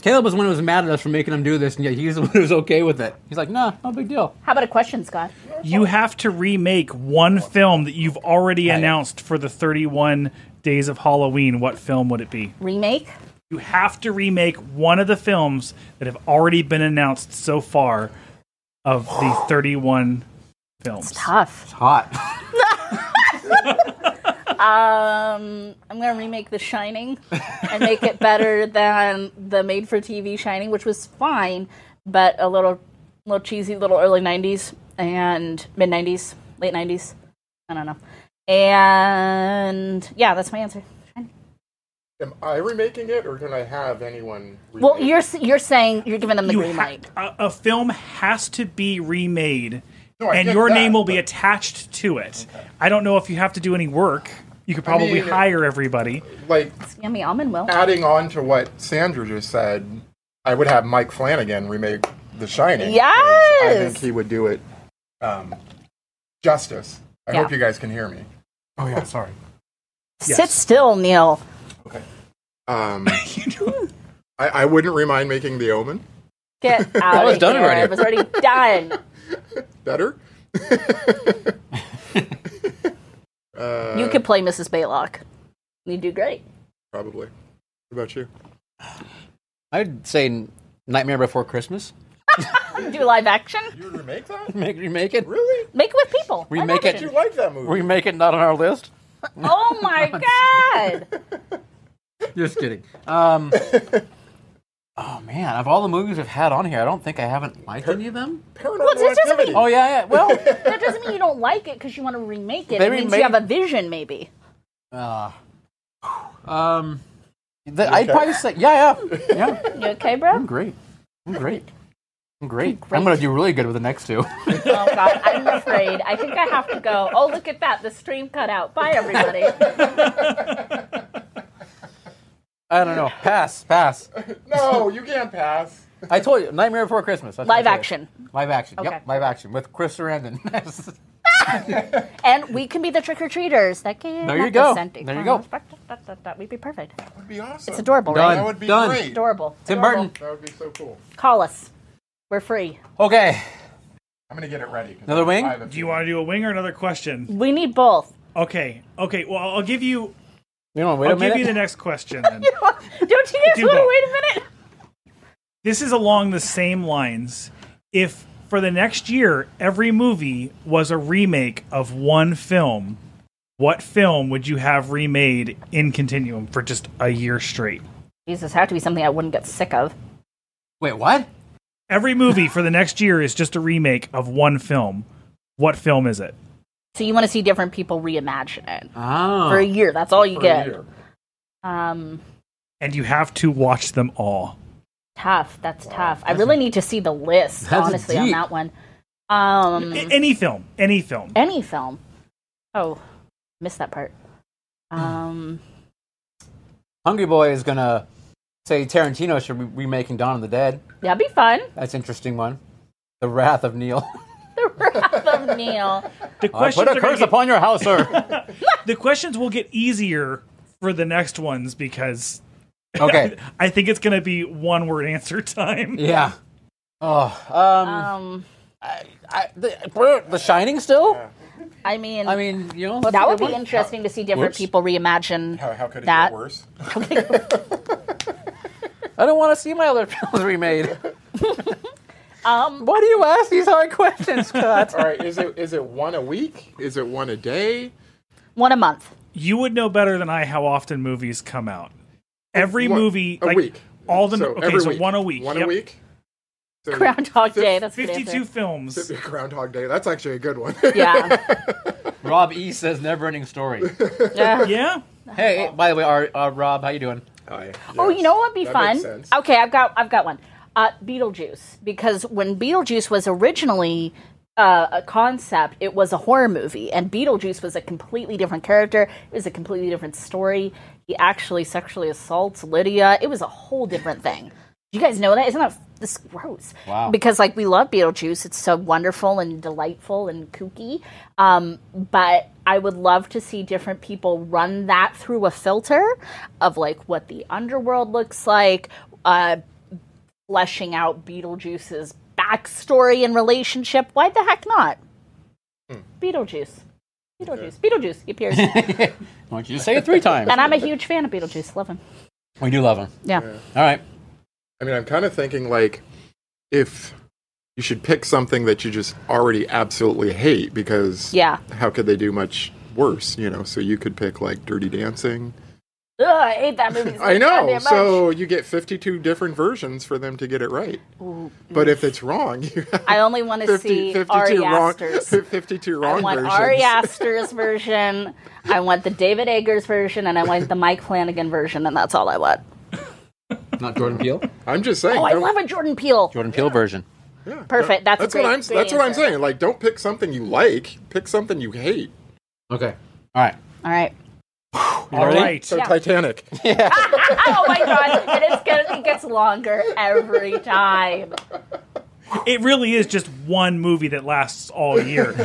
[SPEAKER 1] Caleb was the one who was mad at us for making him do this, and yet he's the one who was okay with it. He's like, nah, no big deal.
[SPEAKER 2] How about a question, Scott?
[SPEAKER 4] You have to remake one film that you've already announced for the 31 days of Halloween. What film would it be?
[SPEAKER 2] Remake?
[SPEAKER 4] You have to remake one of the films that have already been announced so far of the 31 films.
[SPEAKER 2] Tough.
[SPEAKER 1] Hot.
[SPEAKER 2] Um, I'm gonna remake The Shining and make it better than the made-for-TV Shining, which was fine, but a little, little cheesy, little early '90s and mid '90s, late '90s. I don't know. And yeah, that's my answer.
[SPEAKER 3] Am I remaking it, or can I have anyone? Remake?
[SPEAKER 2] Well, you're s- you're saying you're giving them the
[SPEAKER 4] You
[SPEAKER 2] green
[SPEAKER 4] ha-
[SPEAKER 2] light.
[SPEAKER 4] a, a film has to be remade,
[SPEAKER 3] No, I
[SPEAKER 4] and
[SPEAKER 3] get
[SPEAKER 4] your
[SPEAKER 3] that,
[SPEAKER 4] name will be
[SPEAKER 3] but-
[SPEAKER 4] attached to it. I don't know if you have to do any work. You could probably
[SPEAKER 3] mean- uh,
[SPEAKER 4] hire everybody.
[SPEAKER 3] like
[SPEAKER 2] Yummy almond will.
[SPEAKER 3] adding on to what Sandra just said. I would have Mike Flanagan remake The Shining. 'cause I
[SPEAKER 2] Yes!
[SPEAKER 3] think he would do it um, justice. I
[SPEAKER 2] Yeah.
[SPEAKER 3] hope you guys can hear me.
[SPEAKER 1] oh yeah, sorry.
[SPEAKER 2] Sit still, Neil.
[SPEAKER 3] Um, I, I wouldn't remind making The Omen
[SPEAKER 2] Get out.
[SPEAKER 1] That was
[SPEAKER 2] of
[SPEAKER 1] done
[SPEAKER 2] here.
[SPEAKER 1] already.
[SPEAKER 2] It was already done.
[SPEAKER 3] better. Uh,
[SPEAKER 2] you could play Mrs. Baylock. You do great.
[SPEAKER 3] Probably. What about you?
[SPEAKER 1] I'd say Nightmare Before Christmas.
[SPEAKER 2] Do live action.
[SPEAKER 3] You would remake that?
[SPEAKER 1] Make remake it.
[SPEAKER 3] Really?
[SPEAKER 2] Make it with people.
[SPEAKER 1] We
[SPEAKER 2] Live
[SPEAKER 1] make it-
[SPEAKER 3] You
[SPEAKER 2] action.
[SPEAKER 3] like that movie?
[SPEAKER 1] Remake it. Not on our list.
[SPEAKER 2] Oh my god!
[SPEAKER 1] Just kidding. Um. Oh man, of all the movies we've had on here, I don't think I haven't liked any of them.
[SPEAKER 3] Paranormal
[SPEAKER 2] Well, it's just
[SPEAKER 3] Activity.
[SPEAKER 2] me.
[SPEAKER 1] Oh yeah, yeah. Well,
[SPEAKER 2] That doesn't mean you don't like it because you want to remake it.
[SPEAKER 1] They
[SPEAKER 2] it means you
[SPEAKER 1] remade-
[SPEAKER 2] have a vision, maybe.
[SPEAKER 1] um, the, I'd probably say yeah, yeah, yeah.
[SPEAKER 2] You okay, bro?
[SPEAKER 1] I'm great. I'm great. I'm great. I'm gonna do really good with the next two.
[SPEAKER 2] Oh god, I'm afraid. I think I have to go. Oh, look at that. The stream cut out. Bye, everybody.
[SPEAKER 1] I don't know. Pass, pass.
[SPEAKER 3] No, you can't pass.
[SPEAKER 1] I told you, Nightmare Before Christmas. That's what I
[SPEAKER 2] Live
[SPEAKER 1] told you.
[SPEAKER 2] action.
[SPEAKER 1] Live action.
[SPEAKER 2] Okay.
[SPEAKER 1] Yep, live action with Chris Sarandon.
[SPEAKER 2] And we can be the trick or treaters. That can
[SPEAKER 1] There you go. There you go.
[SPEAKER 2] We'd be perfect.
[SPEAKER 3] That would be awesome.
[SPEAKER 2] It's adorable, right?
[SPEAKER 3] That
[SPEAKER 1] Done.
[SPEAKER 3] would be
[SPEAKER 1] Done.
[SPEAKER 3] great.
[SPEAKER 2] Adorable.
[SPEAKER 1] Tim
[SPEAKER 2] Adorable.
[SPEAKER 1] Burton.
[SPEAKER 3] That would be so cool.
[SPEAKER 2] Call us. We're free.
[SPEAKER 1] Okay.
[SPEAKER 3] I'm gonna get it ready. 'cause
[SPEAKER 1] Another
[SPEAKER 3] I-
[SPEAKER 1] wing?
[SPEAKER 3] I have a
[SPEAKER 4] Do you want to do a wing or another question?
[SPEAKER 2] We need both.
[SPEAKER 4] Okay, okay. Well, I'll give you.
[SPEAKER 1] You know, wait
[SPEAKER 4] I'll
[SPEAKER 1] a
[SPEAKER 4] give
[SPEAKER 1] minute.
[SPEAKER 4] you the next question. Then.
[SPEAKER 2] Don't you guys
[SPEAKER 4] Do
[SPEAKER 2] want
[SPEAKER 4] both.
[SPEAKER 2] to wait a minute?
[SPEAKER 4] this is along the same lines. If for the next year every movie was a remake of one film, what film would you have remade in continuum for just a year straight?
[SPEAKER 2] Jesus, have to be something I wouldn't get sick of.
[SPEAKER 1] wait, what?
[SPEAKER 4] Every movie for the next year is just a remake of one film. What film is it?
[SPEAKER 2] So you want to see different people reimagine it
[SPEAKER 1] Oh.
[SPEAKER 2] for a year? That's all you get.
[SPEAKER 3] year.
[SPEAKER 2] Um,
[SPEAKER 4] And you have to watch them all.
[SPEAKER 2] tough. That's tough. I really need to see the list
[SPEAKER 1] That's
[SPEAKER 2] honestly on
[SPEAKER 1] deep.
[SPEAKER 2] that one. Um,
[SPEAKER 4] A- any film, any film.
[SPEAKER 2] any film. Oh, missed that part. Um,
[SPEAKER 1] Hungry Boy is gonna say Tarantino should be remaking Dawn of the Dead.
[SPEAKER 2] that'd be fun.
[SPEAKER 1] That's an interesting one. The Wrath of Neil.
[SPEAKER 2] The Wrath of Neil.
[SPEAKER 4] The
[SPEAKER 1] I put
[SPEAKER 4] questions,
[SPEAKER 1] a
[SPEAKER 4] are gonna
[SPEAKER 1] curse upon your house, sir.
[SPEAKER 4] get- the questions will get easier for the next ones because
[SPEAKER 1] okay.
[SPEAKER 4] I think it's going to be one word answer time.
[SPEAKER 1] Yeah. Oh, um,
[SPEAKER 2] Um,
[SPEAKER 1] I, the, the Shining still?
[SPEAKER 2] I mean,
[SPEAKER 1] I mean, you know, that's a
[SPEAKER 2] that would
[SPEAKER 1] good
[SPEAKER 2] be
[SPEAKER 1] one.
[SPEAKER 2] interesting to see different
[SPEAKER 1] Whoops.
[SPEAKER 2] people reimagine
[SPEAKER 3] How, how could it
[SPEAKER 2] that.
[SPEAKER 3] get worse?
[SPEAKER 1] I don't want to see my other films remade. um, Why do you ask these hard questions, Scott?
[SPEAKER 3] All right, is it is it one a week? Is it one a day?
[SPEAKER 2] One a month.
[SPEAKER 4] You would know better than I how often movies come out. Every
[SPEAKER 3] One-
[SPEAKER 4] movie,
[SPEAKER 3] a
[SPEAKER 4] like,
[SPEAKER 3] week.
[SPEAKER 4] all the
[SPEAKER 3] so
[SPEAKER 4] okay,
[SPEAKER 3] every
[SPEAKER 4] so
[SPEAKER 3] week.
[SPEAKER 4] one a week,
[SPEAKER 3] One
[SPEAKER 4] yep.
[SPEAKER 3] a week. So-
[SPEAKER 2] Groundhog Day. That's a good answer.
[SPEAKER 4] 52 films.
[SPEAKER 3] Groundhog Day. That's actually a good one.
[SPEAKER 2] Yeah.
[SPEAKER 1] Rob E says never ending story.
[SPEAKER 2] Yeah.
[SPEAKER 4] Yeah.
[SPEAKER 1] hey, by the way, our, uh, Rob, how you doing?
[SPEAKER 2] Oh, you know what would be
[SPEAKER 3] That
[SPEAKER 2] fun?
[SPEAKER 3] makes sense.
[SPEAKER 2] Okay, I've got I've got one. Uh, Beetlejuice, because when Beetlejuice was originally uh, a concept, it was a horror movie, and Beetlejuice was a completely different character. It was a completely different story. He actually sexually assaults Lydia. It was a whole different thing. Do you guys know that? Isn't that this gross?
[SPEAKER 1] Wow.
[SPEAKER 2] Because like we love Beetlejuice, it's so wonderful and delightful and kooky. Um, but I would love to see different people run that through a filter of like what the underworld looks like, uh, fleshing out Beetlejuice's backstory and relationship. Why the heck not?
[SPEAKER 3] Hmm.
[SPEAKER 2] Beetlejuice. Beetlejuice. Beetlejuice. He appears. and
[SPEAKER 1] Why don't you just say it three times?
[SPEAKER 2] I'm a huge fan of Beetlejuice. Love him.
[SPEAKER 1] we do love him.
[SPEAKER 2] Yeah.
[SPEAKER 1] All right.
[SPEAKER 3] I mean, I'm kind of thinking like if you should pick something that you just already absolutely hate because
[SPEAKER 2] Yeah.
[SPEAKER 3] how could they do much worse? You know, so you could pick like Dirty Dancing.
[SPEAKER 2] Ugh, I hate that movie. so
[SPEAKER 3] I know.
[SPEAKER 2] goddamn much.
[SPEAKER 3] So you get 52 different versions for them to get it right. But if it's wrong, you have
[SPEAKER 2] I only want to
[SPEAKER 3] 50,
[SPEAKER 2] Mm. see
[SPEAKER 3] 52
[SPEAKER 2] Ari
[SPEAKER 3] wrong,
[SPEAKER 2] Aster's. I
[SPEAKER 3] 52 wrong
[SPEAKER 2] want
[SPEAKER 3] versions.
[SPEAKER 2] Ari Aster's version. I want the David Eggers version, and I want the Mike Flanagan version, and that's all I want.
[SPEAKER 1] Not Jordan Peele?
[SPEAKER 3] I'm just saying.
[SPEAKER 2] Oh, I
[SPEAKER 3] don't-
[SPEAKER 2] love a Jordan Peele.
[SPEAKER 1] Jordan Peele version.
[SPEAKER 3] yeah,
[SPEAKER 2] Perfect. That's, a
[SPEAKER 3] That's
[SPEAKER 2] great,
[SPEAKER 3] what I'm.
[SPEAKER 2] great
[SPEAKER 3] That's what I'm
[SPEAKER 2] answer.
[SPEAKER 3] saying. Like, don't pick something you like. Pick something you hate.
[SPEAKER 1] Okay. All right.
[SPEAKER 2] All right.
[SPEAKER 4] All
[SPEAKER 1] ready?
[SPEAKER 4] right.
[SPEAKER 3] So Titanic.
[SPEAKER 2] oh my god! And it's gonna, it gets longer every time.
[SPEAKER 4] It really is just one movie that lasts all year.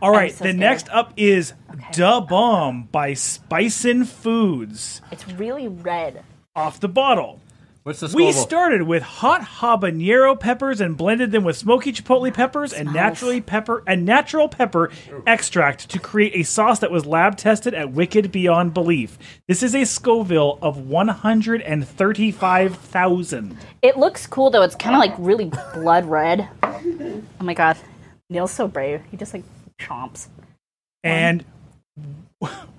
[SPEAKER 4] all right.
[SPEAKER 2] so
[SPEAKER 4] the
[SPEAKER 2] scared.
[SPEAKER 4] next up is Da Bomb by Spicin Foods
[SPEAKER 2] It's really red.
[SPEAKER 4] off the bottle.
[SPEAKER 1] What's the
[SPEAKER 4] We
[SPEAKER 1] score?
[SPEAKER 4] started with hot habanero peppers and blended them with smoky chipotle peppers and naturally pepper and natural pepper extract to create a sauce that was lab tested at Wicked Beyond Belief. This is a Scoville of 135,000.
[SPEAKER 2] It looks cool though. It's kind of like really blood red. Oh my god, Neil's so brave. He just like chomps.
[SPEAKER 4] And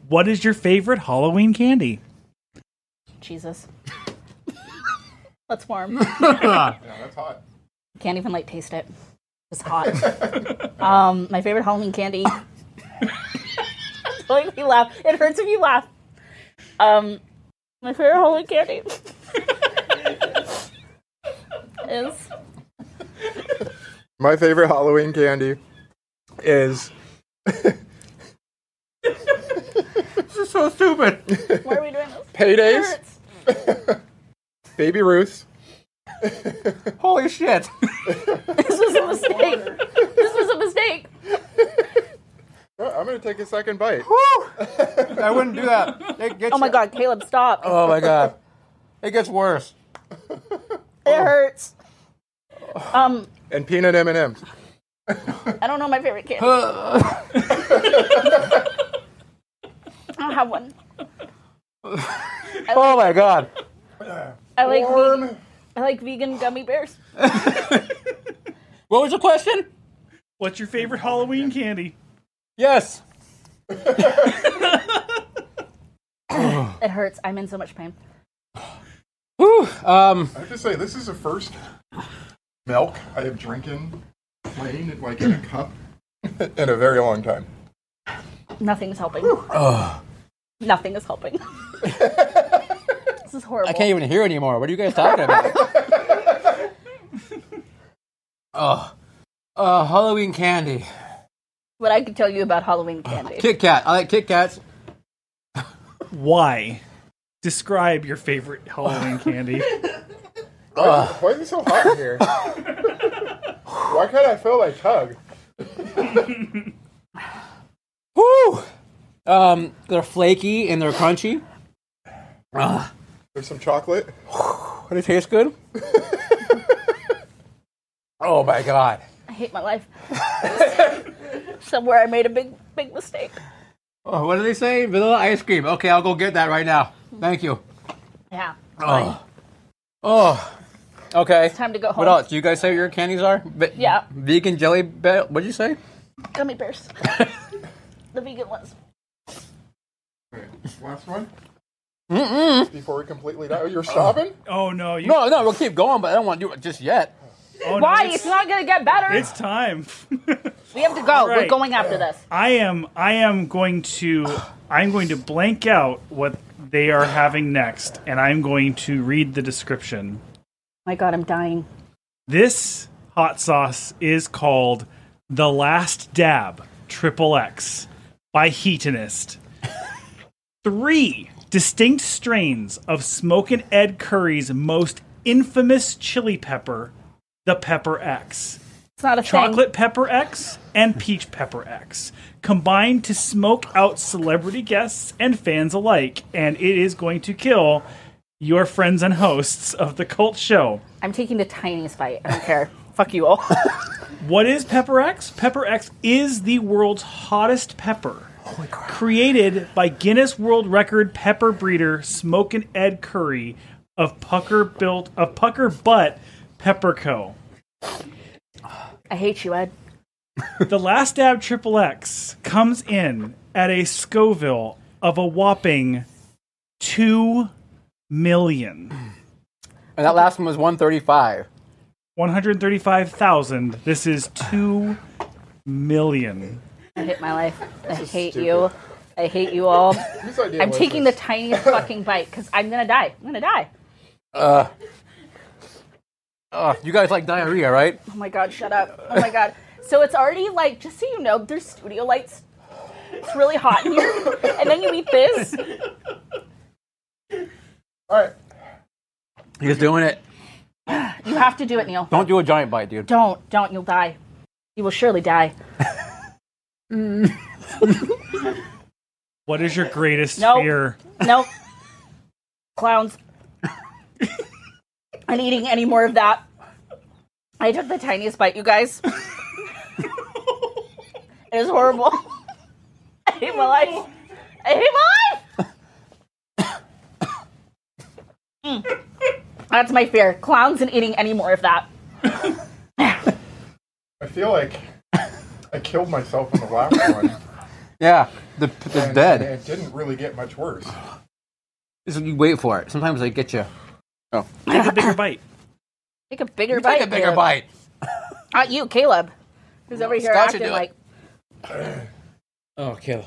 [SPEAKER 4] what is your favorite Halloween candy?
[SPEAKER 2] Jesus. That's warm.
[SPEAKER 3] That's hot.
[SPEAKER 2] Can't even like taste it. It's hot. um, my favorite Halloween candy. Don't make me laugh. It hurts if you laugh. Um, my favorite Halloween candy is
[SPEAKER 3] My favorite Halloween candy is
[SPEAKER 1] so stupid.
[SPEAKER 2] why are we doing this? It
[SPEAKER 3] Paydays,
[SPEAKER 2] hurts.
[SPEAKER 3] Baby Ruth,
[SPEAKER 1] Holy shit.
[SPEAKER 2] This was a mistake. This was a mistake.
[SPEAKER 3] Oh, I'm gonna take a second bite.
[SPEAKER 1] I wouldn't do that. It gets
[SPEAKER 2] Oh my god, Caleb, stop.
[SPEAKER 1] Oh my god. It gets worse.
[SPEAKER 2] It hurts.
[SPEAKER 3] Oh.
[SPEAKER 2] Um,
[SPEAKER 3] And peanut M and M's.
[SPEAKER 2] I don't know my favorite candy. I don't have one.
[SPEAKER 1] Oh my god.
[SPEAKER 2] I like vegan,
[SPEAKER 3] Warm.
[SPEAKER 2] I like vegan gummy bears.
[SPEAKER 1] What was the question?
[SPEAKER 4] What's your favorite Halloween candy?
[SPEAKER 1] Yes.
[SPEAKER 2] It hurts. I'm in so much pain.
[SPEAKER 1] Whew. Um,
[SPEAKER 3] I have to say, this is the first milk I have drinking plain and like in a cup in a very long time.
[SPEAKER 2] Nothing's helping. Nothing is helping. this is horrible.
[SPEAKER 1] I can't even hear anymore. What are you guys talking about? oh. Uh, Halloween candy.
[SPEAKER 2] What I could tell you about Halloween candy.
[SPEAKER 1] Kit Kat. I like Kit Kats.
[SPEAKER 4] Why? Describe your favorite Halloween candy.
[SPEAKER 3] Why is it so hot in here? Why can't I feel like tug?
[SPEAKER 1] Woo! Um, they're flaky and they're crunchy. Ah,
[SPEAKER 3] There's some chocolate.
[SPEAKER 1] but it tastes good. oh my god.
[SPEAKER 2] I hate my life. Somewhere I made a big, big mistake.
[SPEAKER 1] Oh, what do they say? Vanilla ice cream. Okay, I'll go get that right now. Thank you.
[SPEAKER 2] Yeah.
[SPEAKER 1] Oh. Oh. Okay.
[SPEAKER 2] Time to go home.
[SPEAKER 1] What else? Do you guys say what your candies are? Ve-
[SPEAKER 2] Yeah.
[SPEAKER 1] Vegan jelly. Be- what'd you say?
[SPEAKER 2] Gummy bears. the vegan ones.
[SPEAKER 3] Last one. Before we completely die. Oh, you're sobbing?
[SPEAKER 4] Oh no, you
[SPEAKER 1] No, no, we'll keep going, but I don't want to do it just yet.
[SPEAKER 4] Oh, no,
[SPEAKER 2] Why?
[SPEAKER 4] it's-
[SPEAKER 2] It's not going to get better.
[SPEAKER 4] It's time.
[SPEAKER 2] we have to go. We're
[SPEAKER 4] right.
[SPEAKER 2] going after this. Oh
[SPEAKER 4] I am. I am going to. I'm going to blank out what they are having next, and I'm going to read the description.
[SPEAKER 2] my God, I'm dying.
[SPEAKER 4] This hot sauce is called The Last Dab Triple X by Heatonist. Three distinct strains of Smoke and Ed Curry's most infamous chili pepper, the Pepper X.
[SPEAKER 2] It's not a thing.
[SPEAKER 4] Chocolate Pepper X and Peach Pepper X combined to smoke out celebrity guests and fans alike, and it is going to kill your friends and hosts of the cult show.
[SPEAKER 2] I'm taking the tiniest bite. I don't care. Fuck you all.
[SPEAKER 4] What is Pepper X? Pepper X is the world's hottest pepper. Created by Guinness World Record pepper breeder Smokin' Ed Curry of Pucker Built of Pucker Butt Pepper Co.
[SPEAKER 2] I hate you, Ed.
[SPEAKER 4] The last dab triple X comes in at a Scoville of a whopping two million.
[SPEAKER 1] And that last one was 135.
[SPEAKER 4] 135,000. This is 2 million.
[SPEAKER 2] I hate my life. I hate you. I hate you all. I'm taking the tiniest fucking bite because I'm gonna die. I'm gonna die.
[SPEAKER 1] Oh, you guys like diarrhea, right?
[SPEAKER 2] Oh my god, shut up. Oh my god. So it's already like, just so you know, there's studio lights. It's really hot in here. And then you eat this.
[SPEAKER 1] He's doing it.
[SPEAKER 2] You have to do it, Neil.
[SPEAKER 1] Don't do a giant bite, dude.
[SPEAKER 2] Don't, don't, you'll die. You will surely die.
[SPEAKER 4] What is your greatest
[SPEAKER 2] Nope.
[SPEAKER 4] fear?
[SPEAKER 2] Nope. Clowns. I'm eating any more of that. I took the tiniest bite, you guys. it is horrible. I hate my life. I hate my life. Mm. That's my fear. Clowns and eating any more of that.
[SPEAKER 3] I feel like I killed myself on the last one.
[SPEAKER 1] Yeah, the, the
[SPEAKER 3] and-
[SPEAKER 1] dead.
[SPEAKER 3] and it didn't really get much worse.
[SPEAKER 1] This is- You wait for it. Sometimes they get you.
[SPEAKER 4] Take a bigger bite.
[SPEAKER 2] Take a bigger bite.
[SPEAKER 1] Take a bigger
[SPEAKER 2] dude.
[SPEAKER 1] bite.
[SPEAKER 2] Not you, Caleb. Who's over here
[SPEAKER 1] Scott should
[SPEAKER 2] acting
[SPEAKER 1] do it.
[SPEAKER 2] like,
[SPEAKER 1] Oh, Caleb.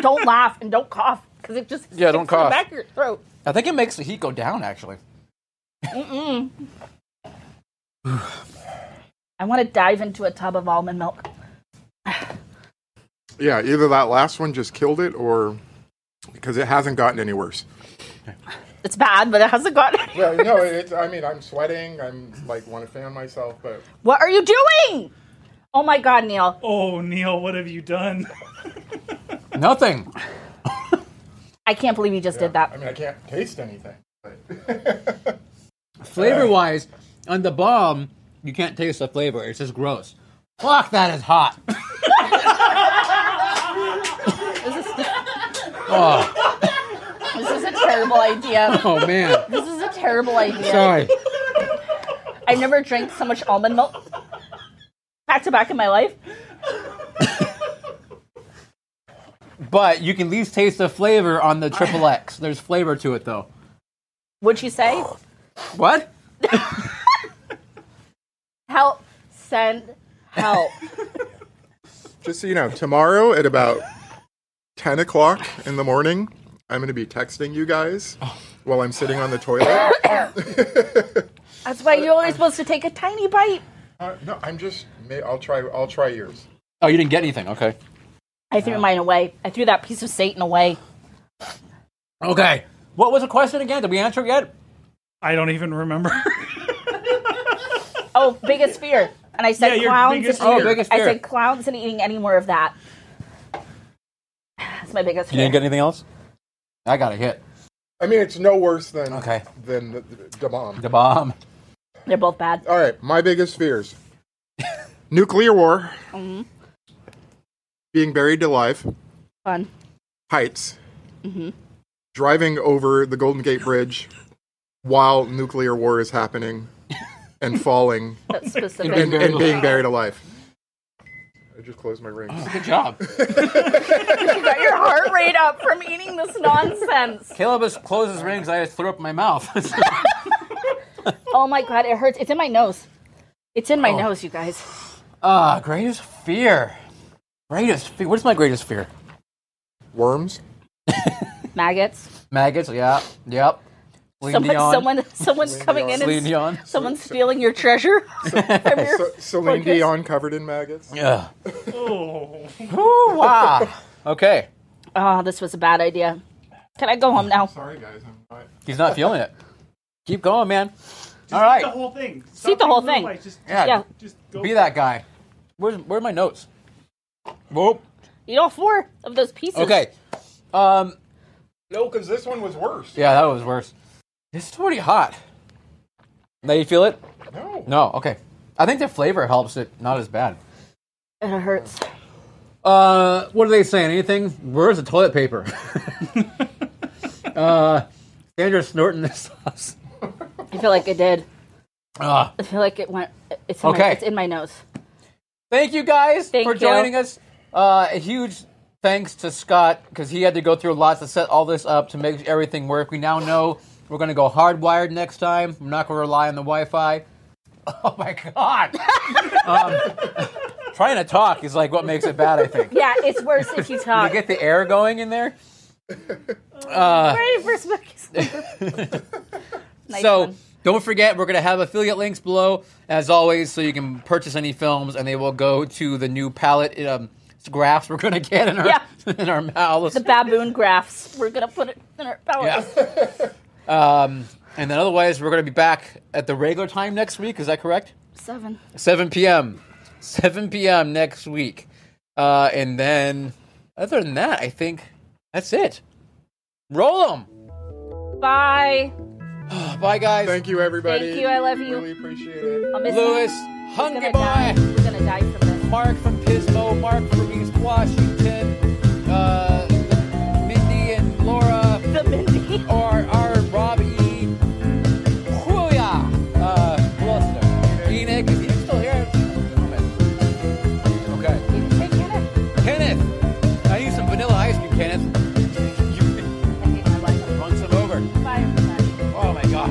[SPEAKER 2] don't laugh and don't cough because it just
[SPEAKER 1] Yeah, don't
[SPEAKER 2] sticks in the
[SPEAKER 1] cough.
[SPEAKER 2] back of your throat.
[SPEAKER 1] I think it makes the heat go down, actually.
[SPEAKER 2] I want to dive into a tub of almond milk.
[SPEAKER 3] Yeah, either that last one just killed it, or because it hasn't gotten any worse.
[SPEAKER 2] It's bad, but it hasn't gotten.
[SPEAKER 3] Well, no, it's. I mean, I'm sweating. I'm like want to fan myself, but
[SPEAKER 2] what are you doing? Oh my God, Neil!
[SPEAKER 4] Oh, Neil, what have you done?
[SPEAKER 1] Nothing.
[SPEAKER 2] I can't believe you just did that.
[SPEAKER 3] mean, I can't taste anything.
[SPEAKER 1] Flavor wise, on the bomb, you can't taste the flavor. It's just gross. Fuck, that is hot. oh,
[SPEAKER 2] This is a terrible idea.
[SPEAKER 1] oh, man.
[SPEAKER 2] This is a terrible idea.
[SPEAKER 1] Sorry.
[SPEAKER 2] I've never drank so much almond milk back to back in my life.
[SPEAKER 1] But you can at least taste the flavor on the triple X. There's flavor to it, though.
[SPEAKER 2] Would you say?
[SPEAKER 1] What?
[SPEAKER 2] Help! Send help!
[SPEAKER 3] Just so you know, tomorrow at about ten o'clock in the morning, I'm going to be texting you guys while I'm sitting on the toilet.
[SPEAKER 2] That's why you're only supposed to take a tiny bite.
[SPEAKER 3] Uh, no, I'm just. may- I'll try. I'll try yours.
[SPEAKER 1] Oh, you didn't get anything. Okay.
[SPEAKER 2] I threw mine away. I threw that piece of Satan away.
[SPEAKER 1] Okay. What was the question again? Did we answer it yet?
[SPEAKER 4] I don't even remember.
[SPEAKER 2] Oh, biggest fear. And I
[SPEAKER 4] Yeah,
[SPEAKER 2] said
[SPEAKER 4] your
[SPEAKER 2] clowns.
[SPEAKER 4] biggest
[SPEAKER 2] and
[SPEAKER 4] fear.
[SPEAKER 1] Oh, biggest
[SPEAKER 2] I
[SPEAKER 1] fear.
[SPEAKER 2] said clowns and eating any more of that. That's my biggest
[SPEAKER 1] You
[SPEAKER 2] fear.
[SPEAKER 1] didn't get anything else? I got a hit.
[SPEAKER 3] I mean, it's no worse than
[SPEAKER 1] Okay.
[SPEAKER 3] than the, the, the bomb.
[SPEAKER 1] The bomb.
[SPEAKER 2] They're both bad.
[SPEAKER 3] All right, my biggest fears: nuclear war, being buried alive,
[SPEAKER 2] Fun.
[SPEAKER 3] heights, driving over the Golden Gate Bridge while nuclear war is happening, and falling
[SPEAKER 2] That's specific.
[SPEAKER 3] and, and being buried alive. I just closed my ring.
[SPEAKER 1] Good job.
[SPEAKER 2] you got your heart rate up from eating this nonsense.
[SPEAKER 1] Caleb just closes rings. I just threw up in my mouth.
[SPEAKER 2] Oh my god, it hurts. It's in my nose. It's in my
[SPEAKER 1] Oh.
[SPEAKER 2] nose, you guys.
[SPEAKER 1] Ah, greatest fear. Greatest fear. What's my greatest fear?
[SPEAKER 3] Worms?
[SPEAKER 2] Maggots.
[SPEAKER 1] Maggots. Yeah. Yep. Celine
[SPEAKER 2] Someone,
[SPEAKER 1] Dion.
[SPEAKER 2] someone, someone's coming in
[SPEAKER 1] Celine
[SPEAKER 2] and s-
[SPEAKER 1] Dion.
[SPEAKER 2] someone's stealing your treasure. from your-
[SPEAKER 3] Uh, So, Celine
[SPEAKER 2] Focus.
[SPEAKER 3] Dion covered in maggots?
[SPEAKER 1] Yeah.
[SPEAKER 4] Oh.
[SPEAKER 1] Ooh, wow. Okay.
[SPEAKER 2] oh, this was a bad idea. Can I go home now?
[SPEAKER 3] Sorry, guys. I'm not.
[SPEAKER 1] He's not feeling it. Keep going, man. All right.
[SPEAKER 4] The whole thing. Stop
[SPEAKER 2] the
[SPEAKER 4] taking
[SPEAKER 2] whole
[SPEAKER 4] little
[SPEAKER 2] thing.
[SPEAKER 4] bites. Just,
[SPEAKER 1] Yeah.
[SPEAKER 2] Yeah.
[SPEAKER 4] just go.
[SPEAKER 1] Be that guy. Where's where are my notes? Whoa.
[SPEAKER 2] Eat all four of those pieces.
[SPEAKER 1] Okay. Um.
[SPEAKER 3] No, because this one was worse.
[SPEAKER 1] Yeah, that was worse. This is pretty hot. Now you feel it?
[SPEAKER 3] No.
[SPEAKER 1] No. Okay. I think the flavor helps it not as bad.
[SPEAKER 2] It hurts.
[SPEAKER 1] Uh, what are they saying? Anything? Where's the toilet paper? uh, Sandra snorting this sauce.
[SPEAKER 2] I feel like it did.
[SPEAKER 1] Uh,
[SPEAKER 2] I feel like it went. It's in My,
[SPEAKER 1] Okay.
[SPEAKER 2] it's in my nose.
[SPEAKER 1] thank you guys
[SPEAKER 2] Thank
[SPEAKER 1] for
[SPEAKER 2] you.
[SPEAKER 1] joining us. Uh, a huge thanks to Scott because he had to go through lots to set all this up to make everything work. We now know we're going to go hardwired next time. We're not going to rely on the Wi-Fi. Oh my god! um, trying to talk is like what makes it bad. I think.
[SPEAKER 2] Yeah, it's worse if you
[SPEAKER 1] You
[SPEAKER 2] talk.
[SPEAKER 1] get the air going in there.
[SPEAKER 2] Ready for Spooky's Lumber? Nice
[SPEAKER 1] so
[SPEAKER 2] one.
[SPEAKER 1] don't forget, we're going to have affiliate links below, as always, so you can purchase any films, and they will go to the new palette um, graphs we're going to get in our
[SPEAKER 2] Yeah.
[SPEAKER 1] in our mouths.
[SPEAKER 2] the baboon graphs. We're gonna put it in our power.
[SPEAKER 1] Yeah. um, and then otherwise, we're going to be back at the regular time next week. Is that correct?
[SPEAKER 2] Seven.
[SPEAKER 1] 7 p.m. 7 p.m. next week. Uh, and then, other than that, I think that's it. Roll them.
[SPEAKER 2] Bye.
[SPEAKER 1] Bye, guys.
[SPEAKER 3] Thank you, everybody.
[SPEAKER 2] Thank you, I love you.
[SPEAKER 3] Really appreciate it.
[SPEAKER 2] I'll miss you.
[SPEAKER 1] Lewis,
[SPEAKER 2] We're gonna
[SPEAKER 1] hungry
[SPEAKER 2] die.
[SPEAKER 1] boy.
[SPEAKER 2] We're gonna die from this.
[SPEAKER 1] Mark from Pismo, Mark from East Washington, uh, Mindy and Laura,
[SPEAKER 2] The Mindy.
[SPEAKER 1] or our Robbie, Hooya, uh, who else is there? Enoch, is Enoch still here? Okay.
[SPEAKER 2] You can take it.
[SPEAKER 1] Kenneth, I need some vanilla ice cream, Kenneth. You
[SPEAKER 2] I hate my life.
[SPEAKER 1] run some over.
[SPEAKER 2] Bye, everybody.
[SPEAKER 1] Oh my God.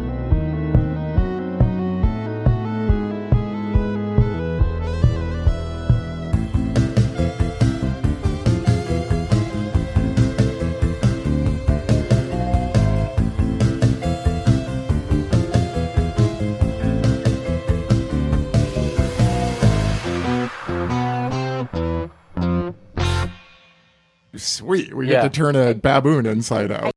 [SPEAKER 3] Sweet. We
[SPEAKER 1] Yeah.
[SPEAKER 3] get to turn a baboon inside out.